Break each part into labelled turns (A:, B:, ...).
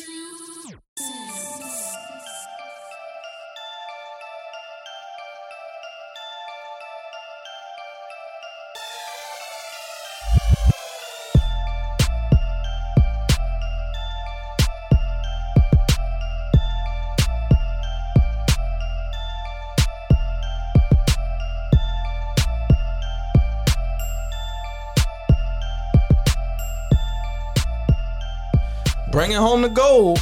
A: True sense.
B: bringing home the gold.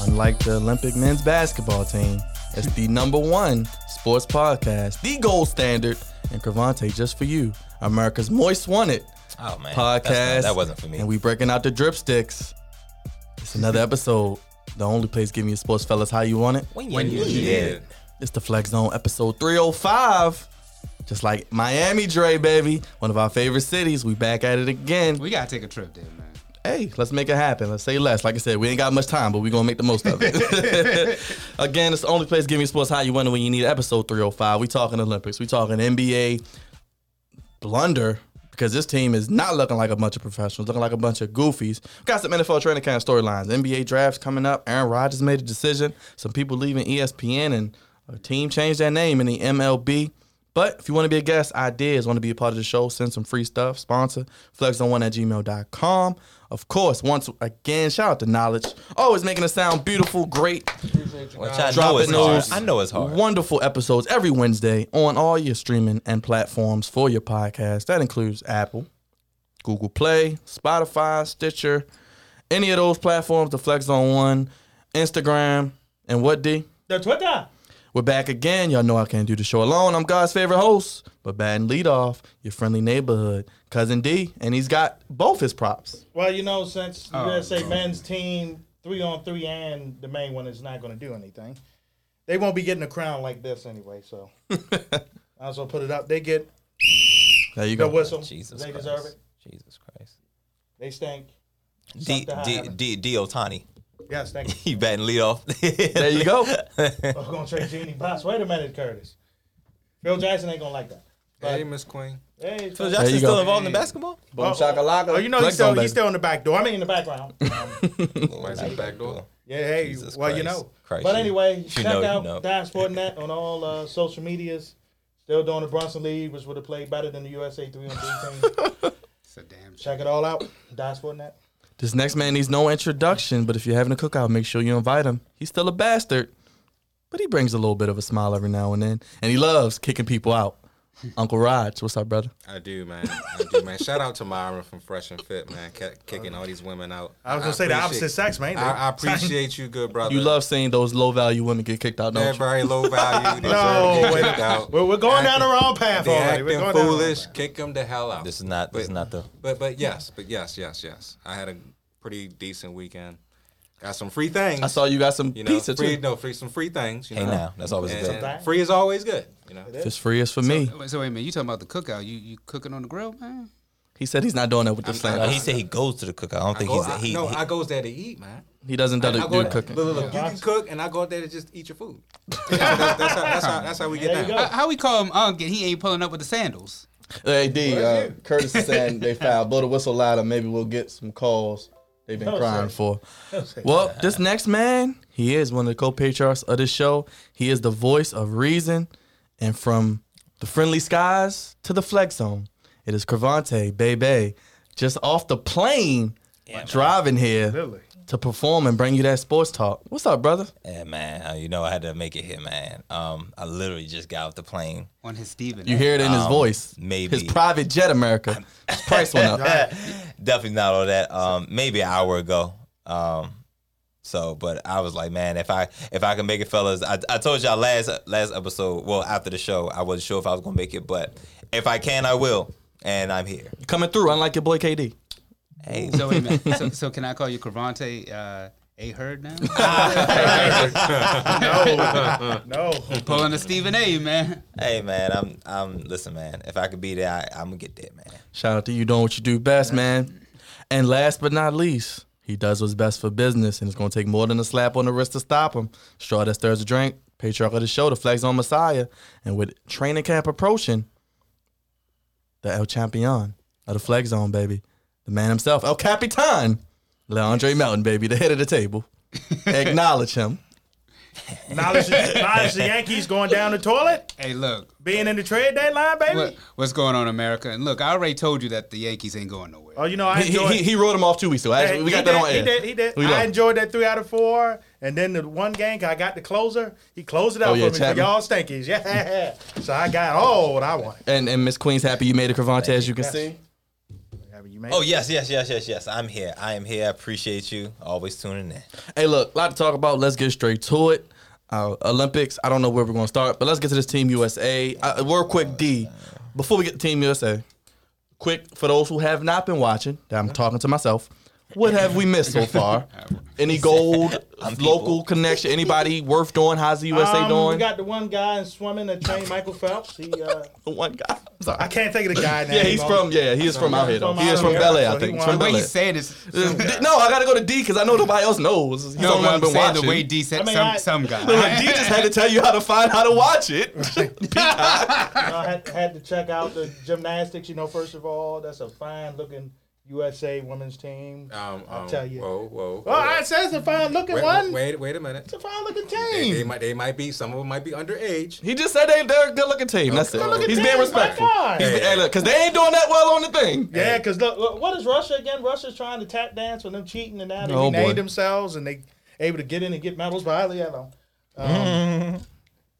B: Unlike the Olympic men's basketball team, it's the number one sports podcast, the gold standard, and Cravante just for you, America's Moist Wanted
C: Oh man,
B: podcast.
C: That's not- that wasn't for me.
B: And we breaking out the drip sticks. It's another episode. The only place giving you sports fellas how you want it.
C: when you, need it.
B: It's the Flex Zone episode 305. Just like Miami Dre, baby. One of our favorite cities. We back at it again.
D: We gotta take a trip there, man.
B: hey, let's make it happen. Let's say less. Like I said, we ain't got much time, but we're gonna make the most of it. Again, it's the only place giving you sports how you want it when you need it. episode 305. We talking Olympics, we talking NBA blunder. Because this team is not looking like a bunch of professionals, looking like a bunch of goofies. Got some NFL training camp storylines, NBA drafts coming up. Aaron Rodgers made a decision. Some people leaving E ESPN, and a team changed their name in the MLB. But if you want to be a guest, ideas, want to be a part of the show, send some free stuff, sponsor, flexon1 at gmail.com. Of course, once again, shout out to Knowledge. Always making it sound beautiful, great,
C: Which I know
B: dropping
C: is hard.
B: those
C: I know it's hard.
B: wonderful episodes every Wednesday on all your streaming and platforms for your podcast. That includes Apple, Google Play, Spotify, Stitcher, any of those platforms, the Flex on One, Instagram, and what D?
D: The Twitter.
B: We're back again. Y'all know I can't do the show alone. I'm God's favorite host, but batting lead off, your friendly neighborhood, cousin D, and he's got both his props.
E: Well, you know, since
D: Oh,
E: USA men's team three on three and the main one is not going to do anything, they won't be getting a crown like this anyway. So I as well put it up. They get
B: There you
E: the
B: go.
E: whistle.
C: Jesus
E: they
C: Christ.
E: deserve it.
C: Jesus Christ.
E: They stink.
C: D
E: Something
C: D
E: happened.
C: D D Otani.
E: Yes, thank you.
C: He batting lead off.
B: There you go.
E: I'm going to trade Jeannie Boss. Wait a minute, Curtis. Phil Jackson ain't going to like that.
D: Hey, Miss Queen.
E: Hey,
C: Phil
B: There
C: Jackson
B: you
C: still
B: go.
C: involved in basketball?
B: Boom shakalaka.
E: Oh, you know,
B: Flex
E: he's still,
B: on,
E: he's
B: baby.
E: still in the back door. I mean, in the background. Um,
C: Where's
D: his back door?
E: Yeah, hey,
C: Jesus
E: well, you
C: Christ.
E: know.
C: Christ,
E: but
C: you-
E: anyway,
C: you
E: check
C: know, you
E: out
C: know.
E: Dashboard Net on all uh, social medias. Still doing the Bronson League, which would have played better than the USA 3 on 3 team.
D: It's a damn shame.
E: check it all out. Dashboard Net.
B: This next man needs no introduction, but if you're having a cookout, make sure you invite him. He's still a bastard, but he brings a little bit of a smile every now and then, and he loves kicking people out. Uncle Raj, what's up, brother?
F: I do, man. I do, man. Shout out to Myron from Fresh and Fit, man, K- kicking all these women out.
E: I was going to say the
F: appreciate-
E: opposite sex, man.
F: I, I appreciate you, good brother.
B: You love seeing those low value women get kicked out,
F: They're
B: don't you?
F: very low value. They
E: No,
F: deserve to
E: wait.
F: get kicked out.
E: we're, we're going down the
F: Acting-
E: wrong path
F: They
E: already. We're
F: acting
E: going down the wrong
F: foolish.
E: path.
F: Kick them to hell out.
C: This is not this is
F: But-
C: not the
F: But but yes, but yes, yes, yes. I had a pretty decent weekend. Got some free things.
B: I saw you got some
F: you know,
B: pizza
F: free,
B: too.
F: No, free some free things. You
C: Hey
F: know?
C: now. That's always
F: And
C: good.
E: Sometimes.
F: free is always good. You know.
B: If it's free, it's for me.
D: So wait a minute, you talking about the cookout? You you cooking on the grill, man?
B: He said he's not doing that with the slant.
C: No, he said he goes to the cookout. I don't
F: I
C: think
F: go,
C: he's
F: I,
C: he,
F: no,
C: he-
F: I goes there to eat, man.
B: He doesn't do,
F: I
B: the
F: go
B: do the
F: there-
B: cooking.
F: Look, look, look, you can cook, and I go out there to just eat your food. that's, that's how, that's, how, that's how we get
E: There you
F: down.
E: go.
D: How, how we call him Unc and he ain't pulling up with the sandals?
B: Hey D, uh, Curtis is saying they fouled. Blow the whistle louder. Maybe we'll get some calls they've been
E: No,
B: crying
E: sir.
B: for.
E: sir.
B: Well, this next man, he is one of the co-patriarchs of this show. He is the voice of reason, and from the friendly skies to the flex zone, it is Cravante, baby, just off the plane, driving here
E: Really?
B: to perform and bring you that sports talk. What's up, brother?
C: Yeah, man, uh, you know I had to make it here, man. Um, I literally just got off the plane.
D: On his Steven.
B: You hear it in his
C: Um,
B: voice.
C: maybe.
B: his private jet, America. His price went up.
C: Definitely not all that. Um, maybe an hour ago. Um, so, but I was like, man, if I if I can make it, fellas, I, I told y'all last last episode. Well, after the show, I wasn't sure if I was gonna make it, but if I can, I will, and I'm here.
B: Coming through, unlike your boy KD.
C: Hey,
D: So wait a minute. So, so can I call you Cravante uh, A Heard now?
E: No.
D: pulling a Stephen A, man.
C: hey, man, I'm I'm listen, man. If I could be there, I, I'm gonna get there, man.
B: Shout out to you doing what you do best, man. And last but not least, he does what's best for business, and it's gonna take more than a slap on the wrist to stop him. Straw that stirs the drink, patriarch of the show, the flex on Messiah, and with training camp approaching, the El Champion of the flex zone, baby, the man himself, El Capitan, Leandre Mountain, baby, the head of the table. Acknowledge him.
E: Knowledge, knowledge the Yankees going down the toilet,
D: Hey, look,
E: being in the trade deadline, baby.
D: what, what's going on in America? And look, I already told you that the Yankees ain't going nowhere.
E: Oh, you know, I
B: He,
E: enjoyed.
B: he, he wrote him off two weeks ago. Actually, we
E: he
B: got
E: did,
B: that on air.
E: He did. He did.
B: We know.
E: I enjoyed that three out of four, and then the one game I got the closer. He closed it out
B: Oh, yeah,
E: for me.
B: Chapman.
E: Y'all stinkies, yeah. so I got all what I wanted.
B: And and Miss Queen's happy you made it, Cravante, as you can
E: Yes.
B: see.
E: I mean, you made
C: Oh yes, yes, yes, yes, yes. I'm here. I am here. I appreciate you. Always tuning in.
B: Hey, look, a lot to talk about. Let's get straight to it. Uh, Olympics. I don't know where we're going to start, but let's get to this Team USA. Uh, real quick, D. Before we get to Team USA, quick for those who have not been watching. that I'm talking to myself. What have we missed so far? Any gold, local connection? Anybody worth doing? How's the USA
E: Um,
B: doing?
E: We got the one guy in swimming that trained Michael Phelps. He, uh,
B: the one guy. I'm sorry.
E: I can't think of the guy now.
B: Yeah, he's from. Yeah, he is from out here. Though. He is from Bel Air, I think. He's
E: The
B: from
D: the way
B: Bel
D: you
B: Air.
D: said is
B: No, I gotta go to D because I know nobody else knows. He's
D: no,
B: the only
D: but
B: one
D: I'm
B: been
D: saying
B: watching.
D: the way D said
E: I mean,
D: some
E: I-
D: some guy.
B: Like, D just had to tell you how to find how to watch it.
E: You know, I had, had to check out the gymnastics. You know, first of all, that's a fine looking USA women's team.
F: Um,
E: I'll
F: um,
E: tell you.
F: Whoa, whoa.
E: Well, I says a fine looking
F: wait,
E: one.
F: wait, wait a minute.
E: It's a fine looking
F: They, they
E: team.
F: might, they might be. Some of them might be underage.
B: He just said they, they're a good looking team. That's it.
E: Good-looking
B: He's
E: team,
B: being
E: my
B: respectful.
E: God.
B: He's hey, look, because they ain't doing that well on the thing.
E: Yeah, because look, look, what is Russia again? Russia's trying to tap dance with them cheating and now they
B: Oh,
E: renamed
B: boy.
E: themselves and they able to get in and get medals. But I, yeah, no. Um,
B: Mm-hmm.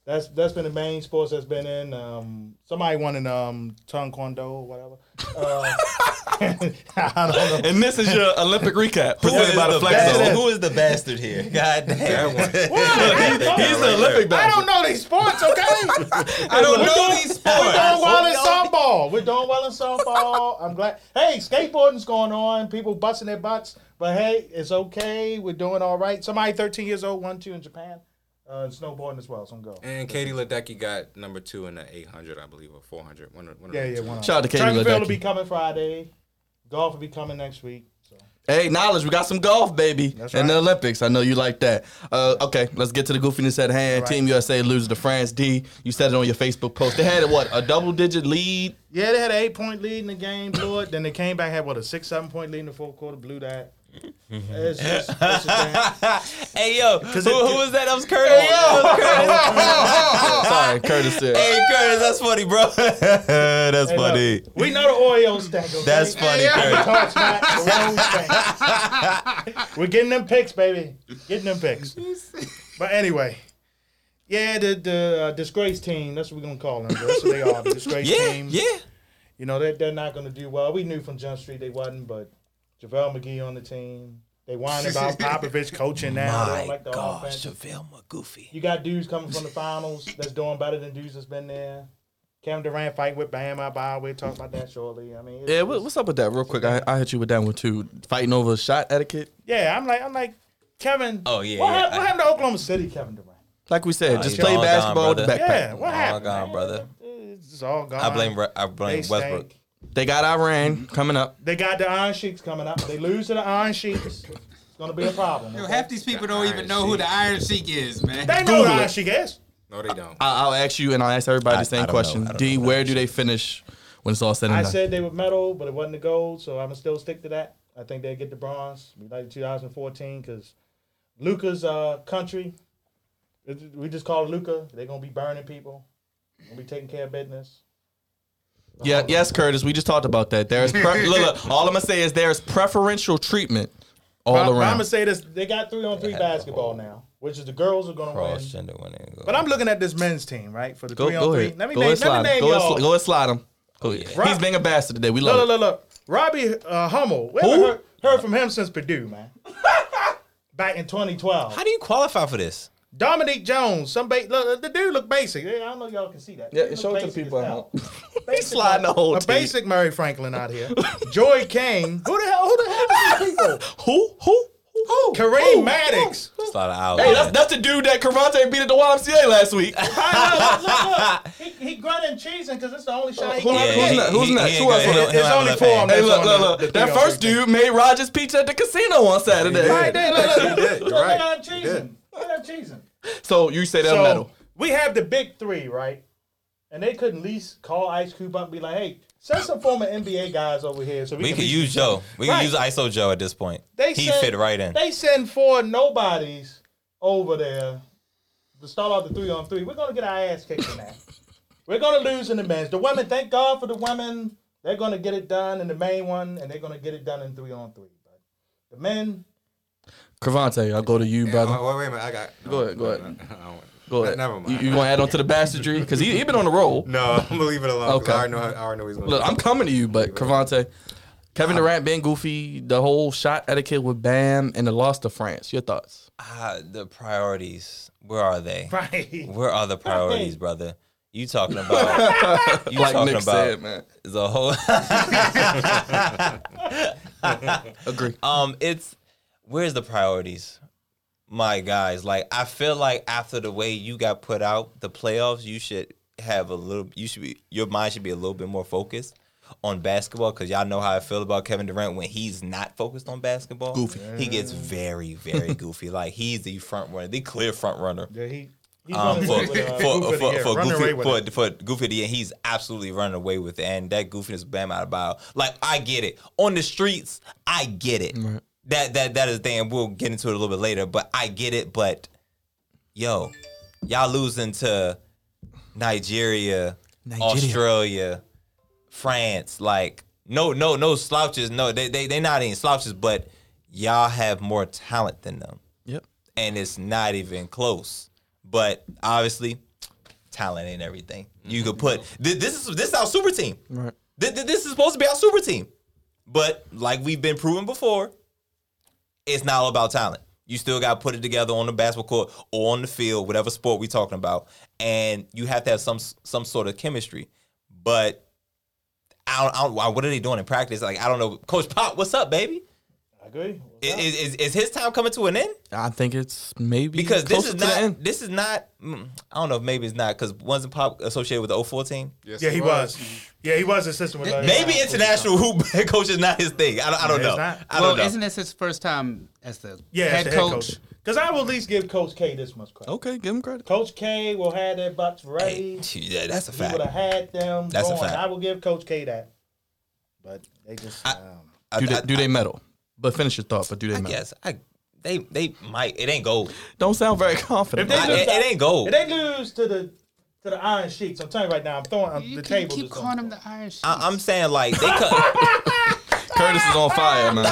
E: That's that's been the main sports that's been in. Um, somebody won in um, Tung Kwando or whatever. Uh, I don't know.
B: And this is your Olympic recap presented by the Flex
C: bastard?
B: Zone.
C: Who is the bastard here? God damn.
F: That
E: What? I ain't talking
B: He's
E: about-
B: the Olympic
E: I
B: bastard.
E: don't know these sports, okay?
C: I don't know these
E: We're doing well in
C: sports.
E: softball. We're doing well in softball. I'm glad. Hey, skateboarding's going on. People busting their butts, but hey, it's okay. We're doing all right. Somebody 13 years old won two in Japan. Uh, snowboarding as well. So I'm going.
F: And Katie Ledecky got number two in the 800, I believe, or 400. One, of- one of
E: Yeah,
F: the
E: yeah.
F: two.
E: One
B: Shout out to Katie
E: Track and field will
B: Ledecky.
E: be coming Friday. Golf will be coming next week. So
B: Hey, knowledge. We got some golf, baby, in
E: right.
B: the Olympics. I know you like that. Uh, okay, let's get to the goofiness at hand. Team USA loses to France. D, you said it on your Facebook post. They had what a double digit lead.
E: yeah, they had an eight point lead in the game, blew it. Then they came back, had what a six seven point lead in the fourth quarter, blew that. It's just, it's just that.
C: Hey yo, who,
E: it-
C: who was that? That was Curtis. That was Curtis.
B: Sorry, Curtis. Said.
C: hey Curtis, that's funny, bro. that's
E: Hey, look,
C: funny.
E: we know the Oreo stack. Okay?
C: That's funny, Curtis.
E: No, it's not. The Rose Bank. We're getting them picks, baby. Getting them picks. But anyway, yeah, the the uh, disgrace team. That's what we're gonna call them. That's what they are. The disgrace
C: Yeah,
E: team.
C: yeah.
E: You know they they're not gonna do well. We knew from Jump Street they wasn't, but Javale McGee on the team. They whining about Popovich coaching now. They don't
C: My
E: like the
C: gosh,
E: offense.
C: JaVale McGoofy.
E: You got dudes coming from the finals that's doing better than dudes that's been there. Cam Durant fighting with Bam Adebayo. We'll talk about that shortly. I mean, it's-
B: Yeah,
E: it's-
B: what, what's up with that? Real quick, I, I hit you with that one too. Fighting over shot etiquette.
E: Yeah, I'm like, I'm like, Kevin.
C: Oh, yeah,
E: What,
C: yeah,
E: happened,
C: I-
E: what happened to Oklahoma City, Kevin Durant?
B: Like we said,
C: Oh,
B: just
C: yeah.
B: play
C: All gone,
B: basketball with the
C: brother.
B: backpack.
E: Yeah, what
C: All
E: happened?
C: gone,
E: man?
C: brother.
E: It's all gone.
C: I blame Re- I
E: They
C: blame
E: stink.
C: Westbrook.
B: They got Iran coming up.
E: They got the Iron Sheiks coming up. They lose to the Iron Sheiks. It's gonna be a problem.
D: Yo,
E: okay?
D: half these people don't even
F: Iron
D: know who
F: Sheik.
D: the Iron Sheik is, man.
E: They know
B: Google
E: the Iron
B: it.
E: Sheik is.
F: No, they don't.
B: I, I'll ask you, and I'll ask everybody
C: I-
B: the same
C: I don't
B: question.
C: know. I don't
B: D,
C: know that
B: where do they finish when it's all said and
E: I
B: done?
E: said they were metal, but it wasn't the gold, so I'm gonna still stick to that. I think they get the bronze. We like 2014 because Luca's uh, country. it- We just call it Luca. They're gonna be burning people. Gonna be taking care of business.
B: yeah, yes, Curtis. We just talked about that. There's pre- look, look, all I'm gonna say is there's preferential treatment all
E: I'm
B: around.
E: gonna say this: they got three on three basketball now, which is the girls are gonna win.
C: Cross-gender winning.
E: But I'm looking at this men's team, right? For the
B: go,
E: three
B: go
E: on three.
B: ahead.
E: Let me
B: go
E: name,
B: and slide.
E: let me name
B: him. go, and
E: y'all.
B: sl- go and slide him. Go ahead.
E: yeah.
B: He's being a bastard today. We love
E: look,
B: it.
E: look, look, look. Robbie uh, Hummel. We haven't heard, heard from him since Purdue, man. Back in 2012.
C: How do you qualify for this?
E: Dominique Jones. Some ba- look, the dude look basic. Yeah, I don't know if y'all can see that. He look basic as hell.
B: He's sliding the whole
E: A
B: team.
E: basic Murray Franklin out here. Joy Kane. Who the hell? Who the hell are these people?
B: Who? Who? Who?
E: Kareem
B: Who?
E: Maddox.
C: It's a lot of hours.
B: Hey, that's, that's the dude that Cravante beat at the YMCA last week.
E: Look, look, look. He, he grunting cheesing because it's the only shot he
B: Who-
E: can
B: who's
E: get.
B: next? Who's next? Who else?
E: It's only four of
B: Hey,
E: That's
B: look, look,
E: on the-
B: look.
E: the
B: that
E: three
B: first
E: on three.
B: dude made Rogers pizza at the casino on Saturday.
E: Right there, look, look.
F: Yeah, you're
E: Look, look
F: right.
E: at him cheesing. Look at him cheesing.
B: So you say that
E: So
B: medal.
E: we have the big three, right? And they couldn't at least call Ice Cube up and be like, "Hey, Send some former NBA guys over here so we,
C: We
E: can
C: could
E: be-
C: use Joe. We
E: Right.
C: could use ISO Joe at this point.
E: They
C: he
E: send-
C: fit right in.
E: They send four nobodies over there to start off the three on three. We're gonna get our ass kicked in that. We're gonna lose in the men's. The women, thank God for the women. They're gonna get it done in the main one, and they're gonna get it done in three on three. But the men,
B: Cravante, I'll go to you, brother.
E: oh,
F: Oh, Wait, wait, wait a minute. I got.
B: Go ahead, go ahead.
F: I don't-
B: Go ahead.
F: Never mind.
B: You, you gonna add on to the bastardry? Because he, he been on the roll.
F: No, I'm gonna leave it alone. Okay.
B: Okay.
F: I already know. how- I already know he's gonna.
B: Look, I'm coming to you, but Cravante, Kevin Durant being goofy, the whole shot etiquette with Bam, and the loss to France. Your thoughts?
C: Ah, the priorities. Where are they?
E: right?
C: Where are the priorities, brother? You talking about? You
B: Like
C: talking about
B: Nick said, man.
C: the whole?
B: Agree.
C: um, it's where's the priorities? My guys, like I feel like after the way you got put out the playoffs, you should have a little. You should be your mind should be a little bit more focused on basketball because y'all know how I feel about Kevin Durant when he's not focused on basketball.
B: Goofy.
C: He gets very very goofy. Like he's the front runner, the clear front runner.
E: Yeah, he. He's
C: Um,
E: running
C: for,
E: away with, uh,
C: for,
E: Goofy of the
C: for,
E: year.
C: for
E: Running away
C: Goofy
E: with
C: for,
E: it.
C: for Goofy of the year, he's absolutely running away with it, and that goofiness bam out of bio. Like I get it on the streets, I get it. That that that is the thing. and We'll get into it a little bit later, but I get it. But yo, y'all losing to Nigeria, Australia, France. Like no no no slouches. No, they they they not even slouches, but y'all have more talent than them
B: Yep.
C: and it's not even close. But obviously, talent ain't everything. You could put th- this is this is our super team.
B: Right.
C: Th- th- this is supposed to be our super team. But like we've been proven before, it's not all about talent. You still got to put it together on the basketball court or on the field, whatever sport we're talking about, and you have to have some some sort of chemistry. But I don't, I don't, why- what are they doing in practice? Like I don't know, Coach Pop, what's up, baby?
E: I agree.
C: I- Is, is, is his time coming to an end?
B: I think it's maybe
C: because this
B: closer
C: is
B: to the
C: not
B: end.
C: this is not mm, I don't know if maybe it's not because wasn't Pop associated with the 014?
F: Yes,
E: Yeah, he was. Yeah, he was assistant with. us.
C: Maybe international hoop coach is not his thing. I don't, I don't
E: Yeah,
C: know.
E: it's not.
C: I
D: well,
C: don't know.
D: isn't this his first time as the
E: Yeah,
D: head,
E: as the
D: coach?
E: Because I will at least give Coach K this much credit.
B: Okay, give him credit.
E: Coach K will have their butts ready.
C: Oh. Hey, yeah, that's a
E: He
C: fact.
E: would have had them.
C: That's a
E: going.
C: fact.
E: I will give Coach K that. But they just. um,
C: I,
B: Do
C: I-
B: they, do they medal? But finish your thought. But do they
C: I
B: medal?
C: guess I they they might it ain't gold.
B: Don't sound very confident.
E: If they
B: about
C: I-
E: do-
B: it.
C: it, it ain't gold.
E: if they lose to the to the Iron Sheets, I'm telling you right now, I'm throwing um,
D: You
E: the
D: can
E: table.
D: keep
E: just
D: calling him
E: on
D: the Iron Sheik.
C: I, I'm saying like they cut.
B: Curtis is on fire, man.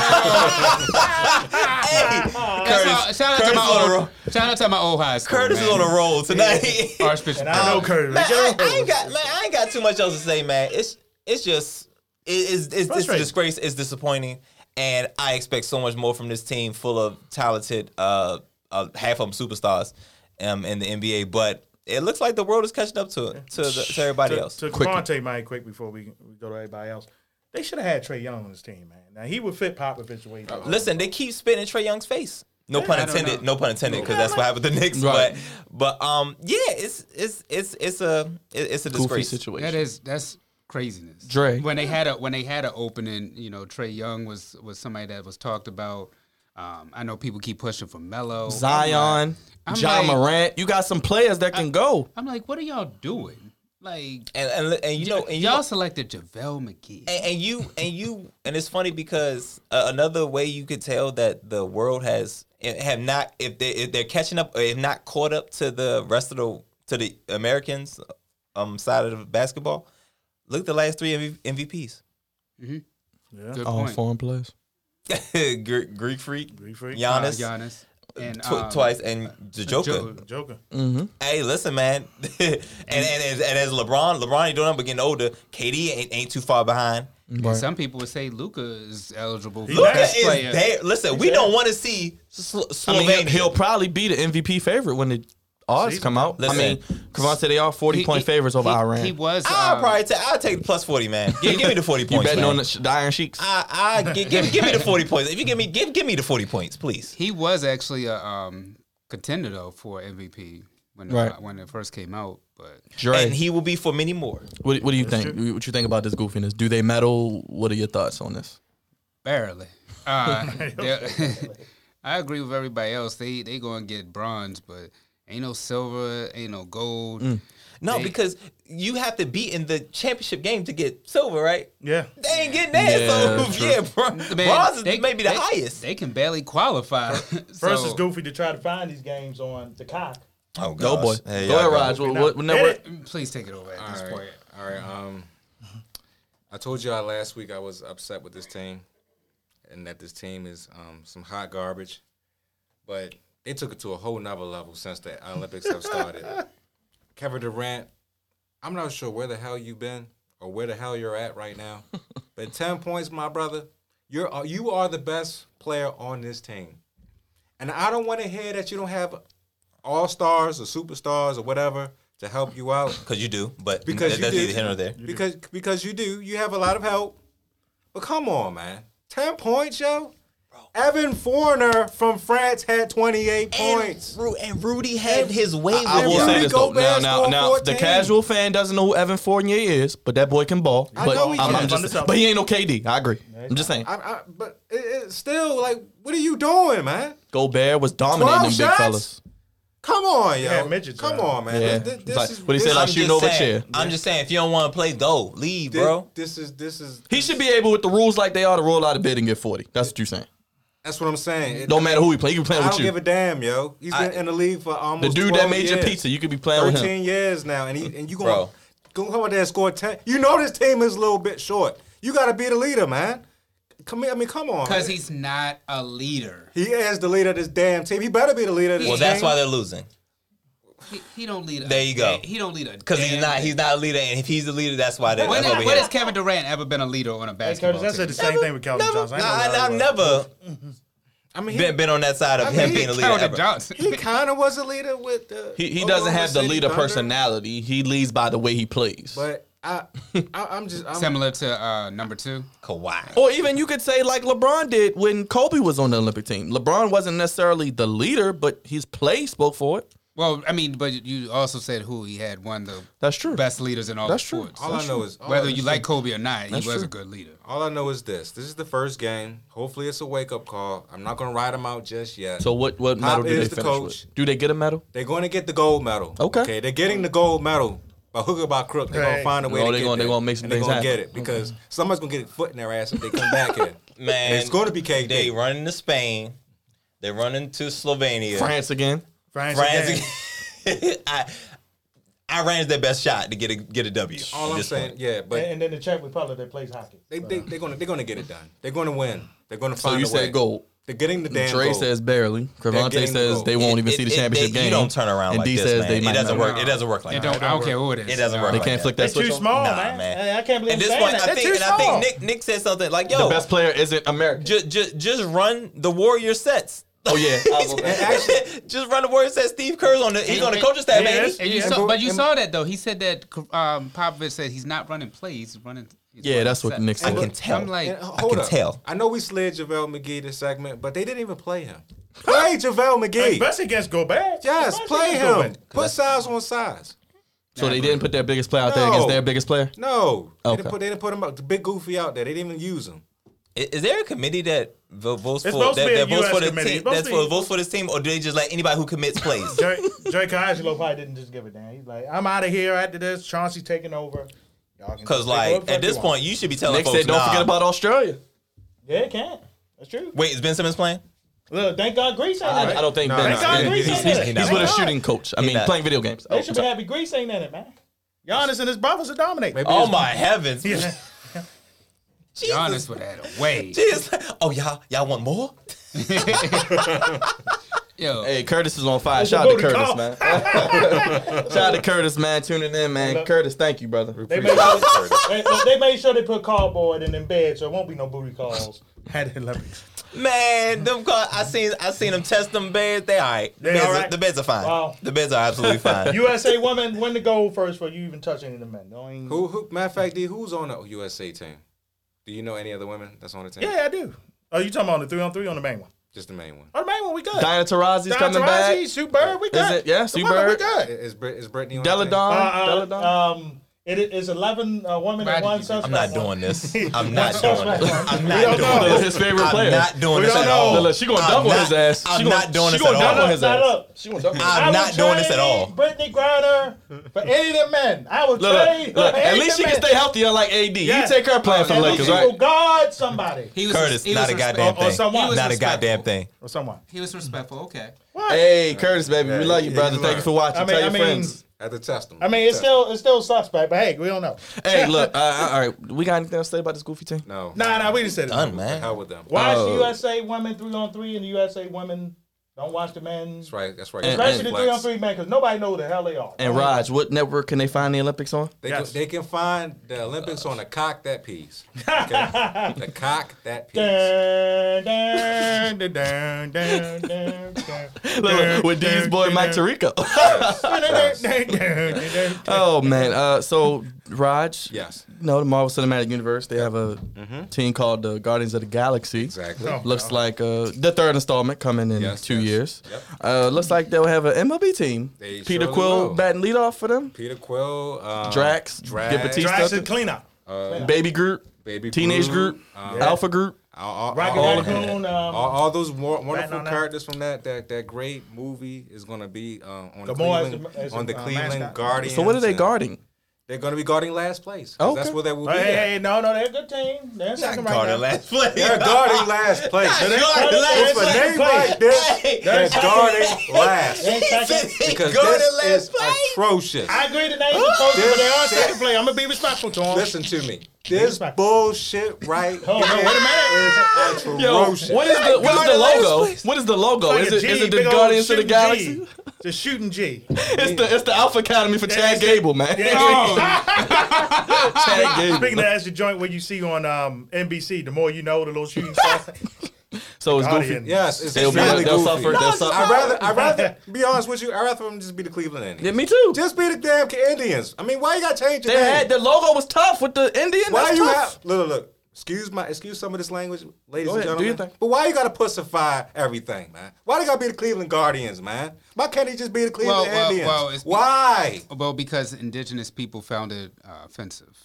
C: hey,
D: That's how-
C: Curtis,
D: shout, out to
C: Curtis
D: my
C: on a
D: old,
C: roll.
D: shout out to my old high school.
C: Curtis is on a roll tonight.
D: a Archbishop.
E: And I know Curtis.
C: Oh, Man, I, I ain't got man, I ain't got too much else to say, man. It's it's just it- it's it's, it's
E: Frustrating.
C: disgrace. It's disappointing, and I expect so much more from this team, full of talented, uh, uh half of them superstars, um, in the NBA. But it looks like the world is catching up to it to, the, to everybody
E: to,
C: else.
E: to
B: Quickly.
E: Quante, mind quick before we, we go to everybody else. They should have had Trey Young on this team, man. Now he would fit Popovich way. better.
C: Uh, Listen, they keep spitting Trey Young's face. No pun
D: I don't
C: intended.
D: know.
C: No pun intended, because that's what happened to the Knicks.
B: Right.
C: But but um yeah, it's it's it's it's a it- it's a
B: Goofy
C: disgrace.
B: situation.
D: That is that's craziness.
B: Dre.
D: When they had a when they had an opening, you know, Trey Young was was somebody that was talked about. Um, I know people keep pushing for Melo.
B: Zion,
D: I'm
B: John
D: like-
B: Morant. You got some players that can go.
D: I'm like, what are y'all doing? Like
C: And, and and you know and you
D: y'all
C: know,
D: selected JaVale McGee.
C: and, and you and you and it's funny because uh, another way you could tell that the world has have not if they if they're catching up or if not caught up to the rest of the to the Americans um side of basketball. Look at the last three MV- MVPs:
D: Good
C: Oh,
B: All
D: point.
B: foreign players.
C: Gre- Greek Freak,
E: Greek Freak.
D: Uh,
C: Giannis,
D: Giannis. And,
C: tw-
D: um,
C: twice, and the Joker.
D: Joe-
E: Joker.
C: Mm. Hey, listen, man, and, and as, and as LeBron, LeBron ain't doing nothing but getting older. KD ain't, ain't too far behind.
D: and some people would say Luca is eligible for
C: Luca
D: best
C: is
D: player.
C: there. Listen, we don't want to see Sl-
B: I mean,
C: Slovenia.
B: he'll, he'll probably be the MVP favorite when the odds come out.
C: Listen.
B: I mean, Cavante, they are forty
D: He-
B: point
D: he-
B: favorites over
D: he,
B: Iran.
D: He was.
C: I'll
D: um,
C: probably take. I'll take the plus forty, man. Give, give me the forty
B: you
C: points.
B: betting
C: man.
B: on the, sh- the Iron Sheiks?
C: I, I give, give, give me the forty points. If you give me, give, give me the forty points, please.
D: He was actually a um, contender though for MVP when the-
B: Right.
D: when it first came out, but
B: Dre,
C: And he will be for many more.
B: what, what do you think? What you think about this goofiness? Do they medal? What are your thoughts on this?
D: barely. Uh, they're- I agree with everybody else. They they going to get bronze, but Ain't no silver, ain't no gold.
B: Mm.
C: No,
D: They-
C: because you have to be in the championship game to get silver, right?
E: Yeah.
C: They ain't getting that.
B: Yeah,
C: so
B: true.
C: yeah, bro,
D: Man,
C: bronze is
D: they-
C: maybe the
D: they-
C: highest.
D: They can barely qualify.
E: First,
D: so,
E: it's goofy to try to find these games on the cock.
C: oh
B: Go
C: gosh.
B: boy.
C: Hey,
B: go
C: y'all
B: ahead, Raj. What, what, what network?
D: Please take it over at this
F: All
D: point. Mm-hmm.
F: right. All right. Um, I told y'all last week I was upset with this team, and that this team is um, some hot garbage. But they took it to a whole nother level since the Olympics have started. Kevin Durant, I'm not sure where the hell you've been or where the hell you're at right now, but 10 points, my brother. You're uh, you are the best player on this team, and I don't want to hear that you don't have all stars or superstars or whatever to help you out.
C: Because you do, but
F: Because
C: because
F: you
C: that's
F: do.
C: either here or there.
F: Because because you do, you have a lot of help. But come on, man, ten points, yo. Evan Fournier from France had twenty eight points.
C: And, Ru- and Rudy had his way with
B: I will
F: Rudy
B: say
C: it.
B: this though. Now,
F: Gobert
B: now,
F: scored
B: now, the
F: 14.
B: casual fan doesn't know who Evan Fournier is, but that boy can ball.
F: I
B: But
F: know he
B: I'm,
F: can.
B: I'm just,
E: Understandable.
B: but he ain't no KD. I agree. I'm just saying.
F: I, I, but it, it's still like, what are you doing, man?
B: Gobert was dominating them
F: Twelve
B: big
F: shots?
B: fellas.
F: Come on, yo.
E: Yeah, midgets,
F: come
E: man.
F: on, man.
B: Yeah.
F: This, this
B: Like,
F: is,
B: what he
F: this,
B: said,
C: I'm
B: like, shooting
C: just
B: over
C: saying,
B: chair.
C: I'm just saying, if you don't want to play, go leave,
F: this,
C: bro.
F: This is this is.
B: He should be able with the rules like they are to roll out of bed and get 40. That's what you're saying.
F: That's what I'm saying. It-
B: Don't matter who he play. You can play
F: I
B: with
F: don't
B: you.
F: give a damn, yo. He's
C: I-
F: been in the league for
B: The
F: almost
B: dude that
F: 12
B: made your
F: years.
B: pizza, you could be playing with him.
F: Thirteen years now, and he, and you going
C: Bro.
F: go come out there and score ten. You know this team is a little bit short. You got to be the leader, man. Come here, I mean, come on.
D: Because he's not a leader.
F: he is the leader of this damn team. He better be the leader. Of this
C: Well,
F: team.
C: that's why they're losing.
D: He, he don't lead. A,
C: There you go.
D: He don't lead a.
C: Because he's
D: damn-
C: not. He's not a leader, and if he's the leader, that's why they're.
D: When,
C: that's why
D: has,
C: we
D: when
C: here.
D: has Kevin Durant ever been a leader on a
E: Hey,
D: basketball
E: Curtis,
D: team?
E: I said the same thing with Calvin
C: Never,
E: Johnson.
C: nah,
E: ain't no
C: I- I've
E: lie.
C: never
F: I mean, he,
C: been, been on that side of him
F: mean,
C: being a leader.
D: Calvin
C: ever.
D: Johnson.
F: he kind of was a leader with the.
B: He, he
F: Oklahoma
B: doesn't have the
F: City
B: leader
F: Thunder,
B: personality. He leads by the way he plays.
F: But I, I I'm just. I'm,
D: Similar to uh, number two.
C: Kawhi.
B: Or even you could say like LeBron did when Kobe was on the Olympic team. LeBron wasn't necessarily the leader, but his play spoke for it.
D: Well, I mean, but you also said who he had one of the
B: That's true.
D: best leaders in all
B: That's
D: the
B: true.
D: sports.
F: all I know is all
D: Whether
F: I-
D: you like Kobe or not, he was
B: true.
D: a good leader.
F: All I know is this. This is the first game. Hopefully, it's a wake up call. I'm not gonna ride him out just yet.
B: so what what
F: Pop
B: medal do they
F: is the
B: finish
F: coach.
B: with? Do they get a medal?
F: They're going to get the gold medal.
B: Okay.
F: Okay. They're getting the gold medal. By hook or by crook, they're going
E: Right.
F: to find a way
B: Oh,
F: to
B: they
F: get
B: gonna- they
F: there.
B: gonna make some
F: And they're
B: things
F: gonna get
B: happen.
F: it because somebody's going to get a foot in their ass if they come back here.
C: Man,
F: And it's going to be KD.
C: They running to Spain. They're running to Slovenia.
B: France again.
E: France,
C: France.
E: again.
C: I Iran's their best shot to get a get a W. at
F: All I'm
C: this
F: saying,
C: point.
F: yeah,
E: And,
F: but
E: and then the Czech Republic that plays hockey.
F: they, they, they're going to they're going to get it done. They're going to win. They're going to
B: So
F: find
B: you
F: a way.
B: said gold.
F: They're getting the damn
B: Dre
F: gold.
B: says barely. Cravante
F: getting the
B: says
F: gold.
B: they won't even
C: It-
B: see the
C: it-
B: championship
C: they-
B: game.
C: You don't turn around
B: and
C: like
B: D
C: this,
B: says
C: man.
B: they
C: it
B: might
C: doesn't
B: not.
C: work. It doesn't work like
D: It
C: that.
D: don't, I don't care who it is.
C: It doesn't work.
B: They
C: like
B: can't
C: that.
B: flick
E: They're
B: that switch.
E: too
B: on.
E: small,
C: Nah,
E: man.
C: man.
E: Hey, I can't
C: At
E: believe I'm
C: this
E: saying
C: point,
E: that.
C: I
E: They're
C: think,
E: too
C: and I think
E: small.
C: Nick Nick said something like,
B: The
C: "Yo,
B: best player isn't American.
C: ju- ju- just run the Warrior sets."
B: Oh yeah. I will-
C: just run the Warrior sets. Steve Kerr's on the he's on the
D: and-
C: coaching staff,
E: yeah,
C: man.
E: that's-
D: And you
F: Yeah,
D: saw,
F: but-
D: but you
F: and-
D: saw that though. He said that um, Popovich said he's not running plays. He's running. he's
B: Yeah,
D: running
B: that's what
D: sets.
B: Nick said.
C: I can tell.
D: I'm like,
F: And hold
C: can
F: up.
C: tell.
F: I know we slid JaVale McGee this segment, but they didn't even play him. Play JaVale McGee.
E: Especially against Gobert.
F: Yes,
E: Especially
F: play
E: against
F: him.
E: Gobert.
F: Put size on size.
B: so they didn't put their biggest player out there
F: No.
B: against their biggest player.
F: No. They,
B: Okay.
F: didn't put, they didn't put him out. The big goofy out there. They didn't even use him.
C: Is, is there a committee that vo- votes
E: It's
C: for
E: supposed to
C: that,
E: be a
C: that votes
E: US
C: for the
E: committee.
C: team?
E: It's supposed
C: That's
E: to
C: for
E: be-
C: votes for this team, or do they just let anybody who commits plays?
E: Jerry, Jerry Coangelo probably didn't just give a damn. He's like, I'm out of here after this. Chauncey taking over. Y'all can
C: Because
E: take
C: like
E: over if
C: at this
E: you want.
C: point, you should be telling
B: Nick
C: folks,
B: said, "Don't
C: nah.
B: forget about Australia."
E: yeah, it can. That's true.
C: Wait, is Ben Simmons playing?
E: Look, thank God Greece ain't
B: I,
E: in it.
B: I don't think
F: No,
B: Ben.
F: no,
B: Ben-
E: no,
B: he's,
E: he's-
B: he's-
E: he's
B: he's
E: not.
B: with a shooting coach. I mean,
C: not.
B: playing video games.
E: They
B: Oh,
E: should be happy Greece ain't in it, man. Giannis and his brothers are dominating.
F: Maybe
C: Oh
F: it's-
C: my heavens!
D: Giannis would have had a way.
C: Jesus. Oh y'all, y'all want more?
D: Yo,
B: Hey, Curtis is on fire.
E: It's
B: Shout out to
E: a booty
B: Curtis,
E: call.
B: man. Shout out to Curtis, man. Tuning in, man. Curtis, thank you, brother.
E: They made, sure, they, look, they made sure they put cardboard in them beds, so it won't be no booty calls. Had the Olympics.
C: Man, them car, I seen I seen them test them beds. They all right. The,
E: They
C: beds,
E: all
C: are-
E: right?
C: the beds are fine.
E: Wow.
C: The beds are absolutely fine.
E: USA women win the gold first before you even touch any of the men. Don't even-
F: Who, who, matter of fact, D, who's on the USA team? Do you know any other women that's on the team?
E: Yeah, I do. Oh, you talking about the three on three on the main one?
F: Just the main one.
E: On the main one, we good.
B: Diana Taurasi's coming back.
E: Sue Bird, we
B: Is
E: good.
B: it? Yeah,
E: The
B: Sue
E: women,
B: Bird.
E: We good.
F: Is, Brit, is Brittany on the team?
B: Deladon.
E: Uh,
B: Deladon.
E: uh, um, It is eleven uh, women
D: Why
E: and
D: did
E: one
D: you do that?
E: suspect.
C: I'm not doing this. I'm not
E: That's
C: doing
E: right.
C: this. I'm not
E: We don't
C: doing
E: know.
C: this.
B: His favorite player.
C: I'm not doing
E: We
C: this
E: don't
C: at
E: know.
C: all.
B: Look, look, she gonna
C: I'm
B: double
C: not-
B: his ass. She
C: I'm
B: gonna-
C: not doing
B: she
C: this
B: gonna
C: at
B: double
E: Not
C: all.
B: his
E: up, not
B: ass.
E: up.
B: She wants to.
E: I
C: I'm
E: would
C: not doing this at
E: trade
C: all.
E: Brittany Griner for any of the men. I would
B: Look,
E: trade.
B: look,
E: for
B: look, at
E: any
B: least
E: of the
B: she can
E: men.
B: stay healthy, unlike AD.
E: Yeah.
B: You take her playing for
E: At
B: the
E: least
B: Lakers,
E: she
B: right?
E: will guard somebody
D: He
C: Curtis,
D: he
C: not a
D: respe-
C: goddamn
E: or- or
C: thing.
E: someone.
C: Not a goddamn
D: respectful.
C: thing.
E: or someone.
D: He was respectful. Okay.
B: Hey, Curtis, baby, we love you,
F: yeah,
B: brother.
F: you
B: Thank you
F: love
B: for watching.
E: I mean,
B: Tell
E: I
B: your
E: mean,
B: friends.
F: At the test him.
E: I mean, it's still it's still suspect, but hey, we don't know.
B: Hey, look, uh, uh, all right, we got anything else to say about this goofy team?
F: no.
E: Nah, nah, we just said it.
C: Done,
F: How
C: man.
F: with them?
E: Watch
B: Oh.
E: the USA women three on three and the USA women. Don't watch the men,
F: That's right. That's right.
B: And-
E: especially
B: and
E: the
F: Blacks.
E: three on three men, because nobody know who the hell they are.
B: And Raj, what network can they find the Olympics on?
F: They,
E: Yes.
F: can, they can find the Olympics on the cock that piece. Okay? the cock that piece.
E: Dun, dun, dun, dun, dun, dun, dun.
B: Look, with D's boy Mike Tirico. oh man, uh, so Raj,
F: Yes.
B: no, the Marvel Cinematic Universe, they have a team called the Guardians of the Galaxy.
F: Exactly.
B: Looks like uh, the third installment coming in
F: Yes,
B: two
F: yes.
B: years.
F: Yep.
B: Uh, looks like they'll have an MLB team.
F: They
B: Peter
F: surely
B: Quill
F: will.
B: batting leadoff for them.
F: Peter Quill. Um,
B: Drax,
F: Drax.
B: get Batista,
E: Drax and cleanup.
F: Uh,
B: Baby Groot,
F: Baby
B: Teenage
F: Groot,
B: Group,
F: um,
B: Alpha Group.
F: all, all,
E: Rocket
F: all,
E: Raccoon.
F: all,
E: Um,
F: all those more wonderful
E: on that.
F: characters from that that that great movie is going to be um, on the,
E: Gamora as
F: Cleveland,
E: the- as the,
F: on the
E: uh, mascot.
F: Cleveland Guardians.
B: So what are they
F: and
B: guarding?
F: They're going to be guarding last place. 'cause That's
B: Okay.
F: where they will be.
E: hey,
F: at.
E: hey, no, no, they're a good team. They're
C: Not
E: in second right now.
C: guarding last place.
F: They're guarding last place.
C: Not
F: They're
C: guarding last
E: That's what
F: But
C: place.
E: they
F: they like this. They're
E: That's-
F: guarding last.
E: They're in second.
F: Because
C: Guarding
F: this
C: last
F: is
C: place.
F: atrocious.
E: I agree that they ain't supposed to, but they are
F: This-
E: second play. I'm gonna be respectful to them.
F: Listen to me. This
E: back.
F: bullshit right
E: Hold on, wait a
F: here is atrocious.
B: what is the what is the
C: Guarding last
B: logo?
C: place.
B: What is the logo?
E: Like
B: Is
E: a
B: it
E: G,
B: is it the
E: big old
B: Guardians of the
E: shooting
B: Galaxy?
E: G. It's a shooting G.
B: It's the it's the Alpha Academy for Chad
E: it's the-
B: Gable, man. Chad Gable.
E: Speaking of that, that's the joint where you see on um, NBC. The more you know, the little shooting star.
B: So it's goofy.
E: Guardian.
F: Yes, it's
B: They'll, be,
F: extremely
B: they'll
F: goofy.
B: suffer. they'll suffer.
F: I'd rather, I'd rather, be honest with you, I'd rather them just be the Cleveland Indians.
B: yeah, me too.
F: Just be the damn Indians. I mean, why you gotta change your
B: they had
F: name?
B: the logo was tough with the Indian.
F: Why
B: That's
F: you
B: tough.
F: have, look, look, look, excuse my, excuse some of this language, ladies
B: Go ahead,
F: and gentlemen.
B: do your thing.
F: But why you gotta pussify everything, man? Why they gotta be the Cleveland Guardians, man? Why can't they just be the Cleveland
D: well,
F: Indians?
D: well, it's-
F: why?
D: Well, because indigenous people found it uh, offensive.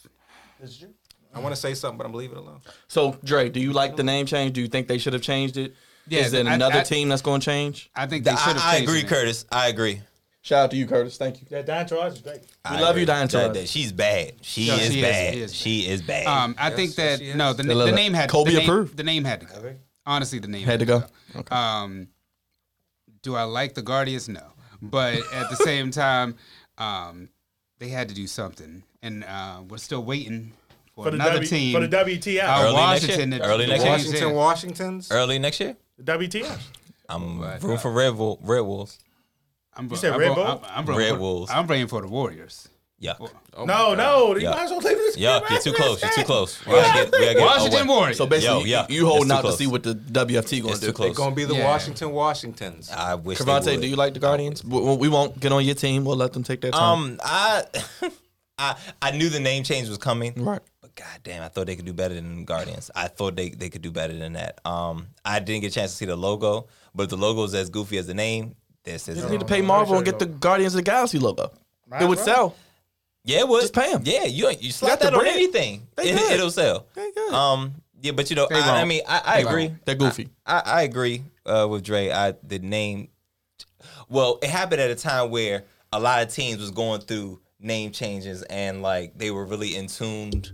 F: I want to say something, but I'm leaving it alone.
B: So Dre, do you like the name change? Do you think they should have changed it? Is
D: Yeah,
B: it
D: I-
B: another
D: I-
B: team that's going to change?
D: I think they should have.
C: I, I agree,
D: Curtis.
C: Curtis. I agree.
B: Shout out to you, Curtis. Thank you.
E: that Don Charles is great.
C: I
B: love
C: agree.
B: you, Diane
C: That-
B: Taylor.
C: that- She's bad. She
D: Yeah,
C: is
D: she is-
C: bad.
D: she is
C: She is bad.
D: Um, I think
F: yes,
D: that
F: yes.
D: no, the,
B: love
D: the
B: it.
D: name had
B: Kobe
D: the name,
B: approved.
D: The name had to go. Honestly, the name
B: Had to go.
D: Um, do I like the Guardians? No, but at the same time, um, they had to do something, and uh, we're still waiting for,
E: For the,
D: another
E: w,
D: team.
E: for the WTF.
D: Uh,
C: Early next
D: Washington.
C: year.
D: to-
C: Early
D: to
C: next year.
D: change
F: Washington,
D: it.
F: Washingtons.
C: Early next year,
E: the WTF.
C: I'm rooting for Red, Bull, Red Wolves.
D: I'm, bro-
E: said
D: I'm
E: Red
D: bro-
E: Bull?
D: I'm, I'm bro-
C: Red
D: for-
C: Wolves.
D: I'm praying for the Warriors.
C: Yeah.
E: no,
C: Oh
E: no. You
C: Yeah.
E: might as well leave this
C: Yeah,
E: kid
C: you're too
E: right
C: close.
E: there.
C: You're too close. We gotta get, we gotta get
D: Washington
C: away.
D: Warriors.
B: So basically,
C: Yo, yeah.
B: you, you holding
C: It's too
B: out to
C: close.
B: see what the WFT going
C: It's
B: to
C: too
B: do.
F: They're
C: close.
F: gonna be the
D: Yeah.
F: Washington Washingtons.
B: Ah,
C: I wish. they
B: Cavante,
C: would.
B: do you like the Guardians? We, we won't get on your team. We'll let them take their time.
C: Um, I, I, I knew the name change was coming.
B: Right.
C: But goddamn, I thought they could do better than Guardians. I thought they, they could do better than that. Um, I didn't get a chance to see the logo, but if the logo is as goofy as the name, this is. um,
B: you need to pay Marvel and get the Guardians of the Galaxy logo. it would sell.
C: Yeah, it would.
B: Just pay 'em.
C: Yeah, you you slap
B: got the
C: that on
B: bread.
C: anything.
B: They
C: It,
B: good.
C: it'll sell.
B: They good.
C: Um, yeah, but you know,
D: won't.
C: I, I mean, I, I agree.
B: They're goofy.
C: I, I agree uh, with Dre. I the name. Well, it happened at a time where a lot of teams was going through name changes and like they were really in tuned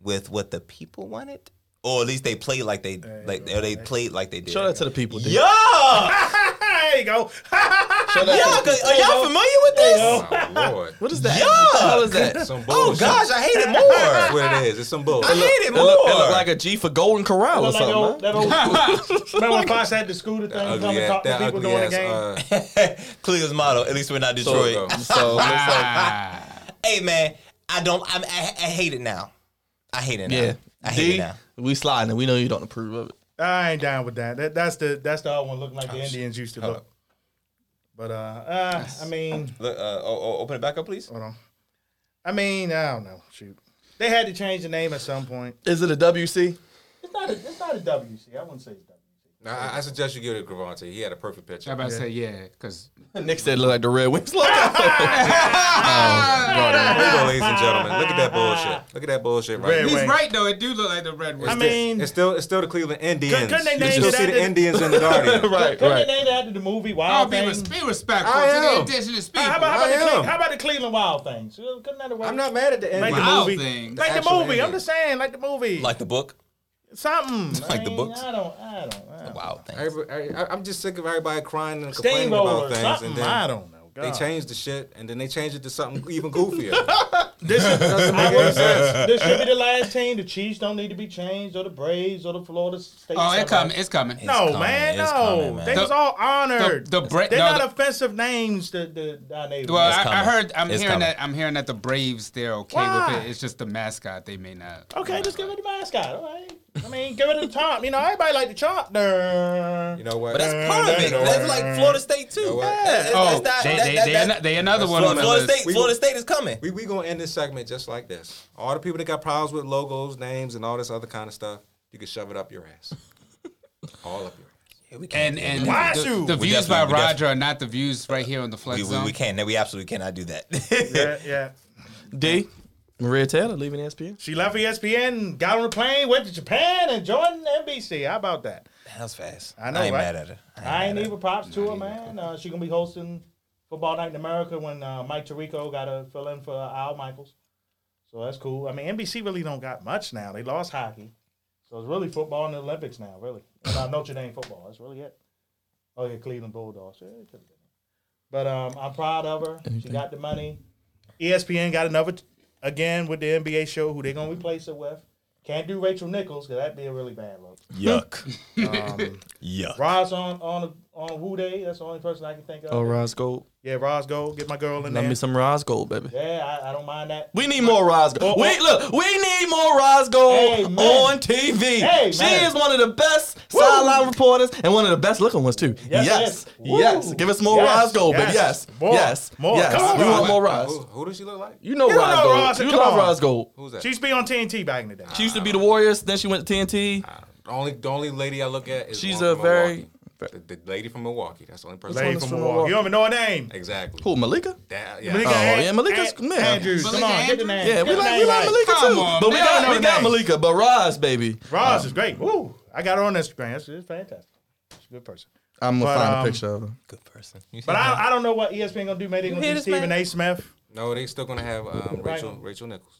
C: with what the people wanted, or at least they played like they like or they played like they did.
B: Show that to the people. Dude.
C: Yo, y'all,
E: There you go.
B: Show that to the-
C: are y'all familiar with this?
F: Oh Lord,
B: what is that?
C: Yo.
B: What the hell is that?
F: some
C: Oh
F: bullshit.
C: gosh, I hate it more.
F: That's what it is. It's some
C: I
F: bullshit.
C: hate it
B: It
C: more.
B: look, it look like a G for Golden Corral or
E: Look like
B: something.
E: that old-
B: man.
E: that old- Remember when Fox had the scooter thing, come
F: Ugly
E: and
F: ass,
E: talk to
F: that
E: people
F: ugly
E: during the
F: ass.
E: game?
F: Uh,
C: Cleveland's model. At least we're not Detroit.
F: logo.
B: So it looks like
D: Ah,
C: hey man, I don't. I'm, I, I hate it now. I hate it now.
B: yeah,
C: I hate
B: D,
C: it now.
B: we sliding. and We know you don't approve of it.
E: I ain't down with that. that that's the that's the old one looking like the Indians used to look. But uh, uh I mean,
C: Look, uh, open it back up, please.
E: hold on. I mean, I don't know. Shoot, they had to change the name at some point.
B: Is it a WC?
E: It's not a, it's not a WC. I wouldn't say it's WC.
F: Now, I, I suggest you give it to Gravante. He had a perfect
D: I
F: picture.
D: about to say yeah, because
B: Nick said it looked like the Red Wings logo.
D: Oh,
F: There you go, ladies and gentlemen. Look at that bullshit. Look at that bullshit right
E: Red
F: now.
D: he's
E: Wait.
D: right though. It do look like the red
E: I
D: one.
E: mean,
F: It's still, it's still the Cleveland Indians.
E: couldn't they
F: you
E: name
F: still
E: it
F: see
E: after-
F: the Indians and the Guardians.
B: right,
E: couldn't
B: right.
E: they name that after the movie
D: I'll
E: Wild
D: be,
E: Things?
D: res- be respectful
F: I
D: to the
F: am.
D: indigenous people.
E: How about, how,
F: I
E: about the Cle-
F: am.
E: how about the Cleveland Wild Things? Couldn't that have worked?
F: I'm not mad at the
E: Like the
F: Indians.
D: Wild
E: movie.
D: Things,
E: like the
F: actual
E: movie. I'm
F: Indians.
E: just saying, like the movie.
C: Like the book?
E: something.
C: like the
E: I mean,
C: books.
E: I don't. I don't. I don't.
C: Wow, thanks.
F: Everybody- I, am just sick of everybody crying and complaining
E: Steamroller.
F: about things, and
E: Something. I
F: then
E: don't know.
F: they
E: God.
F: changed the shit, and then they changed it to something even goofier.
E: This is.
F: Doesn't
E: I
F: make
E: would
F: any sense.
E: say this should be the last team. The Chiefs don't need to be changed, or the Braves, or the Florida State.
D: oh, it come,
E: somebody.
D: it's coming.
E: No,
C: It's
E: man,
C: coming, it's
E: no.
C: coming, man.
E: They was
D: The-
E: all honored.
D: the- the Bra-
E: They're
D: no,
E: not
D: the-
E: offensive names. The the our neighbors.
D: Well,
C: It's
D: I, I
C: coming.
D: heard. I'm
C: It's
D: hearing
C: coming.
D: that. I'm hearing that the Braves they're okay
E: Why?
D: with it. It's just the mascot they may not.
E: okay, just give it the mascot. All right. I mean, give it the top. You know, everybody like the chop. You
F: You know what?
C: But that's part of it. That's like Florida State, too.
F: what?
C: That's-
D: Oh,
C: that's not-
D: they,
C: that-
D: they,
C: that-
D: they,
C: that's-
D: ano- they another one
C: Florida,
D: on the
C: Florida
D: list.
C: State, Florida State is coming.
F: we we gonna end this segment just like this. All the people that got problems with logos, names, and all this other kind of stuff, you can shove it up your ass. all up your ass.
D: And and
E: Why
D: the,
E: shoot?
D: the
E: We
D: views by
C: definitely- we
D: Roger are not the views right here on the flex
C: We, we,
D: zone.
C: we can't. We absolutely cannot do that.
E: Yeah, yeah.
B: D. Maria Taylor leaving ESPN.
E: She left E ESPN, got on a plane, went to Japan, and joined NBC. How about that?
C: that was fast.
E: I know,
C: I ain't
E: right?
C: mad at her.
E: I ain't
C: mad at
E: even props to her, man. Uh, she gonna be hosting Football Night in America when uh, Mike Tirico got to fill in for uh, Al Michaels. So that's cool. I mean, NBC really don't got much now. They lost hockey, so it's really football and the Olympics now, really. And, uh, Notre Dame football. That's really it. Oh yeah, Cleveland Bulldogs. Yeah, it could've been. But um, I'm proud of her. She got the money. E ESPN got another t- again with the NBA show. Who they gonna replace her with? Can't do Rachel Nichols because that'd be a really bad look.
C: her. Yuck. Yuck.
E: Roz on on on Woo Day. That's the only person I can think of.
B: Oh, Roz Gold.
E: Yeah, Roz Gold, get my girl in
B: Love
E: there.
B: me some Roz Gold, baby.
E: yeah, I, I don't mind that.
B: We need more Roscoe.
E: Oh, oh.
B: Wait, look, we need more Roscoe
E: Hey, man.
B: on TV.
E: Hey,
B: she
E: man.
B: is one of the best sideline reporters and one of the best looking ones too. Yes,
E: Yes, yes.
B: yes,
E: Woo.
B: give us more
E: Yes,
B: Roscoe, baby.
E: yes.
B: Yes,
E: More,
B: yes,
E: more.
B: yes.
E: Come on,
B: we want
E: Roz.
B: more
F: Who,
B: Roz.
F: who does she look like?
B: You know
E: You don't know
B: Roscoe.
E: Roz,
B: You
E: come
B: love
E: on.
B: Roscoe.
F: Who's that?
E: She used to be on TNT back in the day.
B: She used to be the Warriors, then she went to TNT.
F: the only the only lady I look at is
B: She's
F: one
B: a
F: from
B: very
F: Milwaukee. the, the lady from Milwaukee. That's the only person.
E: Lady
B: one's
E: from
B: from
E: Milwaukee. You don't even know her name.
F: Exactly.
B: who Malika.
F: That, yeah.
E: Malika
B: Oh,
E: An-
B: yeah, Malika's-
E: An-
B: man.
E: Andrews.
D: Malika
E: come on, get the
D: Andrews?
E: name.
B: Yeah, we
E: Get the
B: like
E: name
B: we like
E: right.
B: Malika
D: Come
B: too,
D: on,
B: but we
D: man.
E: I know
B: got we
E: her
B: got
E: name.
B: Malika, but Roz, baby.
E: Roz
B: Oh.
E: is great. Woo! I got her on Instagram. It's, it's fantastic. She's a good person.
B: I'm gonna
E: But,
B: find
E: um,
B: a picture of her.
C: Good person.
E: But I, I don't know what E ESPN gonna do. Maybe they gonna
C: hear
E: do
C: this,
E: Stephen
C: man?
E: A. Smith.
F: No, they still gonna have um, Rachel Rachel Nichols.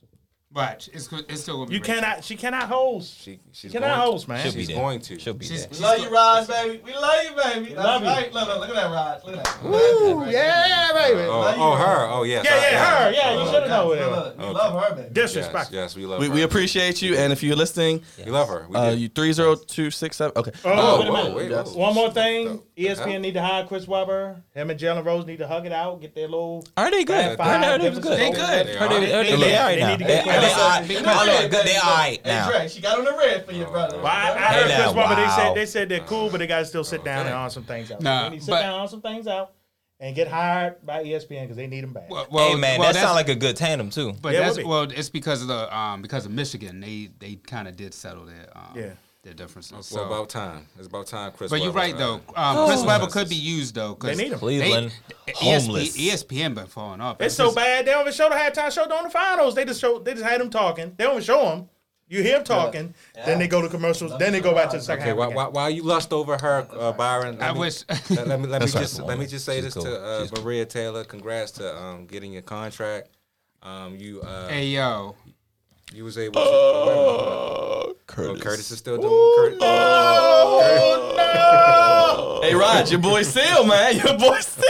D: But it's go- it's still gonna be.
E: You
D: racist.
E: cannot. She cannot host. She
F: She she's
E: cannot
F: going,
E: host, man.
C: She'll
E: She-
C: be
F: She's
C: there.
F: going to.
C: She'll be
D: She's-
C: there.
D: she's
B: Love
D: go-
B: you, Roz, baby. We love you, baby.
E: Love you.
B: Look, look, look at that, Roz. Look at that.
E: Ooh, yeah, baby.
F: Oh, oh, her. Oh, yes.
E: yeah,
F: I-
E: yeah, her. Yeah, you should have known that.
B: We love her, baby.
F: Yes,
E: Disrespect.
F: yes, we love
B: We,
F: her.
B: we appreciate you, and if you're listening,
F: We love her. We
B: uh,
F: do.
B: you three zero two six seven. Okay.
E: Oh,
F: Whoa,
E: wait a
F: whoa,
E: minute.
F: wait,
B: Yes.
F: whoa.
E: One more thing. E
F: Huh?
E: ESPN need to hire Chris Webber. Him and Jalen Rose need to hug it out. Get their little.
B: Are they
E: Fab
B: good?
E: Five,
B: I heard
E: give
B: it was
E: us a
B: good.
E: They
F: good. They
B: Heard it-
F: are.
B: heard
C: They
B: it was
C: all right
B: good.
C: now.
E: need to
C: They
E: get
C: they all right.
B: Because-
C: I look good. They all right
B: Hey,
C: now.
B: Dre, she got on the red for you, brother.
E: Well, I, I heard
C: Hey,
E: Chris
C: now,
E: Webber. They said
C: wow.
E: they said they're cool, but they got to still sit down and
F: okay.
E: iron some things out.
D: Nah,
E: they need to sit
D: but-
E: down, iron some things out, and get hired by E ESPN because they need them back.
D: Well, well,
C: Hey, man,
D: well,
C: that
D: that's-
C: sounds like a good tandem, too.
D: But
E: Yeah, it
D: that's
E: would be.
D: well, it's because of the um because of Michigan, they they kind of did settle their um,
E: Yeah.
D: their differences.
F: Well,
D: so,
F: about time. It's about time, Chris.
D: but you're
F: Webber,
D: right
F: uh,
D: though. Um, Chris Webber could be used though. 'cause
E: They need him.
C: Oh. Cleveland,
D: they- E
C: homeless.
D: ESPN been falling off.
E: it's so
D: just-
E: bad they don't even show the halftime show during the finals. They just show they just had them talking. They don't even show them. You hear them talking, then they go to commercials, then they go back to the second
F: Okay,
E: half.
F: while,
E: again.
F: while, while you lust over her, uh, Byron, let
D: I
F: me-
D: wish-
F: Let, let me let me
C: That's right,
F: just let me
C: Malone.
F: just say
C: She's
F: this
C: cool.
F: to uh,
C: She's cool.
F: Maria Taylor. Congrats to um, getting your contract. Um, you uh,
D: Hey yo,
F: you was able. To, oh,
B: Curtis.
F: Curtis is still doing Curtis.
B: Hey, Rod, your boy Seal, man. Your boy Seal.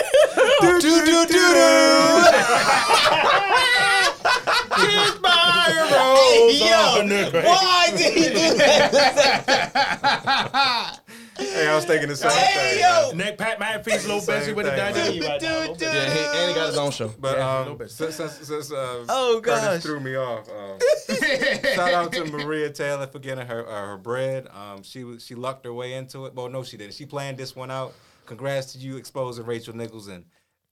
B: do, do, do, do, do.
C: Yo, why did he do that?
F: Hey, I was thinking the same
C: Hey,
F: thing.
C: yo.
E: Nick Pat McAfee's a little
F: Same
E: busy with the
F: thing,
E: WWE
F: man.
E: right now. a little busy.
B: Yeah, he, and he got his own show.
F: But
E: Yeah, a little
F: um,
E: bit.
F: since, since, since uh,
C: Oh,
F: Curtis
C: gosh.
F: threw me off. Um, shout out to Maria Taylor for getting her uh, her bread. Um, she was- she lucked her way into it. Well, no, she didn't. She planned this one out. Congrats to you exposing Rachel Nichols and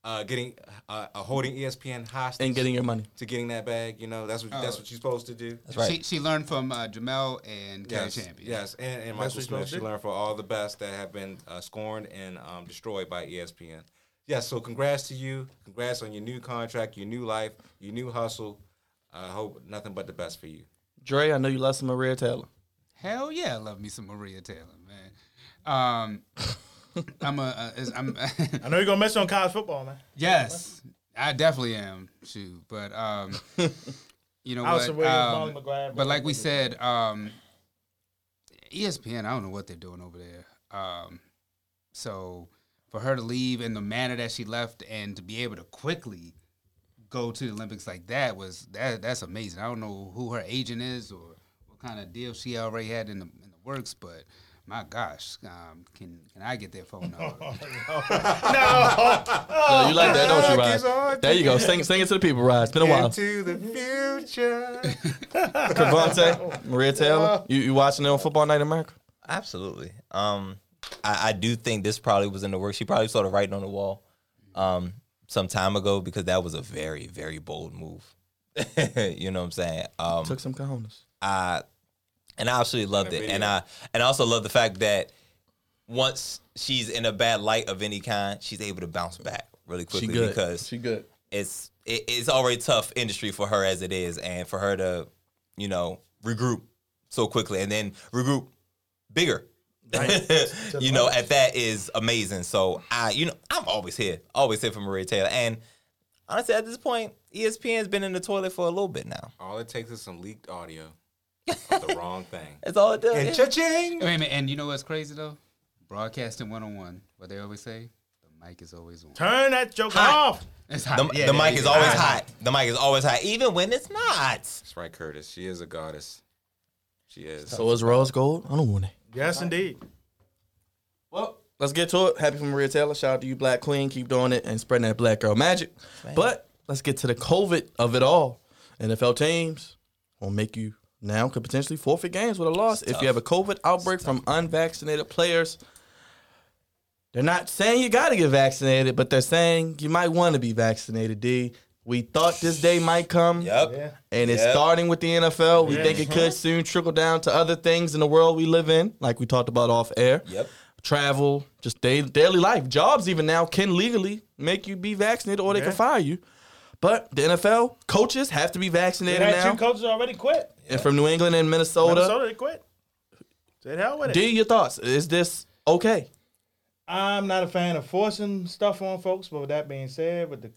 F: uh, getting uh, uh, holding ESPN hostage
B: and getting your money.
F: to getting that bag. You know, that's
E: Oh.
F: what that's what you're supposed to do.
C: That's right.
D: She, she learned from uh, Jamel and Kerry
F: Yes,
D: Champion.
F: yes, and, and
E: That's
F: Michael
E: what
F: Smith.
E: Smith
F: She
E: did.
F: learned for all the best that have been uh, scorned and um, destroyed by ESPN. Yes, so congrats to you. Congrats on your new contract, your new life, your new hustle. I hope nothing but the best for you.
B: Dre, I know you love some Maria Taylor.
D: Hell yeah, I love me some Maria Taylor, man. Um, I'm a, uh, is- I'm
E: I know you're gonna mention on college football, man.
D: yes, I definitely am too. But um, you know
E: Allison
D: what?
E: Williams,
D: um,
E: Molly McGrath,
D: but
E: Brandon
D: like we
E: Williams.
D: said, um, E ESPN, I don't know what they're doing over there. Um, so for her to leave in the manner that she left and to be able to quickly go to the Olympics like that was that that's amazing. I don't know who her agent is or what kind of deal she already had in the in the works, but my gosh, um, can can I get their phone number?
B: Yeah, you like that, don't you, Rod? There you go. Sing, sing it to the people, Rod. It's been a while.
F: Into the future.
B: Cavante, Maria Taylor, you, you watching it on Football Night in America?
C: Absolutely. Um, I, I do think this probably was in the works. She probably saw the writing on the wall um, some time ago because that was a very, very bold move. you know what I'm saying? Um,
B: Took some cojones.
C: I and I absolutely loved it, and I and I also love the fact that once she's in a bad light of any kind, she's able to bounce back really
B: She
C: quickly
B: good.
C: because
B: she good.
C: it's it, it's already tough industry for her as it is, and for her to you know regroup so quickly and then regroup bigger. you know, at that is amazing. So I, you know, I'm always here, always here for Maria Taylor. And honestly, at this point, E ESPN's been in the toilet for a little bit now.
F: All it takes is some leaked audio of the wrong thing.
C: That's all it does.
F: And cha-ching.
D: Wait a minute, and you know what's crazy though? Broadcasting one on one, what they always say, the mic is always on.
E: Turn that joke off.
D: It's hot.
C: The,
D: Yeah,
C: the
D: there
C: mic
D: you
C: is
D: go.
C: always hot. The mic is always hot, even when it's not.
F: That's right, Curtis. She is a goddess. She is.
B: So is Rose Gold? I don't want it.
E: Yes, indeed.
B: Well, let's get to it. Happy for Maria Taylor. Shout out to you, Black Queen. Keep doing it and spreading that black girl magic. But let's get to the COVID of it all. NFL teams will make you now could potentially forfeit games with a loss if you have a COVID outbreak from unvaccinated players. They're not saying you got to get vaccinated, but they're saying you might want to be vaccinated, D. We thought this day might come.
C: Yep.
E: Yeah.
B: And it's
C: Yep.
B: starting with the NFL. We
E: Yeah.
B: think it could soon trickle down to other things in the world we live in, like we talked about off air.
C: Yep.
B: Travel, just day, daily life. Jobs, even now, can legally make you be vaccinated or they can
E: Yeah.
B: fire you. But the NFL, coaches have to be vaccinated
E: They had
B: now.
E: two coaches already quit.
B: and from New England and Minnesota.
E: Minnesota, they quit. Said hell with it.
B: D, your thoughts? Is this okay?
E: I'm not a fan of forcing stuff on folks, but with that being said, with the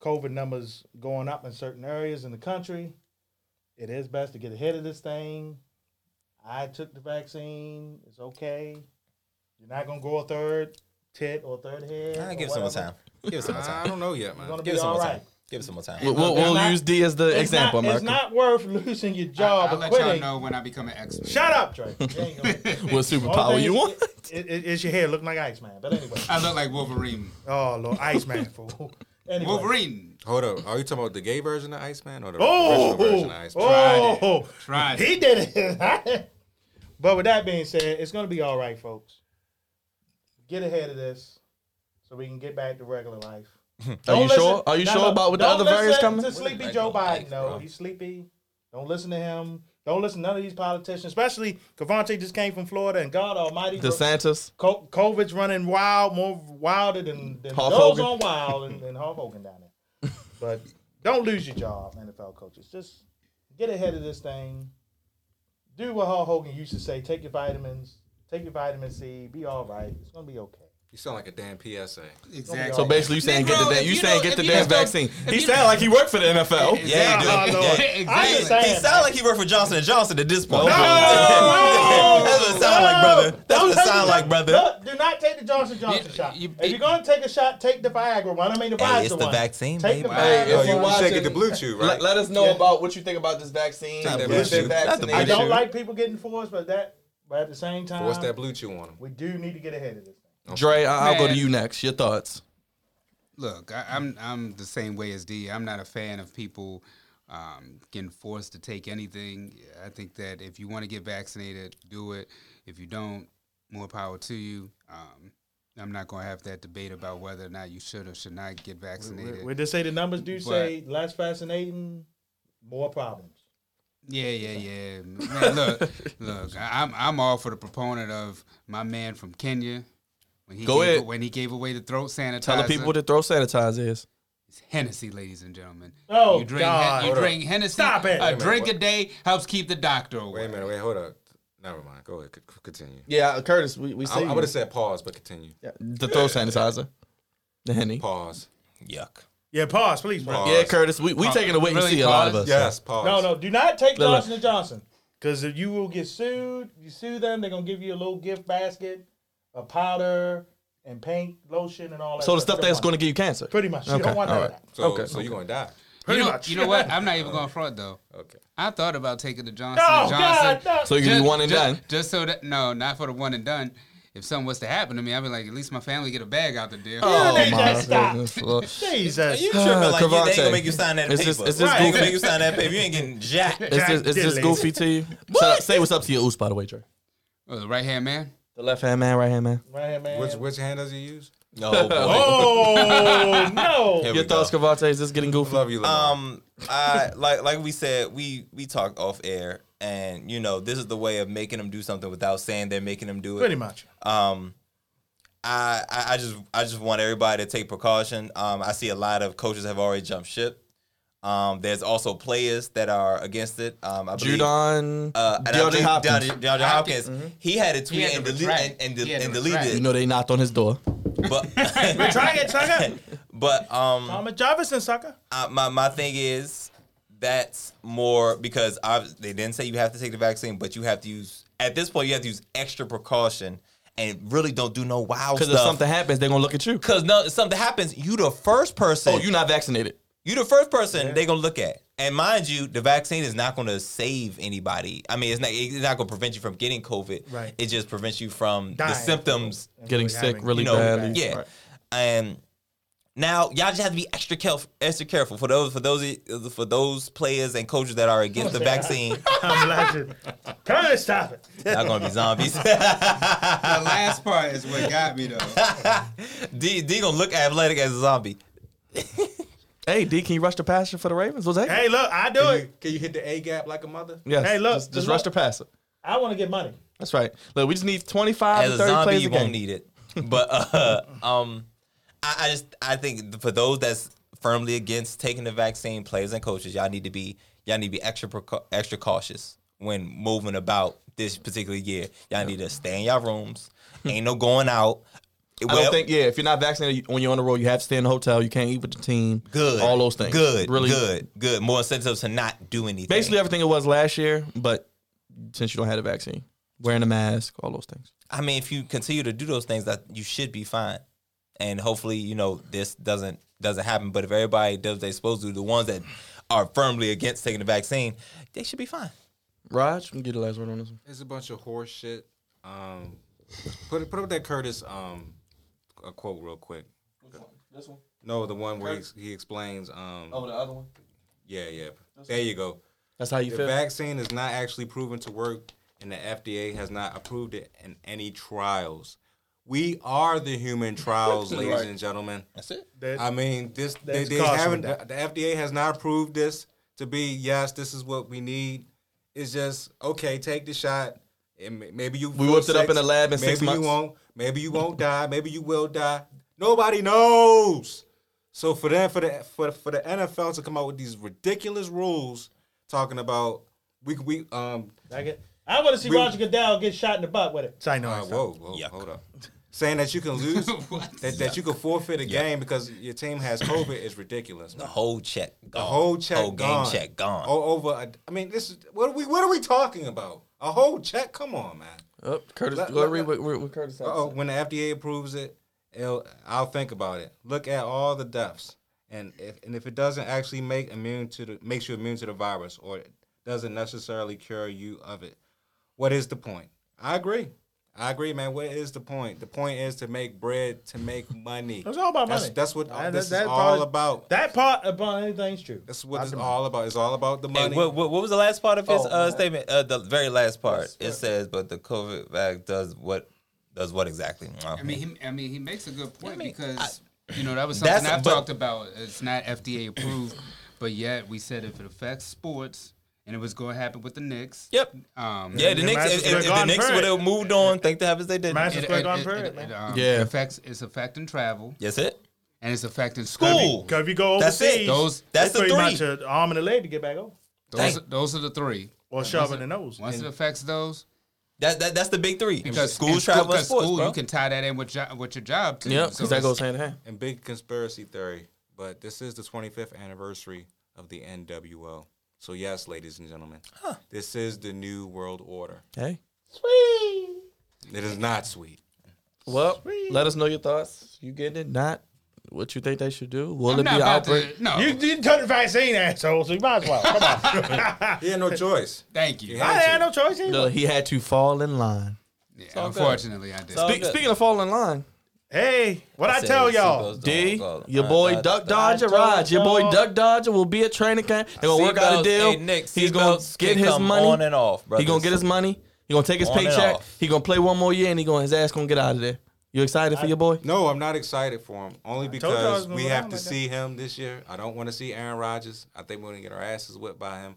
E: COVID numbers going up in certain areas in the country, it is best to get ahead of this thing. I took the vaccine. It's okay. You're not gonna grow a third tit or a third head.
C: Ah,
E: or
C: give us some more
E: whatever.
C: time. Give us some more
F: I
C: time.
F: don't know yet,
E: You're
F: man.
E: gonna
C: Give
E: be
C: us some
E: all
C: more
E: right.
C: time. Give us some more
B: We'll,
C: time.
B: we'll,
E: it's
B: we'll
E: not-
B: use D as the
E: It's
B: example,
E: not,
B: Mark.
E: it's not worth losing your job
D: I'll
E: or
D: let y'all
E: quitting.
D: know when I become an expert.
E: Shut up, Trey. You ain't gonna-
B: What
E: Only
B: superpower
E: thing
B: you
E: is-
B: want?
E: It, it, it's your hair looking like Ice Man, but anyway.
D: I look like Wolverine.
E: Oh Lord, Ice Man fool. Anyway.
D: Wolverine.
F: Hold up. Are you talking about the gay version of Iceman or the
E: Oh,
F: original version of Iceman?
E: oh,
D: Tried it.
E: he did it. but with that being said, it's gonna be all right, folks. Get ahead of this, so we can get back to regular life.
B: Are you
E: Don't
B: sure?
E: listen-
B: Are you
E: no,
B: sure
E: no,
B: about what the
E: don't
B: other variants
E: listen
B: coming?
E: To sleepy Joe Biden,
C: Like,
E: no,
C: bro.
E: he's sleepy. Don't listen to him. Don't listen to none of these politicians, especially Cavante just came from Florida, and God Almighty, bro-
B: DeSantis.
E: Co- COVID's running wild, more wilder than, than
B: Hulk
E: those
B: Hogan.
E: on wild and, and Hulk Hogan down there. But don't lose your job, NFL coaches. Just get ahead of this thing. Do what Hulk Hogan used to say: take your vitamins, take your vitamin C, be all right. It's gonna be okay.
F: You sound like a damn PSA.
D: Exactly.
B: So basically, you saying get
D: Negro,
B: the damn,
D: if
B: you
D: you
B: saying
D: don't-
B: get the
D: if you
B: damn
D: just don't-
B: vaccine.
D: if
B: He
D: you-
B: sound like he worked for the NFL.
D: Exactly.
C: Yeah, dude.
E: Oh, Lord.
C: Yeah.
E: I
D: exactly.
E: understand.
C: He sounded like he worked for Johnson and Johnson at this point.
B: No!
C: That's what it sounded like, brother. That's
E: Don't
C: what it
E: take
C: sounded
E: the-
C: like, brother.
E: No, do not take the Johnson Johnson
D: You-
E: shot.
D: you-
E: if you're gonna take a shot, take the Viagra one. I mean the Pfizer
C: Hey, it's the
E: one.
C: vaccine,
E: Take the
C: baby.
E: Viagra
B: Hey, if
E: one.
B: you
F: Oh, you
B: watch
F: shaking
B: it-
F: the blue chew, right?
B: Let, let us know about what you think about this vaccine.
F: Not the
B: If they're
F: blue chew. Not the blue
B: vaccinated.
E: I don't
C: Issue.
E: like people getting forced, but that, but at the same time,
F: What's that blue chew on him?
E: we do need to get ahead of this.
B: Dre, I, I'll go to
D: Man.
B: you next. Your thoughts?
D: Look, I, I'm I'm the same way as D. I'm not a fan of people um, getting forced to take anything. I think that if you want to get vaccinated, do it. If you don't, more power to you. Um, I'm not going to have that debate about whether or not you should or should not get vaccinated.
E: Where they say the numbers do say less fascinating, more problems.
D: Yeah, yeah, yeah. Man, look, look. I- I'm I'm all for the proponent of my man from Kenya when he
B: Go
D: gave,
B: ahead.
D: when he gave away the throat sanitizer.
B: Telling people to throw sanitizer is.
D: it's Hennessy, ladies and gentlemen.
E: Oh,
D: you drink
E: God.
D: you drink Hennessy.
E: Stop it. Wait a
D: A
E: minute,
D: drink
F: what-
D: a day helps keep the doctor
F: Wait a
D: away.
F: minute. Wait, hold up. Never mind. Go ahead. c- c- Continue.
B: Yeah, Curtis, we, we
F: I, I would have said pause, but continue.
B: the throw sanitizer. The henny.
F: Pause.
C: Yuck.
E: Yeah, pause, please, bro.
F: Pause.
B: Yeah, Curtis, we, we taking away
D: Really,
B: you see a lot of us.
D: Curtis?
F: Yes, pause.
E: No, no, do not take
B: Look, look.
E: Johnson and Johnson because you will get sued. You sue them, they're gonna give you a little gift basket, a powder, and paint, lotion, and all that.
B: So the stuff
E: You don't
B: that's
E: want
B: going to give you cancer.
E: that. pretty much you
B: Okay,
E: don't want
B: all
E: that.
B: right.
F: So,
B: Okay,
F: So you're gonna die.
E: Pretty
D: you know,
E: much.
D: You know what? I'm not even going to front though.
F: Okay.
D: I thought about taking the Johnson
E: Oh
D: and Johnson.
E: God, no.
B: So you can
D: Ju-
B: be one and
D: ju-
B: done.
D: Just so that no, not for the one and done. If something was to happen to me, I'd be like, at least my family get a bag out the deal.
E: Oh, they
B: my
E: just stop.
B: goodness, Lord.
E: Jesus.
C: You tripping like you, they ain't
B: Cavante.
C: gonna make you sign that
B: It's
C: paper.
B: just- it's just
E: Right.
C: They ain't
E: goofy.
C: gonna make you sign that paper. You ain't getting jack.
B: It's just, it's just
E: Diddly.
B: goofy to you. Say, say what's up to your oos, by the way, Dre.
D: Oh, the right hand man.
B: The left hand man, right hand man.
E: Right here, man.
F: Which which hand does he use?
C: No, boy.
E: oh no.
C: Here
B: Your
C: we go.
B: thoughts, Cavante? Is this getting goofy?
F: Love you, Lamar.
C: Um, I like like we said, we we talked off air, and you know this is the way of making them do something without saying they're making them do it.
E: Pretty much.
C: Um, I, I I just I just want everybody to take precaution. Um, I see a lot of coaches have already jumped ship. Um, there's also players that are against it. Um, I believe,
B: Judon,
C: uh, and I
B: DeAndre
C: believe
B: Hopkins.
C: DeAndre, DeAndre Hopkins. He had a tweet
D: had to
C: and, dele-
D: retract.
C: and, and,
D: He had to
C: and deleted
D: retract.
B: You
C: it.
B: know they knocked on his door.
C: But
E: Try it, sucker.
C: but um,
E: Thomas Jefferson, sucker.
C: I, my my thing is that's more because I, they didn't say you have to take the vaccine, but you have to use at this point you have to use extra precaution and really don't do no wild
B: Because if
C: stuff.
B: something happens, they're gonna look at you.
C: Because no, if something happens, you the first person.
B: Oh, you're not vaccinated.
C: you the first person they gonna look at. And mind you, the vaccine is not gonna save anybody. I mean, it's not it's not gonna prevent you from getting COVID.
E: Right.
C: It just prevents you from the
E: Dying.
C: symptoms
B: Getting
E: we
B: sick
E: haven't.
B: really
C: you know,
B: badly.
C: yeah.
B: Right.
C: And now y'all just have to be extra careful, extra careful for those for those for those players and coaches that are against the vaccine.
E: I'm laughing. Curtis, stop it.
C: Not gonna be zombies.
D: The last part is what got me though.
C: D D gonna look athletic as a zombie.
B: Hey, D, can you rush the passion for the Ravens? Jose?
E: Hey, look, I do
F: Can
E: it.
F: you, can you hit the A gap like a mother?
B: Yes.
E: Hey, look,
B: Just,
E: just
B: just rush
E: look.
B: the passer.
E: I want to get money.
B: That's right. Look, we just need 25
C: As
B: to
C: a
B: 30
C: zombie,
B: plays
C: you
B: a game.
C: won't need it. But uh, um, I, I just I think for those that's firmly against taking the vaccine, players and coaches, y'all need to be y'all need to be extra precau- extra cautious when moving about this particular year. Y'all need to stay in y'all rooms. Ain't no going out.
B: Hmm. I don't think, yeah, if you're not vaccinated you- when you're on the road, you have to stay in the hotel. You can't eat with the team.
C: good.
B: All those things.
C: Good.
B: Really
C: good. Good. More incentives to not do anything.
B: Basically everything it was last year, but since you don't have the vaccine, wearing a mask, all those things.
C: I mean, if you continue to do those things, that you should be fine, and hopefully, you know, this doesn't doesn't happen. But if everybody does what they supposed to, the ones that are firmly against taking the vaccine, they should be fine.
B: Raj, you can get the last word on this one.
F: It's a bunch of horse shit. Um, put put up that Curtis um a quote real quick.
B: This one?
F: No, the one where he, he explains. Um,
B: the other one?
F: yeah, yeah. There you go.
B: That's how you
F: The
B: feel?
F: vaccine is not actually proven to work, and the FDA has not approved it in any trials. We are the human trials, ladies and gentlemen.
C: That's it.
E: That-
F: I mean, this they,
E: That's
F: they
E: caution
F: haven't.
E: with
F: The FDA has not approved this to be yes. This is what we need. It's just okay. Take the shot. And may- maybe you
B: We
F: feel
B: whipped it up
F: sick.
B: in the lab in
F: maybe
B: six
F: you
B: months.
F: won't. Maybe you won't die. Maybe you will die. Nobody knows. So for them, for the for for the NFL to come out with these ridiculous rules talking about we we um
E: I get. I want to see
F: Real-
E: Roger Goodell get shot in the butt with it. Say no.
F: uh, whoa whoa
C: Yuck.
F: hold up saying that you can lose
D: What?
F: that, that you can forfeit a game because your team has COVID is ridiculous.
C: The whole check. Gone.
F: A whole check
C: Whole game
F: gone. Oh,
C: check gone.
F: O- over. A, I mean, this is what are we what are we talking about? A whole check? Come on, man.
B: Oh, Curtis,
F: Let-
B: go
F: let-
B: read
F: let-
B: what, what- what Curtis had to
F: Oh,
B: say.
F: when the FDA approves it, it'll, I'll think about it. Look at all the deaths, and if and if it doesn't actually make immune to the makes you immune to the virus, or it doesn't necessarily cure you of it, what is the point? I agree. I agree, man. What is the point? The point is to make bread, to make money.
E: It's all about
F: That's-
E: money.
F: That's what
E: Uh,
F: this
E: that-
F: is
E: that
F: all
E: part-
F: about.
E: That part upon anything's true.
F: That's what
E: Lots
F: it's
E: of
F: all about. It's all about the
C: Hey,
F: money.
C: what, what, what was the last part of his
B: Oh,
C: uh,
B: man.
C: statement? Uh, the very last part. It says, "But the COVID vac does what does what exactly?
D: I mean, he, I mean, he makes a good point
C: I mean,
D: because you know that was
C: That's-
D: something I've
C: but-
D: talked about. It's not FDA approved, but yet we said if it affects sports, and it was going to happen with the Knicks.
C: yep.
D: Um,
C: Yeah, the
E: Yeah,
C: Knicks.
E: Madison
C: If,
E: Square
C: if, if the
E: Garden
C: Knicks
E: parade.
C: would have moved on, thank the heavens they didn't.
E: Madison
D: It,
E: Square
D: it-
E: Garden
D: it-
E: parade,
D: it-
E: man.
D: it, um,
B: Yeah.
D: it affects it's affecting travel
C: Yes, it.
D: and it's affecting
C: School.
E: Because if you go
C: That's it.
E: overseas,
D: Those
C: That's
E: they
C: the
E: pretty
C: three.
E: much an arm and a leg to get back over.
D: those
C: Dang.
D: those are the three.
E: Or shoving the nose.
D: Once it affects those,
C: That, that that's the big three.
D: because
C: school,
D: in
C: travel, and
D: because
C: sports,
D: school,
C: bro.
D: you can tie that in with jo- with your job too.
B: Yep, because that
D: it's-
B: goes hand in hand.
F: And big conspiracy theory, but this is the 25th anniversary of the NWO. So yes, ladies and gentlemen, this is the new world order.
B: Hey.
F: It is not sweet.
B: Well, let us know your thoughts. You getting it? Not what you think they should do? Will
D: I'm
B: it be
D: not
B: an
D: about to,
B: outbreak?
D: no,
E: You, you didn't turn the vaccine, asshole, so you might as well. Come on.
F: He had no choice.
D: thank you.
E: I had no choice either.
B: No, he had to fall in line.
D: Yeah,
C: all good.
D: unfortunately, I did.
C: all
B: Spe-
C: good.
B: speaking of falling in line,
E: Hey, what I tell y'all.
B: D, your boy Duck Dodger Raj, your boy
E: y'all.
B: Duck Dodger will be at training camp. They're gonna work out a deal. He's gonna get his
C: on
B: money.
C: and off, bro.
B: He gonna get his money. He gonna take his
C: On and
B: paycheck.
C: off.
B: He gonna play one more year, and he gonna his ass gonna get out of there. You excited for your boy?
F: No, I'm not excited for him. Only
E: told you I was
F: because
E: gonna
F: we
E: go
F: have
E: down
F: to
E: like that.
F: see him this year. I don't want to see Aaron Rodgers. I think we're gonna get our asses whipped by him.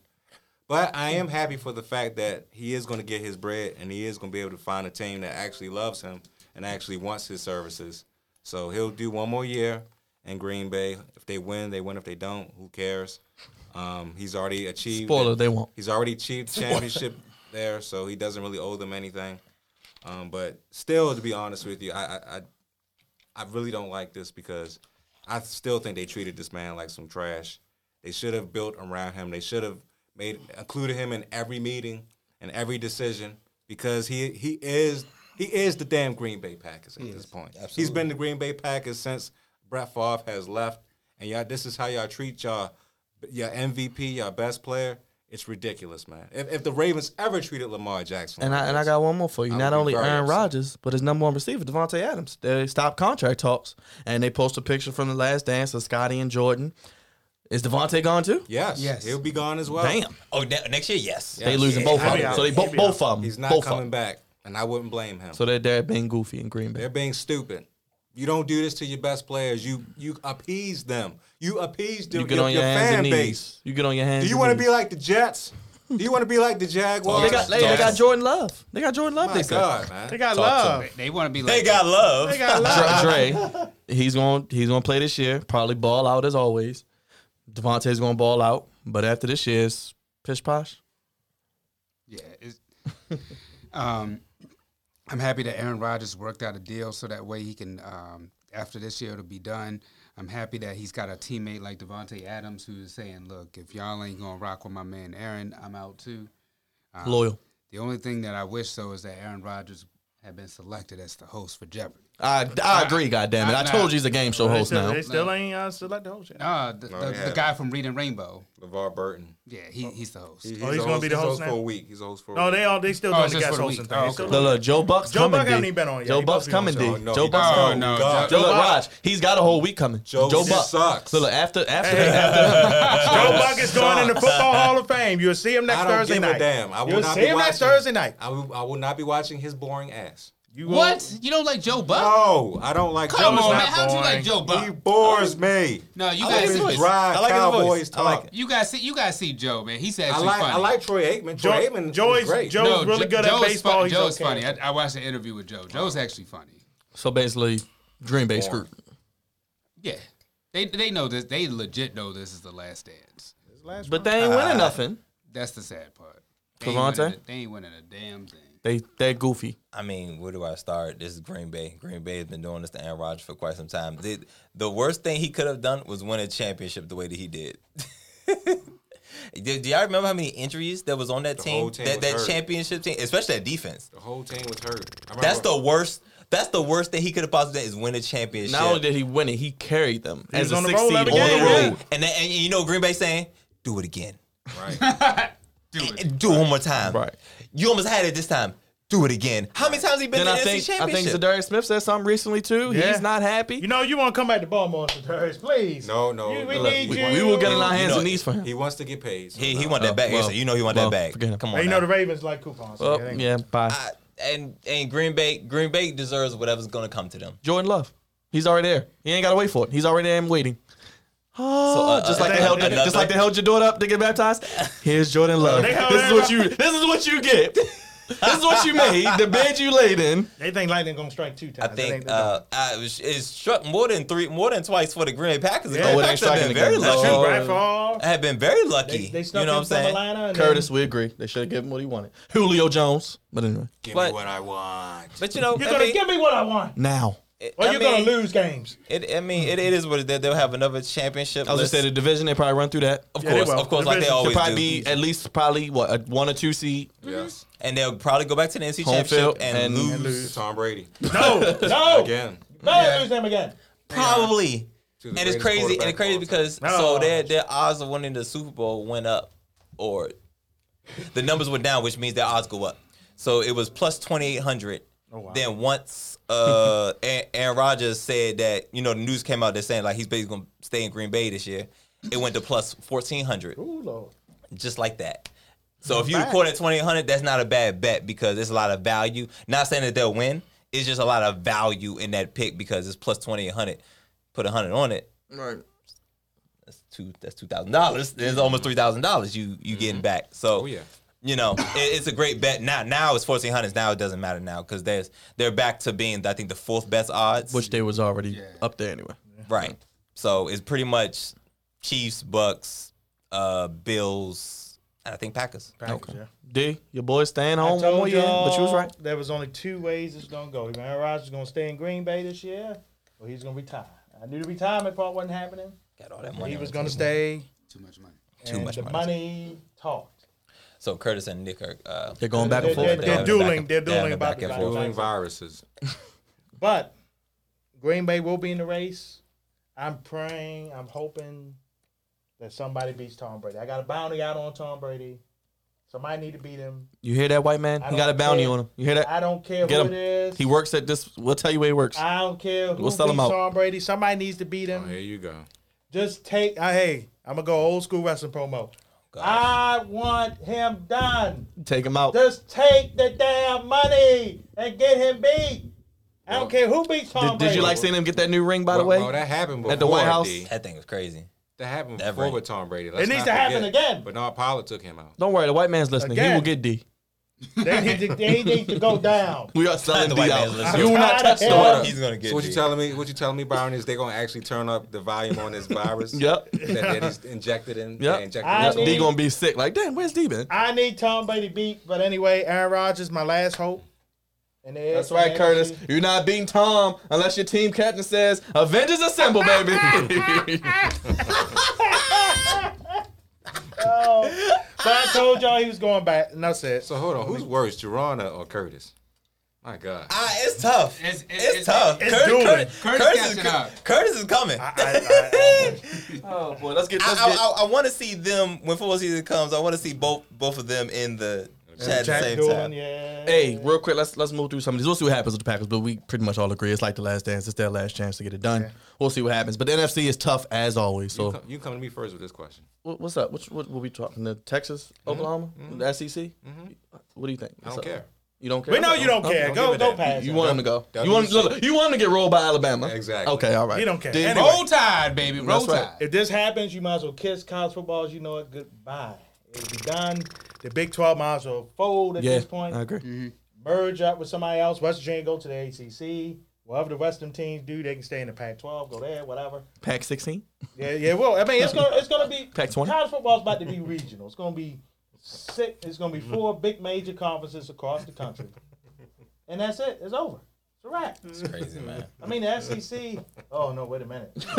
F: But I am happy for the fact that he is gonna get his bread and he is gonna be able to find a team that actually loves him and actually wants his services. So he'll do one more year in Green Bay. If they win, they win. If they don't, who cares? Um, he's already achieved.
B: Spoiler, they won't.
F: He's already achieved championship there, so he doesn't really owe them anything. Um, but still, to be honest with you, I, I I- I really don't like this because I still think they treated this man like some trash. They should have built around him. They should have made included him in every meeting and every decision because he he is he is the damn Green Bay Packers at this point. He's been the Green Bay Packers since Brett Favre has left, and y'all this is how y'all treat y'all your MVP, your best player. It's ridiculous, man. If, if the Ravens ever treated Lamar Jackson,
B: And
F: like
B: I and
F: this,
B: I got one more for you.
F: I
B: Not
F: would be
B: only
F: very
B: Aaron
F: upset.
B: Rodgers, but his number one receiver, Devontae Adams. They stopped contract talks and they post a picture from the last dance of Scotty and Jordan. Is Devontae gone too?
F: yes,
D: Yes.
F: he'll be gone as well.
B: Damn.
C: Oh, ne- next year, yes.
B: They losing both
E: He'll
B: of
E: be
B: them.
E: out.
B: So they bo-
E: He'll be
B: both
E: out.
B: of them.
F: He's not
B: both of
F: coming
B: them.
F: back, and I wouldn't blame him.
B: So they're there being goofy in Green Bay.
F: They're being stupid. You don't do this to your best players. You you appease them. You appease the,
B: You get
F: your,
B: on your,
F: your
B: hands
F: fan
B: and knees.
F: base.
B: You get on your hands.
F: Do you
B: and
F: want to
B: knees.
F: be like the Jets? Do you want to be like the Jaguars? Oh
B: They got, they, they got Jordan Love. They got Jordan Love.
F: My
B: they said.
F: God, man.
E: They got love.
D: They want to be like
C: uh, They got love.
E: They got love.
B: Dre, Dre, he's going to he's going to play this year. Probably ball out as always. Devontae's going to ball out, but after this year, it's pish posh.
D: Yeah. It's, um, I'm happy that Aaron Rodgers worked out a deal so that way he can, um, after this year, it'll be done. I'm happy that he's got a teammate like Devontae Adams who's saying, look, if y'all ain't going to rock with my man Aaron, I'm out too.
F: Ah.
B: Loyal.
D: The only thing that I wish, though, is that Aaron Rodgers had been selected as the host for Jeopardy.
B: I, I agree, goddammit. I
D: nah.
B: told you he's a game show
E: They
B: host
E: still,
B: now.
E: they still ain't uh, select the whole shit.
D: Uh, the,
F: No,
D: the,
F: he
D: the
F: haven't.
D: guy from Reading Rainbow.
F: LeVar Burton.
D: Yeah,
F: Oh,
D: he, he's the host.
E: oh, he's gonna be the host
F: for
E: now?
F: a week. He's a host for a
E: No,
F: week.
E: they all they still
D: Oh,
E: doing
D: it's
E: the
D: just
E: guest
D: for a
E: hosting
D: week.
E: thing.
D: Oh,
E: They still
D: okay.
B: Look,
E: doing-
B: look, Joe Buck's
E: Joe
B: coming.
E: Buck
B: D.
E: haven't even been on yet.
B: Joe
E: He supposed
B: Buck's
E: to be on
B: coming,
E: soon.
B: D.
F: No, no,
B: Joe
F: he-
B: Buck's
D: Oh,
B: coming.
D: no,
F: God.
B: Joe,
D: Joe
B: look,
D: Buck.
B: Raj, he's got a whole week coming.
F: Joe
B: Joe, Buck
F: sucks.
B: So look, after after
E: Hey.
B: after
E: Joe Buck is going in the Football Hall of Fame. You'll see him next
F: I don't
E: Thursday
F: give
E: night.
F: a damn. I will
E: You'll
F: not
E: see
F: be
E: him
F: watching.
E: next Thursday night.
F: I will, I will not be watching his boring ass.
E: You will-
D: What? You don't like Joe Buck?
F: No, I don't like
D: Come
F: Joe.
D: on,
E: not
D: man. How'd you like
E: boring.
D: Joe
F: He
D: Buck?
F: bores me.
D: No, you
C: I like
D: guys,
C: his
F: This
C: voice.
F: dry
C: I like his
F: cowboys
C: voice. I like
F: talk.
C: it.
D: you guys see, you guys see Joe, man. He's actually
F: I like
D: funny.
F: I like Troy Aikman.
E: Joe,
F: Troy Aikman
E: Joe
F: is
E: is
F: great.
E: Joe is really
D: Jo-
E: good
D: Joe's
E: at baseball.
D: Fun,
E: He's
D: Joe's
E: okay.
D: funny. I, I watched the interview with Joe. Joe's actually funny.
B: So basically, Green Bay screwed.
D: Yeah, they they know this. They legit know this is the last dance.
B: But they
E: Ah.
B: ain't winning nothing.
D: That's the sad part. They ain't,
B: Cavante?
D: winning, a- they ain't winning a damn thing.
B: They they goofy.
C: I mean, where do I start? This is Green Bay. Green Bay has been doing this to Aaron Rodgers for quite some time. The, the worst thing he could have done was win a championship the way that he did. do, do y'all remember how many injuries that was on that team?
F: whole team
C: That,
F: was
C: that
F: hurt.
C: championship team, especially that defense.
F: The whole team was hurt. I remember-
C: That's the worst. That's the worst thing he could have possibly done is win a championship
B: Not only did he win it, he carried them as
E: was
B: a
E: on the
B: six
E: roll
B: seed on
E: every
B: the
E: game,
B: road.
E: yeah.
C: road. And, that, and you know Green Bay saying, "Do it again,
F: right.
D: Do it.
C: do it one more time."
B: Right.
C: You almost had it this time. Do it again. How many times he been
B: Then
C: to
B: I
C: the
B: think
C: NFC
B: I think
C: championship?
B: Zadarius Smith said something recently too.
E: Yeah.
B: He's not happy.
E: You know you want to come back to Baltimore, Saturdays, please.
F: No, no,
E: You- we
F: no.
E: need
B: we, we
E: you.
B: will get on our hands
C: know,
B: and knees for him.
F: he wants to get paid. so
C: he he
F: no.
C: want that back.
B: Uh, well,
C: So you know he want
B: well,
C: that back.
B: forget him.
C: Come on.
E: Hey, you
C: now.
E: know the Ravens like coupons. so
B: Well,
E: it ain't-
B: yeah, bye.
C: I- and and Green Bay Green Bay deserves whatever's gonna come to them.
B: Jordan Love. He's already there. He ain't gotta wait for it. He's already there and waiting. Oh,
C: uh,
B: just like they held,
C: another-
B: just like they held your daughter up to get baptized. Here's Jordan Love.
E: They held
B: This is
E: her
B: what
E: up.
B: you. This is what you get. This is what you made. The bed you laid in.
E: They think lightning gonna strike two
C: I
E: times. That ain't
C: think
E: the
C: uh, I, it was- it struck more than three, more than twice for the Green Bay Packers. The
E: Yeah.
C: Green
E: Oh,
B: it
C: Packers
B: ain't
C: have
B: striking
C: been very
B: again. No.
E: time.
C: lucky.
E: right fall.
C: Have been very lucky.
E: They, they
C: you know what
E: snuck
C: I'm
E: in from
C: saying?
E: Atlanta. and
B: Curtis, we agree. They should have given him what he wanted. Julio Jones, but anyway.
F: Give
C: But-
F: me what I want.
C: But you know,
E: Then,
C: I
E: you're gonna
C: mean,
E: give me what I want,
B: Now,
C: it-
E: or
C: I
E: you're
C: mean,
E: gonna lose games.
C: It, I mean, it, it is what it is. They'll have another championship.
B: I was just
C: list.
B: saying the division. They probably run through that.
C: of
E: Yeah, they
C: course,
E: will.
C: of course, like they
E: Division should
C: always
B: Should probably
C: do.
B: be at least probably what a one or two seed.
F: Yes.
C: and they'll probably go back to the NC
B: Home
C: championship
B: field
C: and,
B: and-
C: lose.
B: and
F: Tom Brady
E: No, no, better
F: again.
E: lose them again.
C: Probably.
F: To
C: And
F: the
C: it's
F: greatest
C: crazy. And
F: quarterback
C: it's crazy
F: of all
C: because
E: No.
C: so their their odds of winning the Super Bowl went up, or the numbers went down, which means their odds go up. So it was plus twenty eight hundred. Then once uh, A- Aaron Rodgers said that you know the news came out that saying like he's basically gonna stay in Green Bay this year, it went to plus fourteen hundred,
E: Ooh lord.
C: just like that. So if you record at twenty eight hundred, that's not a bad bet because it's a lot of value. Not saying that they'll win, it's just a lot of value in that pick because it's plus twenty eight hundred. Put a hundred on it,
B: Right.
C: that's two that's two thousand dollars. It's almost three thousand dollars you you
B: Mm-hmm.
C: getting back. So
F: Oh, yeah.
C: you know it, it's a great bet now. Now it's fourteen hundreds. Now it doesn't matter now because there's they're back to being I think the fourth best odds.
B: Which they was already up there anyway.
C: right. So it's pretty much Chiefs, Bucks, uh, Bills, and I think Packers.
E: Packers, yeah.
B: D, your boy staying
E: I
B: home one more
E: told
B: year,
E: y'all
B: but you was right.
E: there was only two ways it's gonna go. Either Aaron Rodgers is gonna stay in Green Bay this year, or he's gonna retire. I knew the retirement part wasn't happening.
C: Got all that money.
E: he
C: on
E: was
C: the
E: gonna
C: table.
E: stay.
D: Too much money.
E: Too and
C: much
E: the
C: money.
E: money talked.
C: So Curtis and Nick are uh,
B: They're going back
E: They're-
B: and
E: they're-
B: forth.
E: they're
C: having a
E: dueling-
C: back and-
E: they're dueling
C: having a
E: about
C: back
E: the
C: and
E: value.
C: forth.
F: Dueling viruses.
E: But Green Bay will be in the race. I'm praying. I'm hoping that somebody beats Tom Brady. I got a bounty out on Tom Brady. Somebody need to beat him.
B: You hear that, white man?
E: I
B: He got a
E: don't
B: bounty
E: care.
B: on him. You hear that?
E: I don't care
B: Get
E: who
B: him.
E: it is.
B: He works at this. We'll tell you where he works.
E: I don't care who
B: We'll sell him
E: beats
B: out.
E: Tom Brady. Somebody needs to beat
F: Oh,
E: him.
F: here you go.
E: Just take. I hey, I'm gonna go old school wrestling promo. I want him done.
B: Take him out.
E: Just take the damn money and get him beat. I don't
F: Well,
E: care who beats Tom
B: Did,
E: Brady.
B: did you like seeing him get that new ring? By the
F: Well,
B: way,
F: well, that happened before
B: At the White House?
F: D.
C: That thing was crazy.
F: That happened
C: That
F: before
C: right.
F: with Tom Brady. Let's
E: needs
F: not
E: to happen
F: forget.
E: again.
F: Bernard Pollard took him out.
B: don't worry. The white man's listening. He
E: Again.
B: will get D.
E: They need to, they need to go down.
B: We are selling
C: The
B: D
C: white
B: out.
C: man's listening.
B: You will not
E: I'm
B: touch the
E: tired of
B: water.
E: him.
C: He's gonna get.
F: So what you
C: D.
F: telling me? What you telling me, Byron? Is they gonna actually turn up the volume on this virus?
B: Yep.
F: That, that he's injected in.
B: Yep.
F: they Injected
E: I
F: into him?
E: mean-
B: D gonna be sick. Like, damn, where's D been?
E: I need Tom Brady beat, but anyway, Aaron Rodgers my last hope. And they-
B: That's right,
E: and they-
B: Curtis. You're not beating Tom unless your team captain says, Avengers assemble, baby.
E: Oh, But I told y'all he was going back, and that's it.
F: So hold on. Who's worse, Gerona or Curtis? My God.
C: Ah, it's tough. It's,
D: It's- it's-
C: tough.
E: it's
C: Cur-
E: doing.
C: Cur-
D: Curtis
C: Curtis, is
D: catching
C: co-
D: up.
C: Curtis is coming. I,
E: I, I,
B: oh, boy. Let's get,
C: I,
B: let's get.
C: I, want to see them when football season comes. I want to see both both of them in the chat
E: I,
C: at the
E: Jack
C: same
E: Dolan,
C: time.
E: yeah.
B: Hey, real quick, let's let's move through some of these. We'll see what happens with the Packers, but we pretty much all agree it's like the last dance. It's their last chance to get it done. We'll see what happens. But the NFC is tough as always.
F: You,
B: So
F: come, you come to me first with this question.
B: What- what's up? What, what, what we talking? The Texas, Oklahoma, the SEC. What do you think?
F: I don't
B: What's up?
F: care.
B: You don't care.
E: We know you don't
B: Okay.
E: care.
F: don't
E: Go,
F: give a
E: go
F: damn.
E: past.
B: You
E: him.
B: want him to go. You
F: W-
B: want look, you want him to get rolled by Alabama.
F: Exactly.
B: Okay. All right.
E: He don't care.
B: Did-
E: Anyway.
D: Roll Tide, baby. Roll
B: That's right.
D: Tide.
E: If this happens, you might as well kiss college football as you know it goodbye. It'll be done. The Big 12 might as well fold at
B: Yeah.
E: this point.
B: I agree.
E: Merge up with somebody else. West Virginia go to the ACC. Whatever the Western teams do, they can stay in the Pac 12, go there, whatever.
B: Pack 16.
E: Yeah, yeah. Well, I mean, it's gonna it's gonna be
B: Pac 20?
E: college football's about to be regional. It's gonna be six. It's gonna be four big major conferences across the country, and that's it. It's over. It's a wrap.
C: It's crazy, man.
E: I mean, the SEC. Oh no! Wait a minute.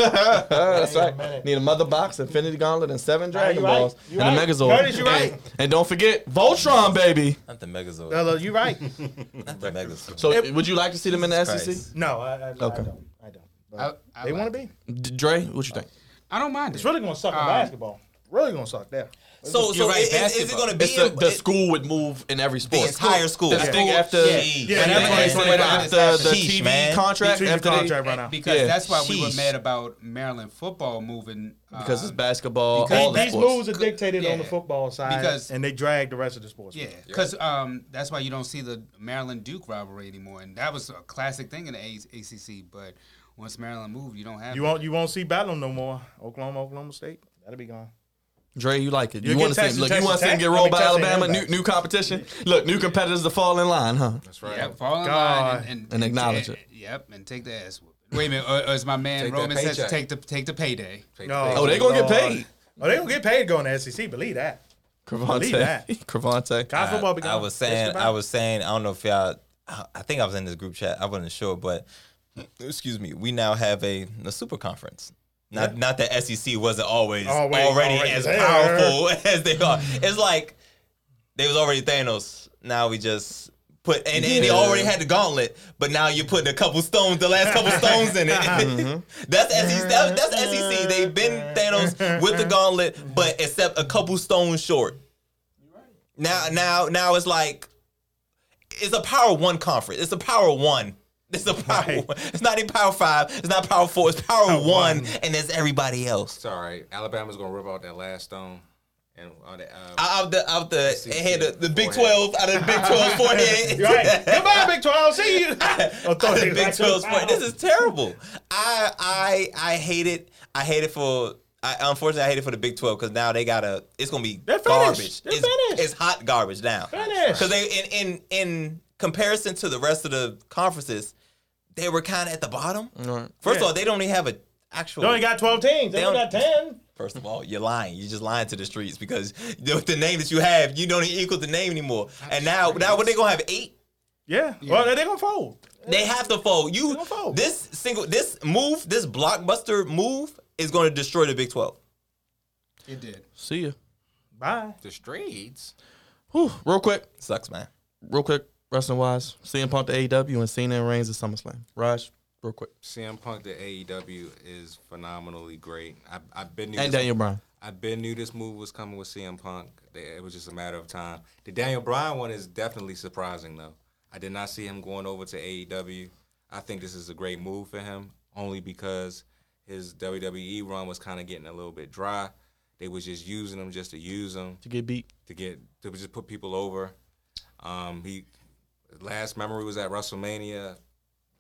B: That's
E: Wait a
B: right.
E: minute.
B: Need a mother box, infinity gauntlet, and seven dragon
E: you right.
B: balls,
E: You
B: and
E: right.
B: a megazord.
E: Curtis, you
B: and,
E: right.
B: and don't forget Voltron, baby.
C: Not the Megazord.
E: Hello, you right?
C: Not the Megazord.
B: So, would you like to see them in the E
C: Jesus
B: SEC?
C: Christ.
E: No, I, I, I
B: Okay.
E: don't. I don't.
D: I, I
E: They
D: like
E: want
D: it.
E: to be.
B: D- Dre, what you think?
D: I don't mind it.
E: It's really gonna suck in
D: Um,
E: basketball. Really gonna suck there.
C: So, so
F: You're right,
C: is, is it
F: basketball.
C: going to be
B: It's the,
C: in-
B: the
C: it-
B: school would move in every
C: the
B: sport.
C: entire school?
B: I think after
D: Yeah.
E: Yeah,
B: whenever
E: yeah,
B: they-
E: yeah.
B: whenever
E: Sheesh,
B: the, the TV
C: man.
B: contract,
E: TV
B: after they-
E: contract right now.
D: because
B: Yeah.
D: that's why we were
C: Sheesh.
D: mad about Maryland football moving uh,
B: because it's basketball,
D: because
B: all the
E: These
D: that's
B: sports.
E: moves are dictated on the
D: yeah.
E: football side,
D: Because-
E: and they drag the rest of the sports.
D: Yeah, because um, that's why you don't see the Maryland Duke rivalry anymore, and that was a classic thing in the A- ACC. But once Maryland moved, you don't have
E: you won't you won't see battle no more. Oklahoma, Oklahoma State, that'll be gone.
B: Dre, you like it.
E: You
B: You
E: get
B: want to see?
E: Texas,
B: Look, you
E: Texas
B: want to see him
E: Tech?
B: get
E: I mean,
B: rolled by
E: Texas
B: Alabama? New
E: A&M.
B: new competition. Look, new competitors to fall in line, huh?
F: That's right.
D: Yep, fall in
E: God.
D: line and, and,
B: And acknowledge it.
D: Yep, and take the ass whooping. Wait a minute, or, or as my man
F: Take that
D: Roman says,
F: paycheck.
D: take the take the payday.
B: Oh, they gonna get
E: Lord.
B: paid.
E: Oh, they gonna get paid going to SEC. Believe that. Believe
B: Cravante,
E: that.
B: Cravante.
E: College football be
C: I
E: gone.
C: was
E: It's
C: saying,
E: about-
C: I was saying, I don't know if y'all. I I think I was in this group chat. I wasn't sure, but excuse me. We now have a, a super conference. Not not that SEC wasn't always
E: Always-
C: already
E: already
C: as
E: there.
C: powerful as they are. It's like they was already Thanos. Now we just put and, and they
B: Yeah.
C: already had the gauntlet, but now you're putting a couple stones, the last couple stones in it.
E: Mm-hmm.
C: that's SEC. that- that's SEC. They've been Thanos with the gauntlet, but except a couple stones short. Now, now, now it's like it's a power one conference. It's a power one. It's a power. One. It's not even power five. It's not power four. It's power, one, and there's everybody else.
F: It's all right. Alabama's gonna rip out that last stone, and all that. Uh,
C: Out out the out the
F: SEC
C: head of the Big
F: forehead.
C: Twelve out of the Big Twelve forehead.
E: right. Goodbye, Big Twelve. See you. Oh,
C: Out of
E: thought
C: the
E: he
C: Big
E: was
C: Twelve
E: like,
C: sport. This is terrible. I I I hate it. I hate it for. I, unfortunately, I hate it for the Big Twelve because now they gotta. It's gonna be
E: They're finished.
C: garbage.
E: They're
C: it's, it's
E: finished.
C: hot garbage now.
E: Finished.
C: Because they in in in comparison to the rest of the conferences, they were kind of at the bottom. First of
E: Yeah.
C: all, they don't even have a actual.
E: They only got twelve teams. They,
C: They
E: only
C: don't-
E: got ten.
C: First of all, you're lying. You're just lying to the streets because the, the name that you have, you don't even equal the name anymore. And now, now what they gonna have eight?
E: Yeah. Well, they're gonna fold.
C: They have to fold. You
E: gonna fold.
C: this single this move, this blockbuster move is going to destroy the Big Twelve.
D: It did.
B: See ya.
E: Bye.
F: the streets.
B: Whew. Real quick,
C: Sucks, man.
B: real quick. Wrestling wise, CM Punk to AEW E and Cena and Reigns at SummerSlam. Raj, real quick.
F: CM Punk to AEW is phenomenally great. I, I've been
B: And Daniel Bryan.
F: I been knew this move was coming with CM Punk. They- It was just a matter of time. The Daniel Bryan one is definitely surprising, though. I did not see him going over to AEW. I think this is a great move for him, only because his WWE run was kind of getting a little bit dry. They was just using him just to use him
B: to get beat.
F: to get to just put people over. Um, he last memory was at WrestleMania,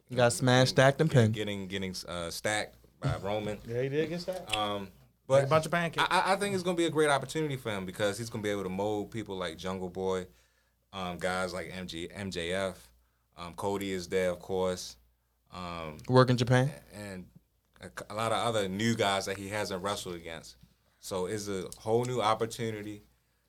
B: You got smashed, stacked, and pinned.
F: getting getting uh, stacked by Roman.
E: Yeah, he did get that.
F: Um,
E: Like
F: but
E: a bunch of pancakes.
F: I, I- I think it's gonna be a great opportunity for him because he's gonna be able to mold people like Jungle Boy, um, guys like MG, MJF. Um, Cody is there, of course, um,
B: Work in Japan.
F: and a, c- a lot of other new guys that he hasn't wrestled against. So it's a whole new opportunity.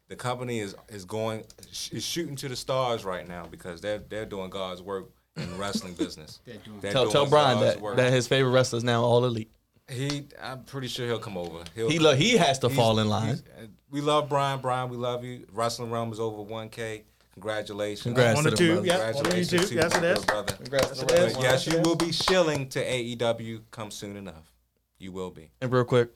F: The company is is going sh- is shooting to the stars right now because they're they're doing God's work in the wrestling business. They're
D: doing-
F: They're
B: Tell, tell
F: doing
B: Brian
F: God's
B: that,
F: work.
B: that his favorite wrestler is now all elite.
F: he. I'm pretty sure he'll come over. He'll,
B: He lo- he has to fall in line.
F: he's- uh, We love Brian. Brian, we love you. Wrestling Realm is over 1K. Congratulations.
B: Congrats.
E: on the
B: to the
E: tube.
B: brother.
E: Yeah, on the
F: Congratulations
E: YouTube.
F: to
E: Yes,
F: you,
E: it
F: my
E: is.
F: good brother.
E: Congrats.
F: But
E: Yes,
F: yes, you will be shilling to AEW come soon enough. You will be.
B: And real quick,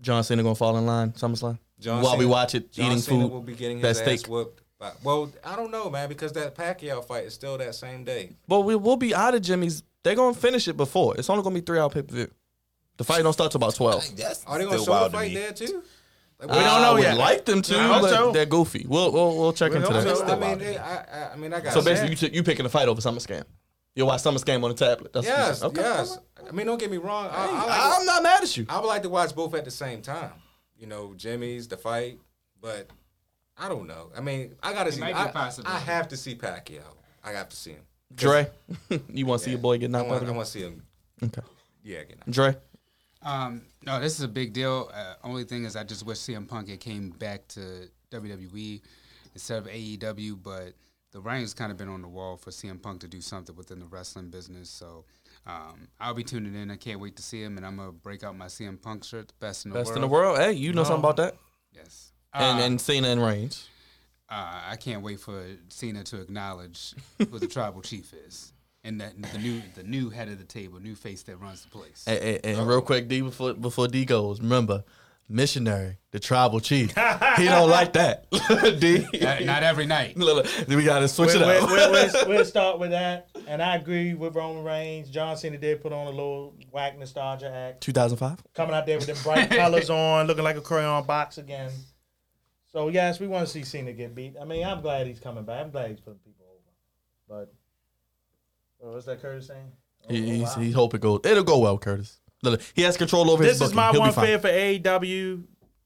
B: John Cena gonna fall in line SummerSlam
F: John
B: while we
F: Cena-
B: watch it
F: John
B: eating
F: Cena
B: food.
F: will be getting
B: that
F: his
B: steak.
F: ass whooped. by- well, I don't know, man, because that Pacquiao fight is still that same day.
B: But we will be out of Jimmy's. They're gonna finish it before. It's only gonna be three hour pay per view. The fight don't start till about twelve.
C: That's
F: Are they going to show the fight there too? Like,
E: We don't know
B: I would
E: yet.
B: like them to,
E: I hope
B: but
E: so.
B: they're goofy. We'll we'll, we'll check
E: We
B: into
E: hope
B: that.
E: so.
F: I mean, they- I, I, I mean, I got
B: So basically, you took you picking a fight over SummerSlam. You watch SummerSlam on the tablet. That's what you
F: yes,
B: said. Okay.
F: yes. I mean, don't get me wrong. I, I like
B: I'm not mad at you.
F: I would like to watch both at the same time. You know, Jimmy's the fight, but I don't know. I mean, I gotta see.
D: might be
F: I,
D: a possibility.
F: I have to see Pacquiao. I have to see him.
B: Dre, you want to see your boy get
F: I
B: knocked out?
F: want. I
B: again?
F: want to see him.
B: Okay.
F: Yeah, again.
B: Dre,
D: Um, no, this is a big deal. Uh, only thing is, I just wish CM Punk had came back to WWE instead of AEW. But the writing's kind of been on the wall for CM Punk to do something within the wrestling business. So um, I'll be tuning in. I can't wait to see him, and I'm gonna break out my CM Punk shirt, the best in the
B: best
D: world.
B: in the world. Hey, you know something about that?
D: Yes.
B: And and Cena and Reigns.
D: uh, I can't wait for Cena to acknowledge who the tribal chief is, and that the new the new head of the table, new face that runs the place.
B: And, and, and real quick, D before before D goes, remember, missionary, the tribal chief. he don't like that. D.
D: Not, not every night.
B: Look, look, we gotta switch it
E: We'll,
B: up.
E: we'll, we'll- we'll start with that. And I agree with Roman Reigns. John Cena did put on a little whack nostalgia act.
B: 2005.
E: Coming out there with them bright colors on, looking like a crayon box again. So, yes, we want to see Cena get beat. I mean, I'm glad he's coming back. I'm glad he's putting people over. But, uh, what's that Curtis saying? Oh,
B: He, he's, he hope it goes. It'll go well, Curtis. Look, look, he has control over his
E: This is
B: booking.
E: my
B: He'll
E: one
B: be fine.
E: fear for AEW.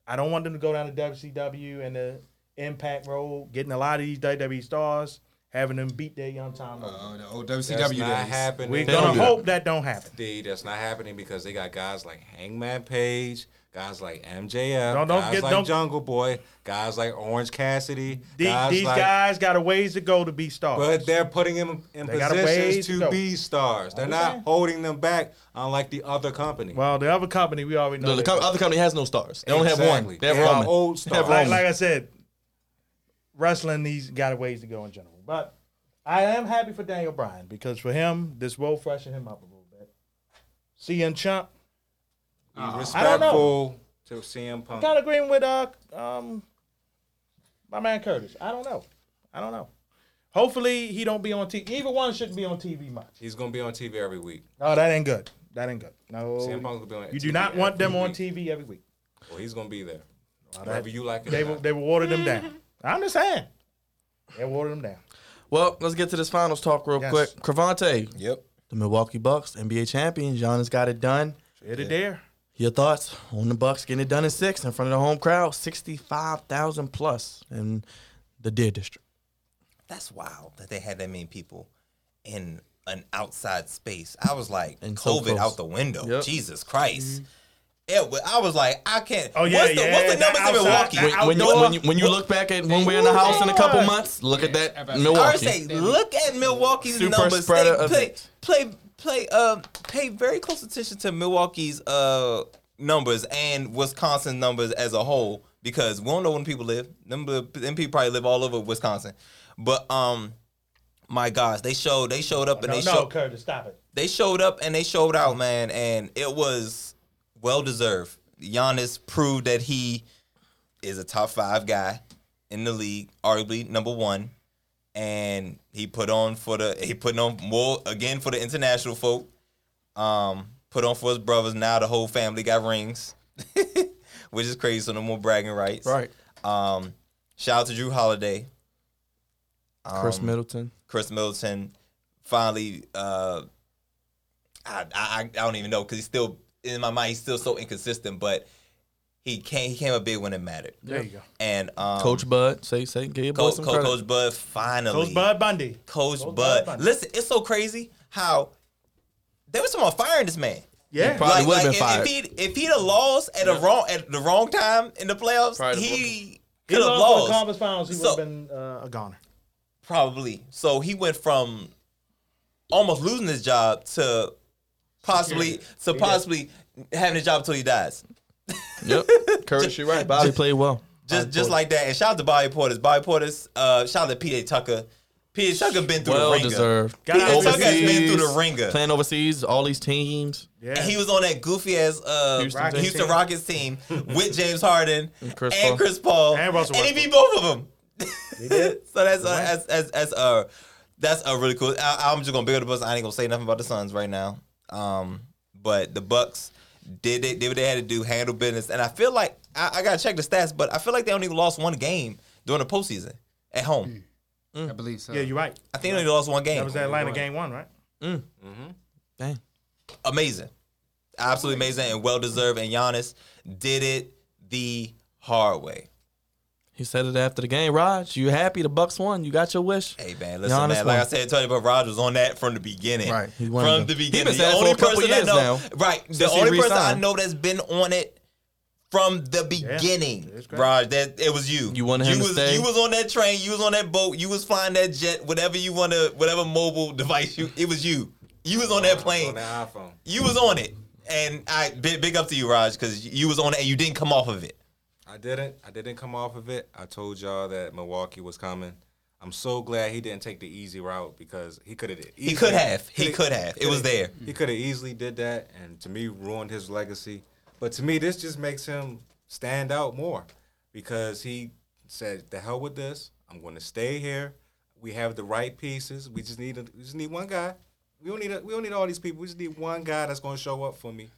E: I don't want them to go down to WCW and the Impact Road, getting a lot of these WWE stars, having them beat their young time.
D: Oh, the old
F: That's
D: WCW
F: not
D: days.
F: happening.
E: We're
B: don't
E: gonna
B: do that.
E: hope that don't happen.
F: D, that's not happening because they got guys like Hangman Page, guys like MJF,
E: Don't- don't
F: guys
E: get-
F: like
E: don't-
F: Jungle Boy, guys like Orange Cassidy.
E: The-
F: guys
E: these
F: like-
E: guys got a ways to go to be stars.
F: But they're putting them in
E: They got a ways
F: positions
E: to
F: to
E: go.
F: be stars. They're not holding them back, unlike the other company.
E: well, the other company we already know.
B: Look, the
E: they-
B: co- other company has no stars. They only have one.
F: Exactly.
B: They have
F: They have
B: Roman.
F: old
B: They have
F: stars.
E: like,
B: Roman.
E: like I said, wrestling these got a ways to go in general. But I am happy for Daniel Bryan because for him, this will freshen him up a little bit. CM Chunk,
F: Be
E: Uh-huh. I don't know.
F: respectful to CM Punk.
E: kind of agreeing with uh um my man Curtis. I don't know. I don't know. Hopefully he don't be on TV. Either one shouldn't be on TV much.
F: He's gonna be on TV every week.
E: No, that ain't good. That ain't good. No,
F: CM Punk's gonna be on.
E: Oh, you
F: TV
E: do not
B: uh,
E: want them
F: every
E: on
F: week.
E: TV every week.
F: Well, he's gonna be there. Whether you like it,
E: They
F: or
E: will
F: not.
E: they will water them down. I'm just saying. They water them down.
B: well, let's get to this finals talk real
E: Yes.
B: quick. Cravante,
C: Yep.
B: the Milwaukee Bucks, NBA champions. Giannis got it done.
E: It is there.
B: Your thoughts on the Bucks getting it done in six in front of the home crowd, sixty-five thousand plus in the Deer District.
C: That's wild that they had that many people in an outside space. I was like,
B: And so
C: COVID
B: close.
C: out the window.
B: Yep. Mm-hmm.
C: Jesus Christ. Yeah, but I was like, I can't.
E: Oh, yeah,
C: what's, the, what's
E: yeah,
C: the numbers
E: that
C: in
E: outside-
C: Milwaukee?
E: that
B: When you,
E: Outdoor.
B: when you when you look back at when we're in the house in a couple months, look at that
D: Yeah.
C: I would
B: Milwaukee.
C: say, look at Milwaukee's
B: Super
C: numbers.
B: spreader
C: They play,
B: event.
C: play, play, um, pay very close attention to Milwaukee's uh numbers and Wisconsin numbers as a whole because we don't know when people live. Them, bl- them people probably live all over Wisconsin, but um, my gosh, they showed they showed up and
E: No,
C: they
E: no,
C: showed
E: Curtis, stop it.
C: they showed up and they showed out, man, and it was well deserved. Giannis proved that he is a top five guy in the league, arguably number one, and he put on for the he putting on more again for the international folk. Um, put on for his brothers. Now the whole family got rings, which is crazy. So no more bragging rights.
B: Right,
C: Um, shout out to Drew Holiday.
B: Chris
C: Um,
B: Middleton.
C: Chris Middleton finally uh I I, I don't even know because he's still in my mind he's still so inconsistent, but he came he came up big when it mattered.
E: There you go.
C: And um
B: Coach Bud, say say give your boy
C: Coach,
B: some
C: Coach,
B: credit.
C: Coach Bud finally
E: Those Bud Bundy.
C: Coach
E: Coach
C: Bud.
E: Bud.
C: Listen, it's so crazy how they were talking about firing this man.
E: Yeah.
B: probably would've been fired.
C: if, if he if he'd have lost at a wrong at the wrong time in the playoffs,
B: Probably
C: he
E: He
C: could have
E: lost for the
C: lost.
E: conference finals. He
C: So-
E: would have been uh, a goner.
C: Probably. So he went from almost losing his job to possibly to possibly having a job until he dies.
B: Yep, Curtis, you're right. Bobby played well.
C: Just
B: Bobby
C: just
B: Portis.
C: like that. And shout out to Bobby Portis. Bobby Portis, uh, shout out to P.A. Tucker. P.A. Tucker been through
B: well
C: the ringer.
B: deserved.
E: Got
C: P.A.
E: out
C: Tucker has been
B: overseas,
C: through the ringer.
B: Playing overseas, all these teams.
E: Yeah.
C: And he was on that goofy ass uh,
B: Houston
C: Houston,
B: team.
C: Rockets team with James Harden and
B: Chris
C: Chris, Paul.
B: Paul.
E: And Russell
C: he beat both of them.
E: did.
C: so that's uh, that's that's that's uh that's uh, really cool. I, I'm just gonna build the Bucks. I ain't gonna say nothing about the Suns right now. Um, but the Bucks did they did what they had to do, handle business, and I feel like I, I gotta check the stats, but I feel like they only lost one game during the postseason at home.
D: I believe so.
E: Yeah, you're Hmm. right.
C: I think they only lost one game.
E: That was Atlanta game one, right?
B: Dang.
C: amazing. Absolutely amazing and well deserved. And Giannis did it the hard way.
B: He said it after the game. Raj, you happy? The Bucks won. You got your wish.
C: Hey man, listen,
B: Giannis
C: man.
B: won.
C: Like I said, Tony but Raj was on that from the beginning.
B: Right, he wanted
C: from
B: to.
C: the
B: He
C: beginning.
B: been saying
C: the
B: it for
C: only
B: a couple
C: person
B: years
C: I know,
B: now,
C: right? The
B: since he
C: only person I
B: re-signed.
C: know that's been on it from the beginning,
E: it's great.
C: Raj. That it was you.
B: You wanted him to
C: was,
B: stay?
C: You was on that train. You was on that boat. You was flying that jet. Whatever you want to, whatever mobile device you, it was you. You was on that
F: on
C: plane.
F: the iPhone.
C: You was on it, and I big, big up to you, Raj, because you was on it and you didn't come off of it.
F: I didn't. I didn't come off of it. I told y'all that Milwaukee was coming. I'm so glad he didn't take the easy route because he could have.
C: He could have. He could have. It was there.
F: He could have easily did that, and to me, ruined his legacy. But to me, this just makes him stand out more because he said, "The hell with this. I'm going to stay here. We have the right pieces. We just need a, we just need one guy. We don't need a, we don't need all these people. We just need one guy that's going to show up for me."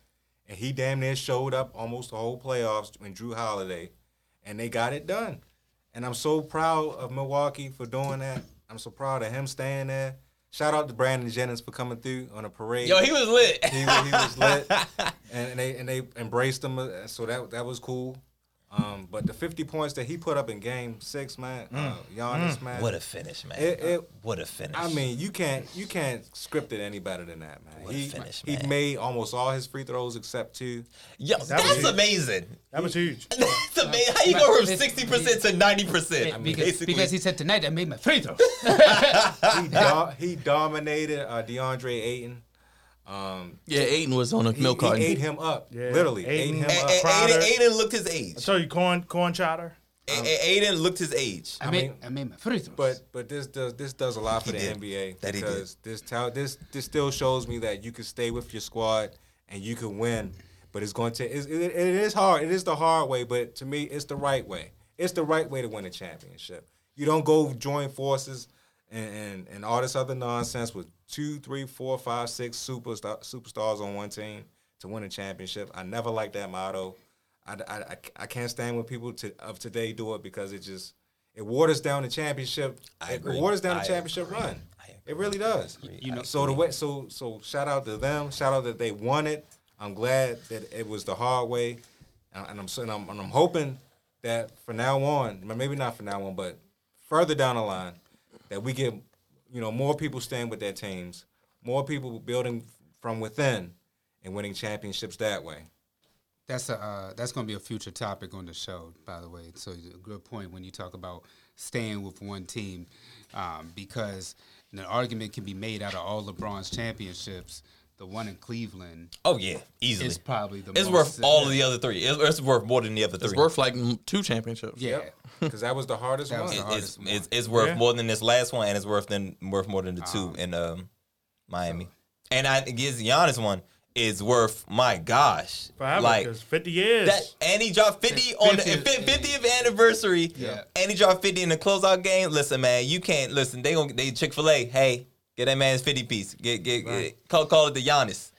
F: And he damn near showed up almost the whole playoffs when Drew Holiday, and they got it done. And I'm so proud of Milwaukee for doing that. I'm so proud of him staying there. Shout out to Brandon Jennings for coming through on a parade
C: Yo, he was lit.
F: he, wa- he was lit, and, and they and they embraced him. uh, So that that was cool. Um, but the 50 points that he put up in Game Six, man,
E: Mm.
F: uh, Giannis, man,
C: What a finish, man.
F: It- it-
C: what a finish.
F: I mean, you can't you can't script it any better than that, man.
C: What a
F: he
C: finish,
F: he
C: man.
F: made almost all his free throws except two.
C: yo, that's amazing.
E: That was huge.
C: That's amazing. How you go from
D: It-
C: sixty percent to ninety percent? I mean,
D: because,
C: basically.
D: because he said tonight I made my free throws.
F: He do- he dominated uh, DeAndre Ayton. Um,
B: Yeah, Aiden was on a
F: he,
B: milk
F: he
B: carton.
F: ate him up,
E: Yeah,
F: literally ate
E: Ayton.
F: him
E: A-
F: up.
C: A- A-
E: Crowder.
C: Aiden, Aiden looked his age.
E: I tell you, corn corn chowder.
C: A-
F: um,
C: A- Aiden looked his age.
D: I made I made my free throws.
F: But but this does this does a lot for
C: He
F: the
C: did.
F: NBA
C: That he did.
F: because this tell this this still shows me that you can stay with your squad and you can win. But it's going to it's, it, it is hard. It is the hard way, but to me, it's the right way. It's the right way to win a championship. You don't go join forces and and, and all this other nonsense with two, three, four, five, six superstar, superstars on one team to win a championship. I never liked that motto. I, I, I, I can't stand when people to, of today do it because it just it waters down the championship.
C: I
F: it
C: agree.
F: waters down
C: I
F: the championship
C: agree.
F: run.
C: I agree.
F: It really does.
D: You know-
F: so the way so so shout out to them. Shout out that they won it. I'm glad that it was the hard way, and and I'm so- and I'm, and I'm hoping that from now on, maybe not from now on, but further down the line, that we get you know more people staying with their teams, more people building from within, and winning championships that way.
D: That's a uh, that's going to be a future topic on the show, by the way. So a good point when you talk about staying with one team, um, because an argument can be made out of all LeBron's championships. The one in Cleveland
C: Oh yeah, easily.
D: is
C: It's,
D: probably the most.
C: worth all of the other three. It's, it's worth more than the other three.
B: It's worth like mm, two championships.
D: Yeah,
F: Yep. Because that was the hardest
D: That
F: one.
D: was the hardest
C: it's,
D: one.
C: it's, it's worth
E: Yeah.
C: more than this last one, and it's worth than worth more than the two in um, Miami. And I guess the honest one is worth my gosh,
E: Forever,
C: like
E: 'cause 50 years.
C: that. And he dropped fifty on the
D: 50th
C: fiftieth anniversary.
D: Yeah.
C: And he dropped fifty in the closeout game. Listen, man, you can't listen. They gonna they Chick Fil A. Hey, get that man's fifty piece. Get get, get call call it the Giannis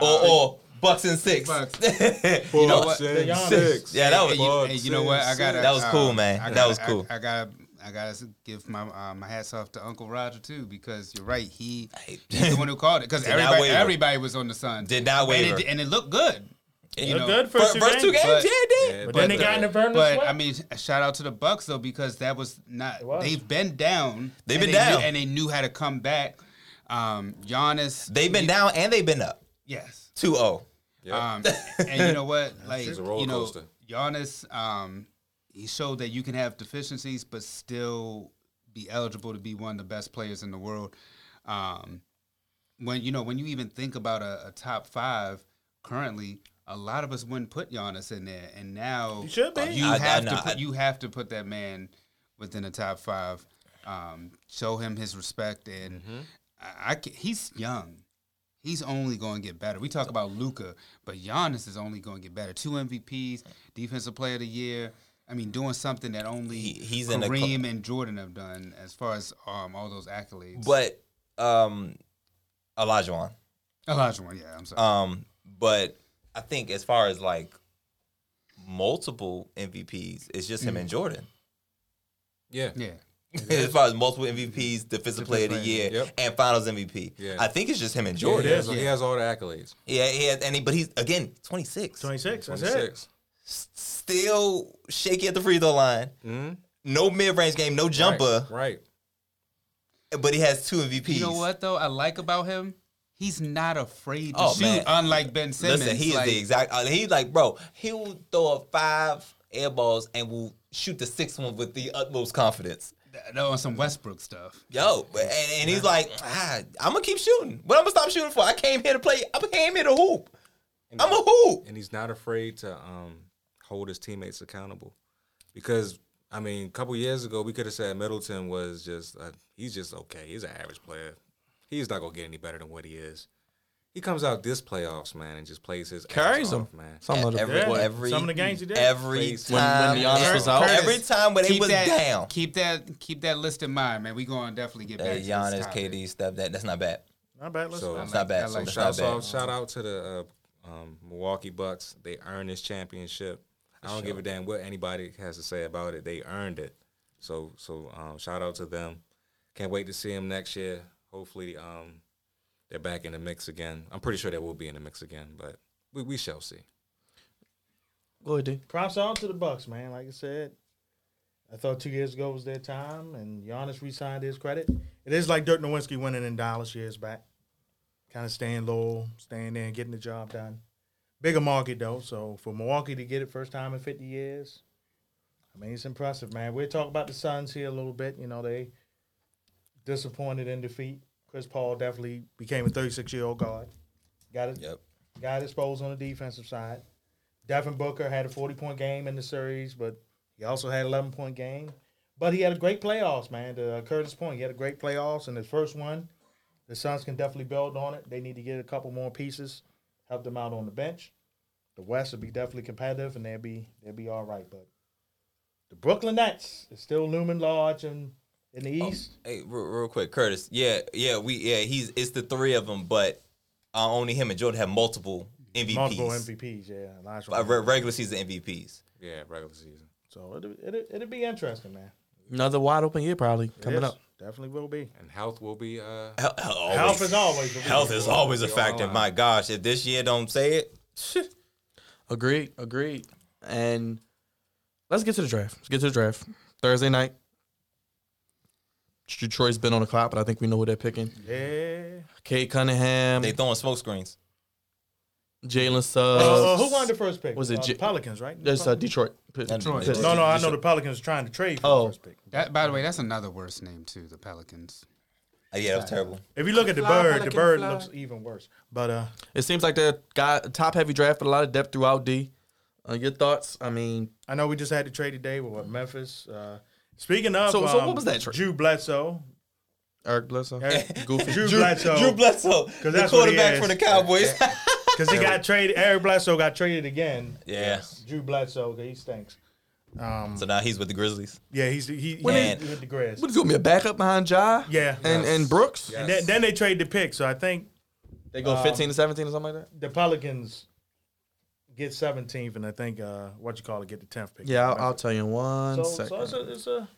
C: or or bucks and six.
D: Bucks.
C: you know
D: what?
C: what?
F: Six,
E: Giannis.
F: six.
C: Yeah, that
D: And
C: was
D: you, and you know what? I got
C: That was cool, man. That was cool.
D: I, gotta I gotta give my uh, my hats off to Uncle Roger too because you're right. He
C: Hey.
D: he's the one who called it because
C: Did not
D: everybody
C: waver.
D: everybody was on the Suns.
C: Did not
D: and
C: waver.
D: it, and it looked good. You
E: They're
D: know,
E: good
C: First,
E: first,
C: first two games,
D: But-
C: yeah, it did.
F: Yeah,
E: But,
F: but
E: then they got in the Vernon
D: But
E: sweat.
D: I mean, sh- shout out to the Bucks though because that was not.
E: was.
D: They've been down.
C: They've been
D: and they knew-
C: down.
D: and they knew how to come back. Um, Giannis,
C: They've been down and they've been up oh.
D: yes.
C: 2-0. Uh,
D: Um, and you know what? Like
F: It's a roller
D: you know,
F: coaster.
D: Giannis, um, he showed that you can have deficiencies but still be eligible to be one of the best players in the world. Um, when you know when you even think about a, a top five currently, a lot of us wouldn't put Giannis in there, and now uh,
E: You should be.
D: You
C: I- I-
D: have
C: nah,
D: to put,
C: I-
D: you have to put that man within the top five. Um, show him his respect, and
C: Mm-hmm.
D: I, I ca- he's young. He's only going to get better. We talk about Luca, but Giannis is only going to get better. Two MVPs, Defensive Player of the Year. I mean, doing something that only
C: He- he's in a cl-
D: Kareem and Jordan have done as far as um, all those accolades.
C: But um Olajuwon.
D: Elijah one, yeah, I'm sorry.
C: Um but I think as far as like multiple MVPs, it's just him and Jordan.
F: yeah.
C: Um,
D: yeah,
C: as far as multiple MVPs, defensive player of the year,
F: Yep.
C: and finals MVP.
F: Yeah.
C: I think it's just him and
F: Jordan.
C: Jordan.
F: he, has, he has all the accolades.
C: Yeah, he has, and he, but he's again 26.
E: 26. That's it.
F: 26.
C: Still shaky at the free throw line. No mid-range game, no jumper,
F: Right.
C: but he has two MVPs.
D: you know what though? I like about him. He's not afraid to
C: Oh,
D: shoot,
C: man.
D: unlike Ben Simmons.
C: Listen, he is
D: like-
C: the exact. Uh, he like, bro, he will throw up five air balls and will shoot the sixth one with the utmost confidence.
D: No, on some Westbrook stuff.
C: Yo, but- and, and he's like, ah, I'm gonna keep shooting. What I'm gonna stop shooting for? I came here to play. I came here to hoop. I'm a hoop.
F: And he's not afraid to um, hold his teammates accountable. Because, I mean, a couple years ago, we could have said Middleton was just, uh, he's just okay. He's an average player. He's not going to get any better than what he is. He comes out this playoffs, man, and just plays his ass
B: Carries him.
F: off, man.
B: Something like
C: Every,
B: that.
E: Yeah,
C: every,
E: some of the games he did.
C: Every
F: Please.
B: When,
C: time.
B: when Giannis was out,
C: every time when he was
D: that,
C: down.
D: Keep that keep that list in mind, man. We gonna definitely get
C: Uh,
D: back to this
C: Giannis,
D: topic.
C: KD, step that. That's not bad.
E: Not bad. Let's
F: So-
E: go.
C: That's not bad.
D: I like
C: that's not
F: Shout
C: bad.
F: out, shout out to the uh, um, Milwaukee Bucks. They earned this championship. I don't give a damn what anybody has to say about it. They earned it. So so um, shout out to them. Can't wait to see them next year. Hopefully um, they're back in the mix again. I'm pretty sure they will be in the mix again, but we, we shall see.
B: Go ahead, D.
E: Props out to the Bucks, man. Like I said, I thought two years ago was their time, and Giannis re-signed his credit. It is like Dirk Nowitzki winning in Dallas years back, kind of staying loyal, staying there, and getting the job done. Bigger market though, so for Milwaukee to get it first time in 50 years, I mean it's impressive, man. We'll talk about the Suns here a little bit. You know they disappointed in defeat. Chris Paul definitely became a 36 year old guard. Got it.
C: Yep.
E: Got exposed on the defensive side. Devin Booker had a 40 point game in the series, but he also had an 11 point game. But he had a great playoffs, man. To uh, Curtis' point, he had a great playoffs, and his first one, the Suns can definitely build on it. They need to get a couple more pieces, help them out on the bench. The West will be definitely competitive, and they'll be they'll be all right. But the Brooklyn Nets is still looming large in in the East.
C: Hey, real, real quick, Curtis. Yeah, yeah, we yeah, he's it's the three of them, but uh, only him and Jordan have multiple MVPs.
E: Multiple MVPs, yeah. Elijah
C: Uh,
E: Wan.
C: re- regular season MVPs.
F: Yeah, regular season.
E: So it'll, it'll, it'll be interesting, man.
B: Another wide open year probably
E: It
B: coming
E: is.
B: up.
E: Definitely will be.
F: And health will be uh
C: Hel- hel- always-
E: Health is always a
C: health is always a factor. My gosh, if this year don't say it,
B: Agreed, agreed. And let's get to the draft. Let's get to the draft. Thursday night. Detroit's been on the clock, but I think we know who they're picking.
E: Yeah.
B: Kate Cunningham,
C: they throwing smoke screens.
B: Jalen Suggs.
E: Uh, who won the first pick?
B: was it
E: Uh,
B: J-
E: the Pelicans, right?
B: There's uh, Detroit. P-
D: Detroit.
B: Pistons.
E: no, no, I know the Pelicans trying to trade for
B: Oh.
E: the first pick.
D: That, by the way, that's another worst name too. The Pelicans.
C: Uh, yeah, that was terrible.
E: If you look at the
F: Fly,
E: bird, the
F: Pelican,
E: bird
F: fly.
E: looks even worse. But uh,
B: It seems like they got a top heavy draft, but a lot of depth throughout D. Uh, your thoughts? I mean,
E: I know we just had the trade today with what, Memphis. Uh, speaking of,
B: So- so
E: um,
B: what was that trade?
E: Drew Bledsoe.
B: Eric Bledsoe.
E: Eric-
B: Goofy.
E: Drew
C: Drew
E: Bledsoe.
C: Drew Bledsoe, the
E: that's what he
C: quarterback
E: is.
C: for the Cowboys.
E: Because he got traded. Eric Bledsoe got traded again.
C: yeah.
E: Drew Bledsoe, 'cause he stinks. Um,
C: So now he's with the Grizzlies.
E: yeah, he's he, he,
C: Man.
E: he with the grass.
B: What is going to be a backup behind Ja?
E: Yeah.
B: And, and Brooks?
E: And then, then they trade the pick. So I think
B: They
E: Uh,
B: go 15 to 17 or something like that?
E: the Pelicans get 17th, and I think uh, what you call it, get the 10th pick.
B: Yeah, I'll, I'll tell you in one
E: so,
B: second.
E: so it's a it's a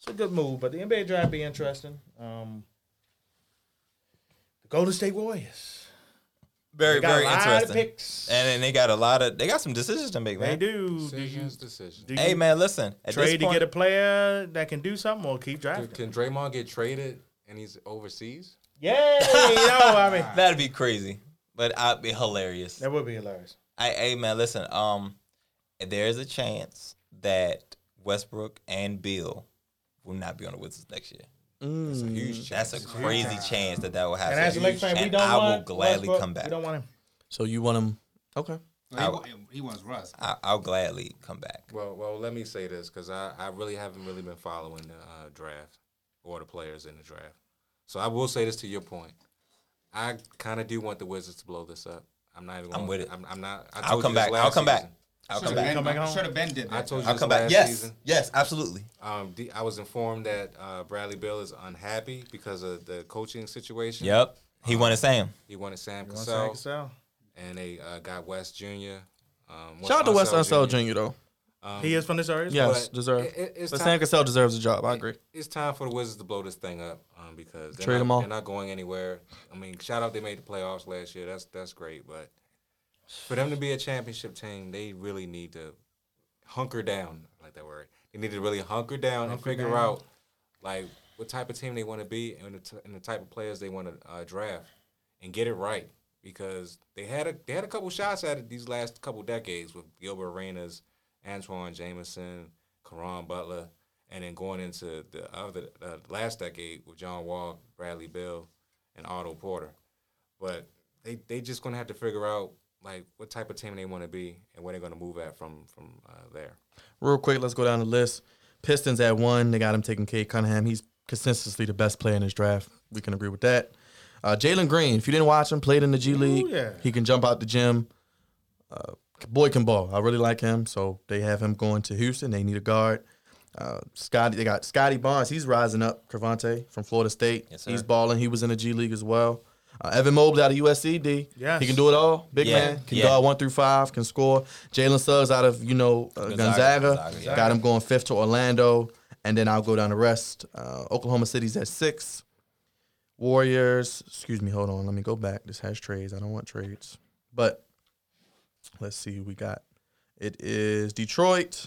E: it's a good move, but the NBA draft be interesting. Um, the Golden State Warriors
C: Very,
E: They got
C: very
E: a lot of
C: interesting.
E: picks.
C: And then they got a lot of they got some decisions to make,
E: they
C: man.
E: do. Do you,
F: decisions, decisions.
E: do you
C: Hey man, listen. At
E: trade
C: this point,
E: to get a player that can do something or keep
F: Can,
E: drafting?
F: can Draymond get traded and he's overseas?
E: Yeah, you know, I mean
C: That'd be crazy, but I'd be hilarious.
E: that would be hilarious.
C: I, hey man, listen. Um, there's a chance that Westbrook and Bill will not be on the Wizards next year. Mm.
F: It's a huge chance.
C: That's a crazy chance that that will happen.
E: And as a Lakers fan, we
C: And
E: don't
C: I will
E: want
C: gladly
E: Westbrook.
C: come back.
E: We don't want him.
B: So you want him? Okay.
D: Well, he, wa- he wants Russ.
C: I, I'll gladly come back.
F: Well, well, let me say this because I, I really haven't really been following the uh, draft or the players in the draft. So I will say this to your point. I kind of do want the Wizards to blow this up. I'm not even.
C: I'm
F: gonna-
C: with it.
F: I'm, I'm not. I
C: I'll
F: told you
C: come
F: this
C: back.
F: last
C: I'll come back.
F: season.
C: I'll
D: Should
C: come
D: have
C: back.
D: Ben,
E: Coming home.
D: should have Ben did that.
F: I told you
C: I'll
F: this
C: come back.
F: last
C: Yes,
F: season.
C: yes, absolutely.
F: Um, D- I was informed that uh, Bradley Bill is unhappy because of the coaching situation.
C: Yep, he wanted Sam.
F: He wanted Sam
E: You want Sam
F: Cassell,
E: Cassell?
F: and they uh, got West Jr. Um,
B: Shout out to West Unsell Jr., though.
F: Um,
E: He is from this area.
B: Yes,
F: But
B: deserved.
F: it- it- it's
B: but
F: time-
B: Sam Cassell deserves a job. I agree.
F: it's time for the Wizards to blow this thing up um, because they're
B: Trade
F: not,
B: them all.
F: They're not going anywhere. I mean, shout out they made the playoffs last year. That's that's great, but for them to be a championship team, they really need to hunker down. I like that word. They need to really hunker down and figure out like what type of team they want to be and the, t- and the type of players they want to uh, draft and get it right because they had a they had a couple shots at it these last couple decades with Gilbert Arenas, Antoine Jameson, Karan Butler, and then going into the other uh, last decade with John Wall, Bradley Bill, and Otto Porter. But they they just gonna have to figure out like what type of team they want to be and where they're gonna move at from from uh, there.
B: Real quick, let's go down the list. Pistons at one. They got him taking Kate Cunningham. He's consistently the best player in this draft. We can agree with that. Uh, Jalen Green, if you didn't watch him, played in the G League.
E: yeah.
B: He can jump out the gym. Uh, boy can ball. I really like him. So they have him going to Houston. They need a guard. Uh, Scotty, they got Scotty Barnes. He's rising up. Cravante from Florida State.
C: Yes, sir.
B: he's balling. He was in the G League as well. Uh, Evan Mobley out of USC. D.
E: Yes.
B: He can do it all. Big
C: Yeah,
B: man. Can
C: yeah.
B: guard one through five. Can score. Jalen Suggs out of you know uh, Gonzaga.
C: Gonzaga, Gonzaga, yeah.
B: Got him going fifth to Orlando, and then I'll go down the rest. Uh, Oklahoma City's at six. Warriors. Excuse me. Hold on. Let me go back. This has trades. I don't want trades. But let's see who we got. It is Detroit,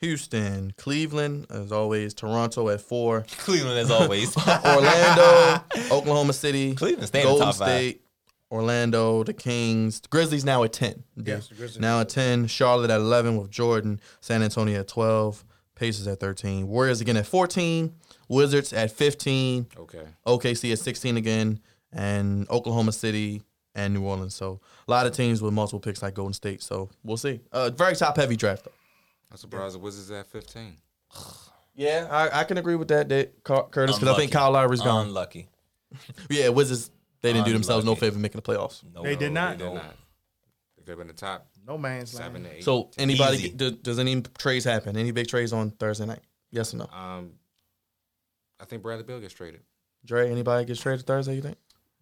B: Houston, Cleveland, as always. Toronto at four.
C: Cleveland as always.
B: Orlando, Oklahoma City,
C: Cleveland staying in the
B: Golden
C: top five.
B: State, Orlando, the Kings, the Grizzlies now at ten.
E: Yes, the Grizzlies.
B: now at ten. Charlotte at eleven with Jordan, San Antonio at twelve, Pacers at thirteen, Warriors again at fourteen, Wizards at fifteen,
F: Okay.
B: OKC at sixteen again, and Oklahoma City and New Orleans. So a lot of teams with multiple picks like Golden State. So we'll see. Uh, very top heavy draft though.
F: I'm surprised the Wizards at 15.
B: Yeah, I, I can agree with that, that Cur- Curtis, because I think
C: Unlucky.
B: Kyle Lowry's gone.
C: Unlucky.
B: Yeah, Wizards. They didn't do themselves no
C: Unlucky.
B: favor making the playoffs.
C: No,
E: They did not.
F: They're Oh, not. If they're in the top
E: No man's land.
F: seven to eight.
B: So anybody,
C: Easy.
B: do, does any trades happen? Any big trades on Thursday night? Yes or no?
F: um, I think Bradley Bill gets traded.
B: Dre, anybody gets traded Thursday? You think?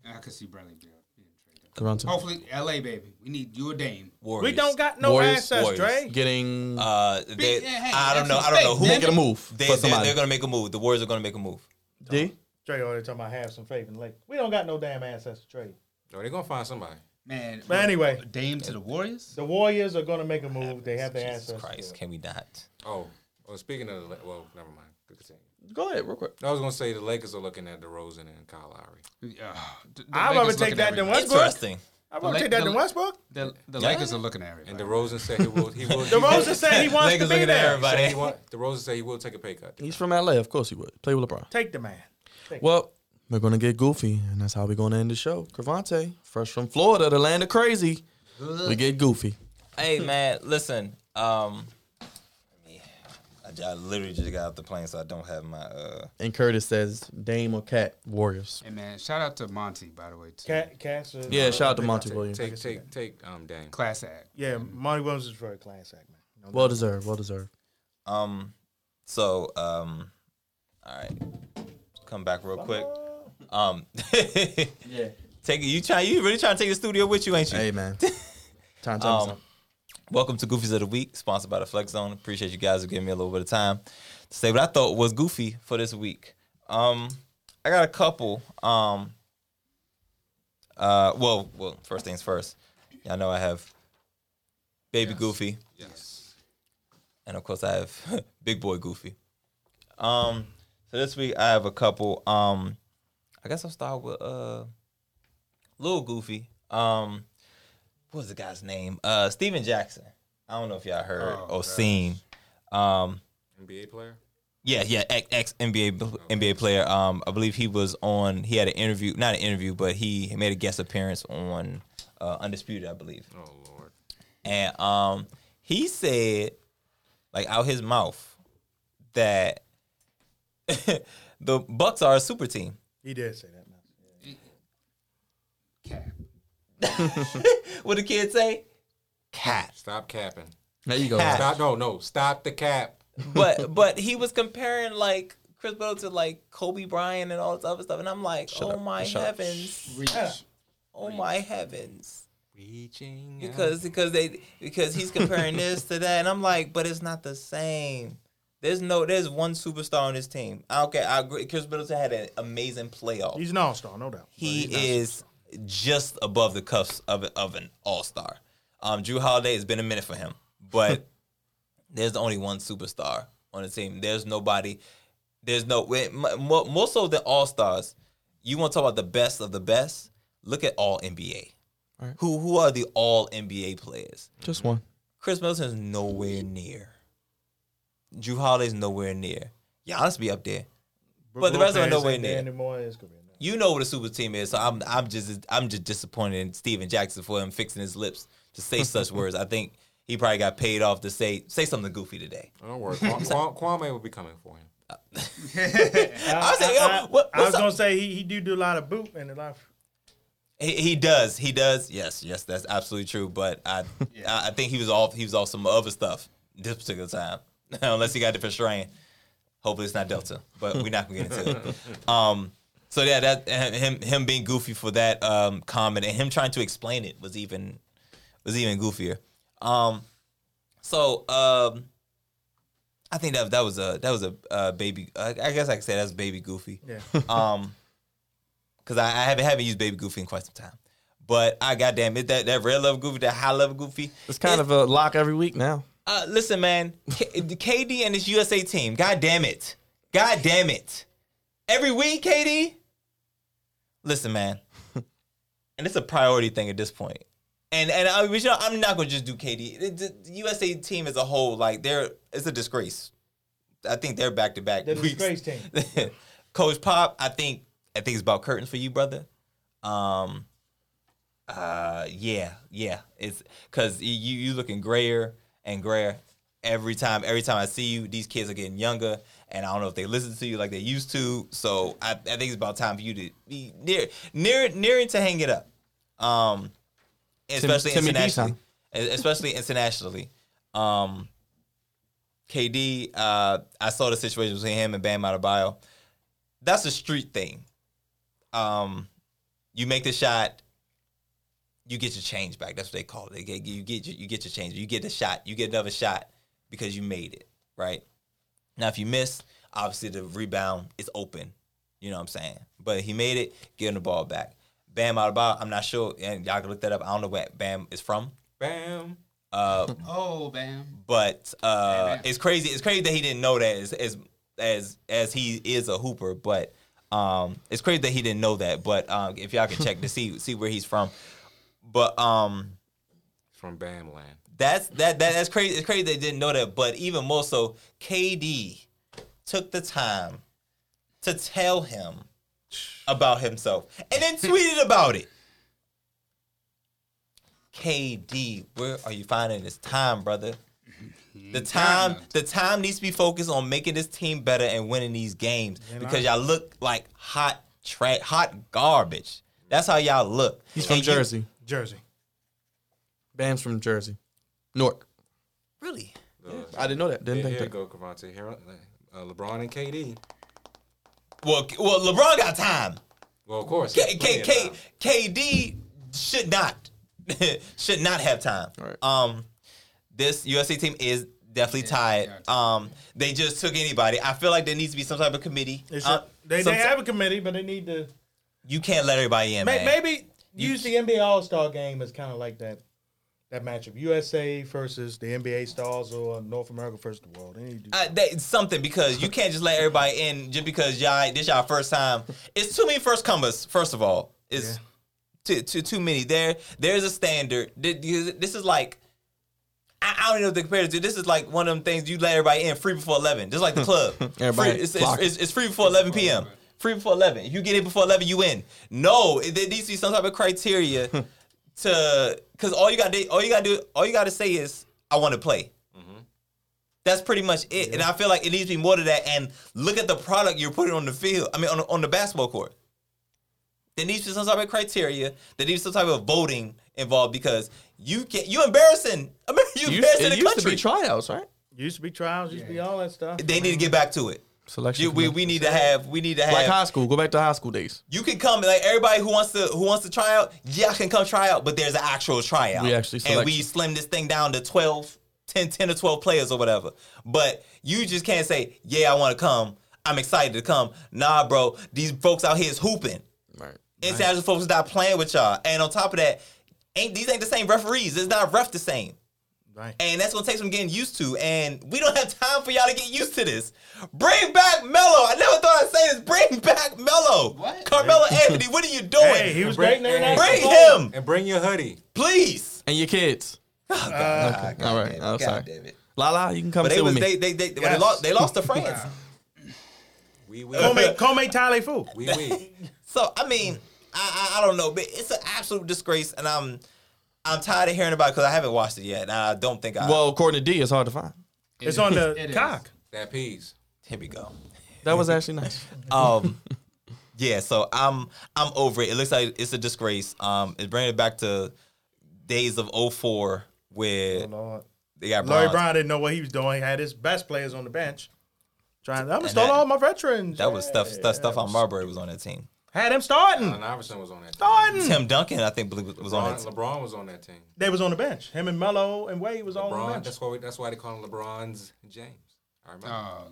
D: I could see Bradley Beal being traded.
B: Toronto.
D: Hopefully, L.A. baby, we need you a Dame.
C: Warriors.
E: We don't got no
B: Warriors,
E: ancestors, Dre.
C: Warriors.
B: Getting uh,
C: Uh, they,
D: Yeah, hey,
C: I don't
D: that's
C: know.
D: some
C: I don't know
D: space,
C: who.
D: man.
B: making a move
C: They,
B: for
C: they,
B: somebody.
C: are gonna make a move. The Warriors are gonna make a move.
B: D.
E: Dre already talking about have some faith in the Lakers. We don't got no damn ancestor trade.
F: No, Oh, they're gonna find somebody.
D: Man,
E: But anyway,
D: Dame to the Warriors.
E: the Warriors are going to make a move. They have their
C: Jesus
E: ancestors.
C: Christ, can we not?
F: Oh, well, speaking of the, La- well, never mind. Good continue.
B: Go ahead, real quick.
F: I was gonna say the Lakers are looking at DeRozan and Kyle Lowry.
E: I'd rather take that than
D: what.
E: Westbrook.
C: Interesting.
E: I'm going
D: The
E: to take
D: La-
E: that to
D: the-
E: Westbrook.
D: The, the
C: Yeah.
D: Lakers are looking at
F: And
D: everybody.
F: DeRozan said he will. He will.
E: DeRozan said he wants
C: Lakers
E: to be
C: looking at
E: there.
C: everybody.
F: He want, DeRozan said he will take a pay cut.
B: He's from LA. Of course he would play with LeBron.
E: Take the man.
B: Well, we're gonna get goofy, and that's how we're gonna end the show. Cravante, fresh from Florida, the land of crazy. We get goofy.
C: Hey man, listen. Um, I, ju- I literally just got off the plane, so I don't have my. Uh,
B: And Curtis says Dame or Cat Warriors.
D: Hey man, shout out to Monty by the way too.
E: Cat, Cats. are-
B: Yeah, shout out to Monty Williams.
F: Take, take, take. Um, Dame.
D: Class act.
E: Yeah, Monty Williams is very class act, man. No
B: Well
E: doubt.
B: deserved. Well deserved.
C: um, so um, all right, come back real quick. Um,
B: Yeah.
C: take you try. You really trying to take the studio with you, ain't you?
B: Hey man. Time to tell me
C: Um,
B: something.
C: welcome to Goofies of the Week, sponsored by the Flex Zone. Appreciate you guys for giving me a little bit of time to say what I thought was goofy for this week. Um, I got a couple. Um, uh, well, well, first things first. Y'all know I have Baby Goofy,
F: Yes.
C: and of course I have Big Boy Goofy. Um, so this week I have a couple. Um, I guess I'll start with uh, Little Goofy. Um, what was the guy's name? Uh, Steven Jackson. I don't know if y'all heard
D: Oh,
C: or
D: gosh.
C: seen. Um,
F: NBA player.
C: yeah, yeah, ex NBA NBA player. Um, I believe he was on. He had an interview, not an interview, but he made a guest appearance on uh, Undisputed, I believe.
F: Oh Lord.
C: And um, he said, like out his mouth, that the Bucks are a super team.
E: He did say that. man.
D: Cat.
C: What the kids say? Cat.
F: Stop capping.
B: There you go.
C: Cat.
F: Stop. No, no. Stop the cap.
C: But but he was comparing like Chris Boyle to like Kobe Bryant and all this other stuff, and I'm like, oh
B: up.
C: my
B: Shut up.
C: heavens,
D: Reach.
C: oh my heavens.
F: Reaching. out.
C: because because they because he's comparing this to that, and I'm like, but it's not the same. There's no there's one superstar on this team. I don't care. I agree. Chris Middleton had an amazing playoff.
E: He's an all star, no doubt.
C: he is just above the cuffs of of an all star. Um, Drew Holiday has been a minute for him, but there's only one superstar on the team. There's nobody. There's no wait, mo- mo- most of the all stars. You want to talk about the best of the best? Look at all NBA.
B: Right.
C: Who who are the all NBA players?
B: Just one.
C: Chris Middleton's nowhere near. Drew Holiday's nowhere near. Giannis be up there. But the rest of them
E: Lopez
C: nowhere
E: ain't there
C: near.
E: Anymore. It's gonna be enough.
C: You know what a super team is, so I'm I'm just I'm just disappointed in Steven Jackson for him fixing his lips to say such words. I think he probably got paid off to say say something goofy today.
F: Don't worry. Kwame, Kwame will be coming for him.
C: I was like, yo, what,
E: I was
C: what's up?
E: gonna say he, he do do a lot of boot and a lot. Of,
C: He, he does. He does. Yes, yes, that's absolutely true. But I, I, I think he was off. He was off some other stuff this particular time, unless he got a different strain. Hopefully, it's not Delta. But we're not gonna get into it. Um, so yeah, that and him him being goofy for that um, comment and him trying to explain it was even was even goofier. Um, so um, I think that that was a that was a uh, baby. I, I guess I could say that's baby goofy.
E: yeah,
C: Um, because I, I haven't haven't used Baby Goofy in quite some time. But I goddamn it, that that red level Goofy, that high level Goofy.
B: It's kind of a lock every week now.
C: Uh, listen, man, K- the KD and his USA team. God damn it. God damn it. Every week, KD. Listen, man. and it's a priority thing at this point. And and I, but you know, I'm not gonna just do KD. The, the- the USA team as a whole, like they're it's a disgrace. I think they're back to back
E: they're the
C: weeks.
E: disgrace team.
C: Coach Pop, I think I think it's about curtains for you, brother. Um, uh, yeah, yeah, it's because you you looking grayer and grayer every time. Every time I see you, these kids are getting younger, and I don't know if they listen to you like they used to. So I, I think it's about time for you to be near near nearing to hang it up. Um, especially
B: Timmy D
C: internationally, E,
B: time.
C: especially internationally. Um. KD, uh, I saw the situation between him and Bam Adebayo. That's a street thing. Um, you make the shot, you get your change back. That's what they call it. They get, you get your, you get your change. You get the shot. You get another shot because you made it right. Now, if you miss, obviously the rebound is open. You know what I'm saying? But he made it, getting the ball back. Bam Adebayo, I'm not sure, and y'all can look that up. I don't know where Bam is from.
F: Bam.
C: Uh,
D: Oh, bam.
C: but uh,
D: Amen.
C: it's crazy. It's crazy that he didn't know that as as as, as he is a hooper. But um, it's crazy that he didn't know that. But um, if y'all can check to see see where he's from. But um,
F: From Bam Land.
C: that's that, that that's crazy. It's crazy they didn't know that. But even more so, KD took the time to tell him about himself and then tweeted about it. KD, where are you finding this time, brother? The time, the time needs to be focused on making this team better and winning these games because y'all look like hot, tra- hot garbage. That's how y'all look.
B: He's from
C: And you-
B: Jersey.
E: Jersey.
B: Bam's from Jersey. Newark.
C: really?
B: I didn't know that. Didn't
F: Here,
B: think
F: here you
B: that.
F: go, Cavante. Here, uh, LeBron and KD.
C: Well, K- well, LeBron got time.
F: Well, of course.
C: K- K-
F: plenty of
C: K-
F: time.
C: KD should not should not have time.
B: Right.
C: Um, this USC team is definitely
D: yeah,
C: tired. Um, they just took anybody. I feel like there needs to be some type of committee.
E: They, should,
C: Uh,
E: they,
C: some-
E: they have a committee, but they need to
C: you can't let everybody in,
E: may,
C: man.
E: maybe use the NBA All Star game as kind of like that that matchup: USA versus the NBA stars or North America versus the world. They need to do
C: Uh, that, something because you can't just let everybody in just because y'all this y'all first time. It's too many first comers. First of all, it's too, too too many. There there's a standard. Th- This is like I, I don't even know what to compare it to. This is like one of them things you let everybody in free before eleven. Just like the club.
B: Everybody
C: free, it's, it's,
B: flock.
C: it's, it's free before eleven p.m. Free before eleven. If you get in before eleven, you in. No, it, there needs to be some type of criteria to because all you got to all you got to do all you got to say is I want to play. That's pretty much it. And I feel like it needs to be more to that. And look at the product you're putting on the field. I mean, on, the- on the basketball court. There needs to be some type of criteria. There needs to be some type of voting involved because you can you embarrassing. Amer- You
B: It used,
C: embarrassing
B: it
C: the
B: used to
C: country.
B: be tryouts, right?
E: used to be trials, used to be all that stuff.
C: they need to get back to it.
B: Selection.
C: You- we, we need to have we need to have
B: like high school. Go back to high school days.
C: you can come like everybody who wants to who wants to try out yeah can come try out but there's an actual tryout
B: We actually
C: and
B: select
C: we
B: you.
C: slim this thing down to 12 10 10 or 12 players or whatever but you just can't say yeah i want to come i'm excited to come nah bro these folks out here is hooping
B: Right.
C: international folks not playing with y'all and on top of that ain't these ain't the same referees it's not ref the same
E: Right.
C: and that's gonna take some getting used to. And we don't have time for y'all to get used to this. Bring back Melo. I never thought I'd say this. Bring back Melo.
D: What?
C: Carmelo Anthony, what are you doing?
E: Hey, he was great. in the
F: Hey.
E: international
C: Bring
E: game.
C: him,
F: And bring your hoodie.
C: please.
B: And your kids. okay. All right. I'm sorry.
C: it.
B: Lala, you can come
C: But they
B: sit
C: was
B: with me.
C: they they they, well, they lost they lost to France.
F: We we
E: Kome, Kome Tale Fu.
F: we we.
C: So I mean, I, I I don't know, but it's an absolute disgrace, and I'm I'm tired of hearing about it because I haven't watched it yet, and I don't think I.
B: well, according to D, it's hard to find.
D: It
E: It's
D: is-
E: on
D: it
E: the
D: is.
E: cock.
F: That peas.
C: Here we go.
B: That was actually nice.
C: Um, yeah. So I'm I'm over it. It looks like it's a disgrace. Um, it's bringing it back to days of 04 where
E: Lord.
C: they got
E: Larry
C: bronze.
E: Brown didn't know what he was doing. He had his best players on the bench. Trying, I'm gonna
C: And
E: start
C: that-
E: all my veterans.
C: That was stuff stuff stuff on Marbury was on that team.
E: Had him starting,
F: Allen Iverson was on that. Team.
E: starting.
C: Tim Duncan, I think, believe- was on that
F: LeBron,
C: team.
F: LeBron was on that team.
E: They was on the bench. Him and Melo and Wade was all on the
F: LeBron.
E: bench.
F: That's why we, that's why they call him LeBron's James. I remember.
D: Oh,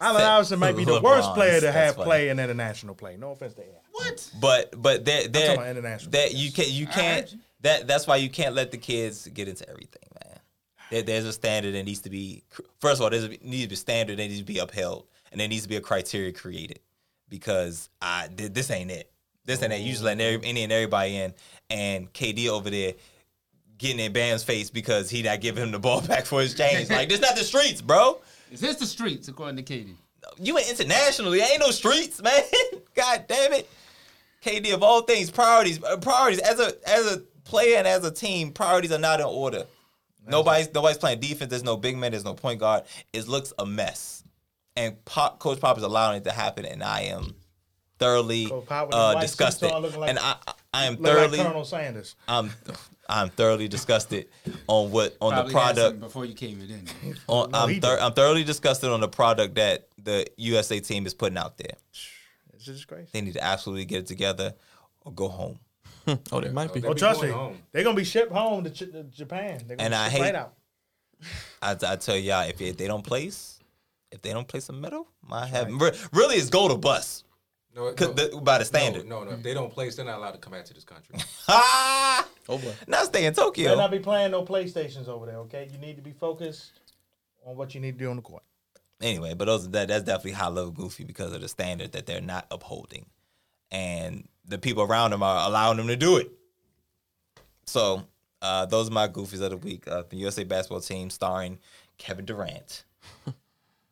E: Allen Iverson might be the
C: LeBron's,
E: worst player to
C: that's
E: have
C: funny.
E: play in international play. No offense to him.
D: what?
C: But but that
E: talking about
C: that
E: international
C: that you can you can't
D: heard you.
C: that that's why you can't let the kids get into everything, man. There, there's a standard that needs to be cr- first of all there's a, needs to be a standard that needs to be upheld, and there needs to be a criteria created because I thi- this ain't it. This ain't it. You just letting every, any and everybody in, and KD over there getting in Bam's face because he not giving him the ball back for his change. like this not the streets, bro.
D: Is this the streets, according to Katie?
C: You ain't internationally. Ain't no streets, man. God damn it. KD of all things, priorities, uh, priorities as a as a player and as a team, priorities are not in order. Nobody's nobody's playing defense. There's no big man. There's no point guard. It looks a mess, and Pop, Coach Pop is allowing it to happen, and I am thoroughly
E: Coach Pop with his
C: uh,
E: white
C: disgusted,
E: suit on, looking like-
C: and I I- I am
E: Look like
C: thoroughly
E: Colonel Sanders.
C: I'm I'm thoroughly disgusted on what on
D: Probably
C: the
D: had
C: product
D: something before you came in. didn't you?
C: on,
E: he
C: I'm, thor-
E: did.
C: I'm thoroughly disgusted on the product that the USA team is putting out there.
E: It's just crazy.
C: They need to absolutely get it together or go home.
B: Oh, they might be.
E: Oh,
F: be
E: trust
F: going
E: me,
F: home.
E: they're gonna be shipped home to, Ch- to Japan. They're gonna
C: And
E: be
C: I
E: shipped
C: hate-
E: right out.
C: I, I tell y'all, if, if they don't place, if they don't place a medal, my heaven, re- really it's gold or bust
F: no, no,
C: 'cause the- by the
F: no,
C: standard.
F: no, no. If they don't place, they're not allowed to come back to this country.
C: Ah,
B: Oh boy.
C: now stay in
E: Better
C: Tokyo.
E: not be playing no PlayStations over there. Okay, you need to be focused on what you need to do on the court.
C: Anyway, but those that that's definitely high level goofy because of the standard that they're not upholding, and the people around them are allowing them to do it. So uh, those are my goofies of the week. Uh, the USA basketball team starring Kevin Durant,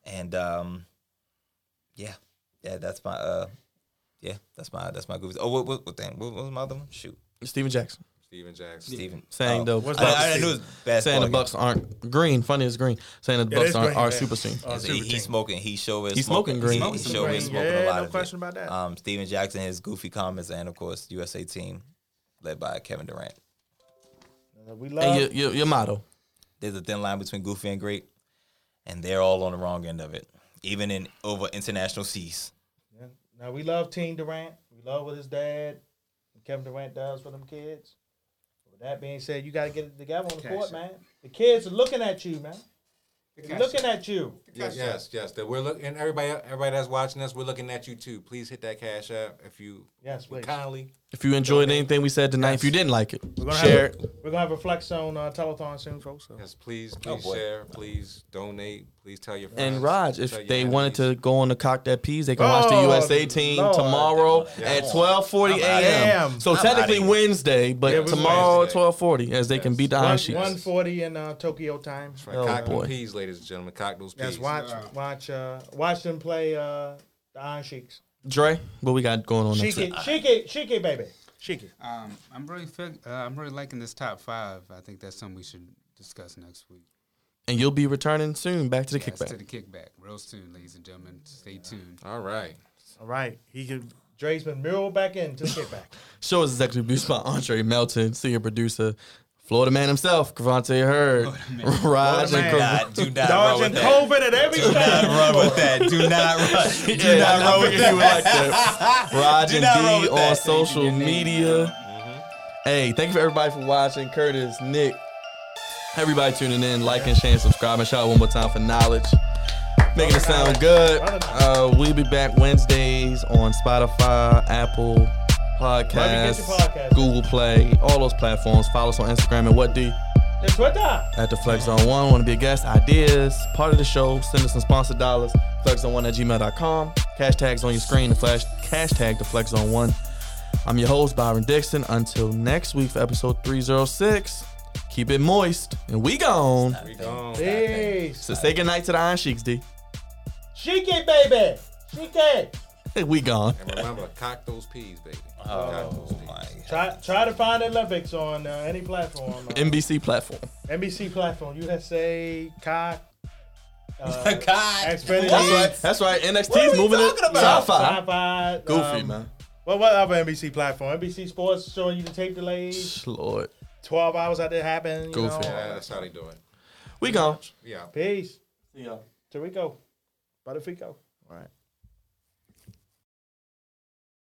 C: and um, yeah, yeah, that's my uh, yeah, that's my that's my goofies. Oh, what what, what thing? What, what was my other one? Shoot,
B: Steven Jackson
F: Steven Jackson.
C: Steven
B: saying
C: oh.
B: the Bucks,
C: I, I, I knew it was
B: saying
C: basketball.
B: the Bucks aren't green. Funny is green. Saying that the
E: Yeah,
B: Bucks
E: it's
B: aren't
E: green,
B: are
E: man.
B: super team.
E: Uh,
C: He,
E: super
C: he
E: team.
C: smoking. He sure is
B: He's smoking green.
C: He, he
B: Smoking
C: sure is
E: green.
C: smoking a
E: Yeah,
C: lot
E: no
C: of
E: question
C: it.
E: about that.
C: Um, Steven Jackson, his goofy comments, and of course USA team led by Kevin Durant.
E: Uh, we
B: And your,
E: love.
B: your, your motto.
C: There's a thin line between goofy and great, and they're all on the wrong end of it, even in over international seas.
E: yeah. Now we love Team Durant. We love what his dad, Kevin Durant, does for them kids. With that being said, you got to get it together on the
D: Cash
E: court,
D: it.
E: man. The kids are looking at you, man. They're
D: Cash
E: looking at you.
F: Yes, yes, yes. That we're looking, and everybody, everybody that's watching us, we're looking at you too. Please hit that cash app if you
E: Yes,
F: would
E: please.
F: kindly.
B: If you enjoyed anything we said tonight, if you didn't like it,
E: We're gonna
B: share
E: have
B: it.
E: a, we're gonna have a flex on uh, telethon soon, folks. So.
F: Yes, please, please
C: Oh, boy.
F: share. Please donate. Please tell your friends.
B: And Raj,
F: tell your
B: if they
F: enemies.
B: wanted to go on the cock that peas, they can watch the
E: Oh,
B: USA team
E: Lord.
B: tomorrow
C: Yeah.
B: at twelve forty a.m.
E: Damn.
B: So
C: I'm outta
B: technically
C: here.
B: Wednesday, but
E: Yeah, we
B: tomorrow at
F: Wednesday.
B: twelve forty, as they can beat the
E: One,
B: Iron Sheets.
E: 140 in uh, Tokyo time.
F: Right,
B: Oh,
F: cock them
B: boy.
F: peas, ladies and gentlemen, cock those
E: Yes,
F: peas.
E: watch, watch, uh, watch them play uh, the Iron Sheiks.
B: Dre, what we got going on next
E: Shiki,
B: week?
E: Shiki, Shiki, baby, Shiki.
D: Um, I'm really, fig- uh, I'm really liking this top five. I think that's something we should discuss next week.
B: And you'll be returning soon back to the
D: That's to
B: kickback.
D: the kickback, real soon, ladies and gentlemen. Stay tuned.
F: All right.
E: All right, he can. Dre's been muraled back into the kickback.
B: Show is executive produced by Andre Melton, senior producer, Florida man himself, Cavante Hurd, Raj
E: Florida
B: and
E: man.
B: Car-
C: Nah, do not run
E: Dodging
C: with that.
E: COVID at every
C: Do not
E: step.
C: run with that. Do not run. Do
B: Yeah,
C: not
B: I
C: run with
B: figured you would
C: that.
B: like that. Raj
C: Do
B: and
C: not roll
B: D
C: with
B: on
C: that.
B: social media.
C: Mm-hmm.
B: Hey, thank you for everybody for watching. Curtis, Nick, everybody tuning in, liking, sharing, subscribing. Shout out one more time for knowledge. Making it sound good. Uh, we'll be back Wednesdays on Spotify, Apple
E: get
B: Podcasts,
E: your podcast.
B: Google Play, all those platforms. Follow us on Instagram at what D?
E: It's what the-
B: at the Flex Zone One. Want to be a guest? Ideas, part of the show, send us some sponsored dollars. FlexZone1 at gmail.com. Cash tags on your screen, the flash cash tag the Flex Zone One. I'm your host, Byron Dixon. Until next week for episode 306. Keep it moist. And we gone.
F: We gone.
E: Peace.
B: So say goodnight to the Iron Sheiks, D.
E: Shiki, baby, Shiki.
B: we gone.
F: And remember, cock those peas, baby. cock those
C: Oh
F: peas.
C: my God.
E: Try, try to find Olympics on uh, any platform. Uh,
B: NBC platform.
E: NBC platform, USA, Cock, Uh,
C: God,
E: Xfinity.
B: That's
E: What?
B: right. That's right.
C: What are
B: NXT's
C: we
B: moving it.
C: talking about?
B: Sci-fi.
E: Sci-fi. um,
B: Goofy man.
E: What, what other NBC platform? NBC Sports showing you the tape delays.
B: Lord,
E: 12 hours after it happened. You
B: Goofy.
E: Know.
F: Yeah, that's how they do it.
B: we gone.
F: Yeah.
E: Peace.
B: Yeah.
E: Tirico. Butterfico.
B: All right.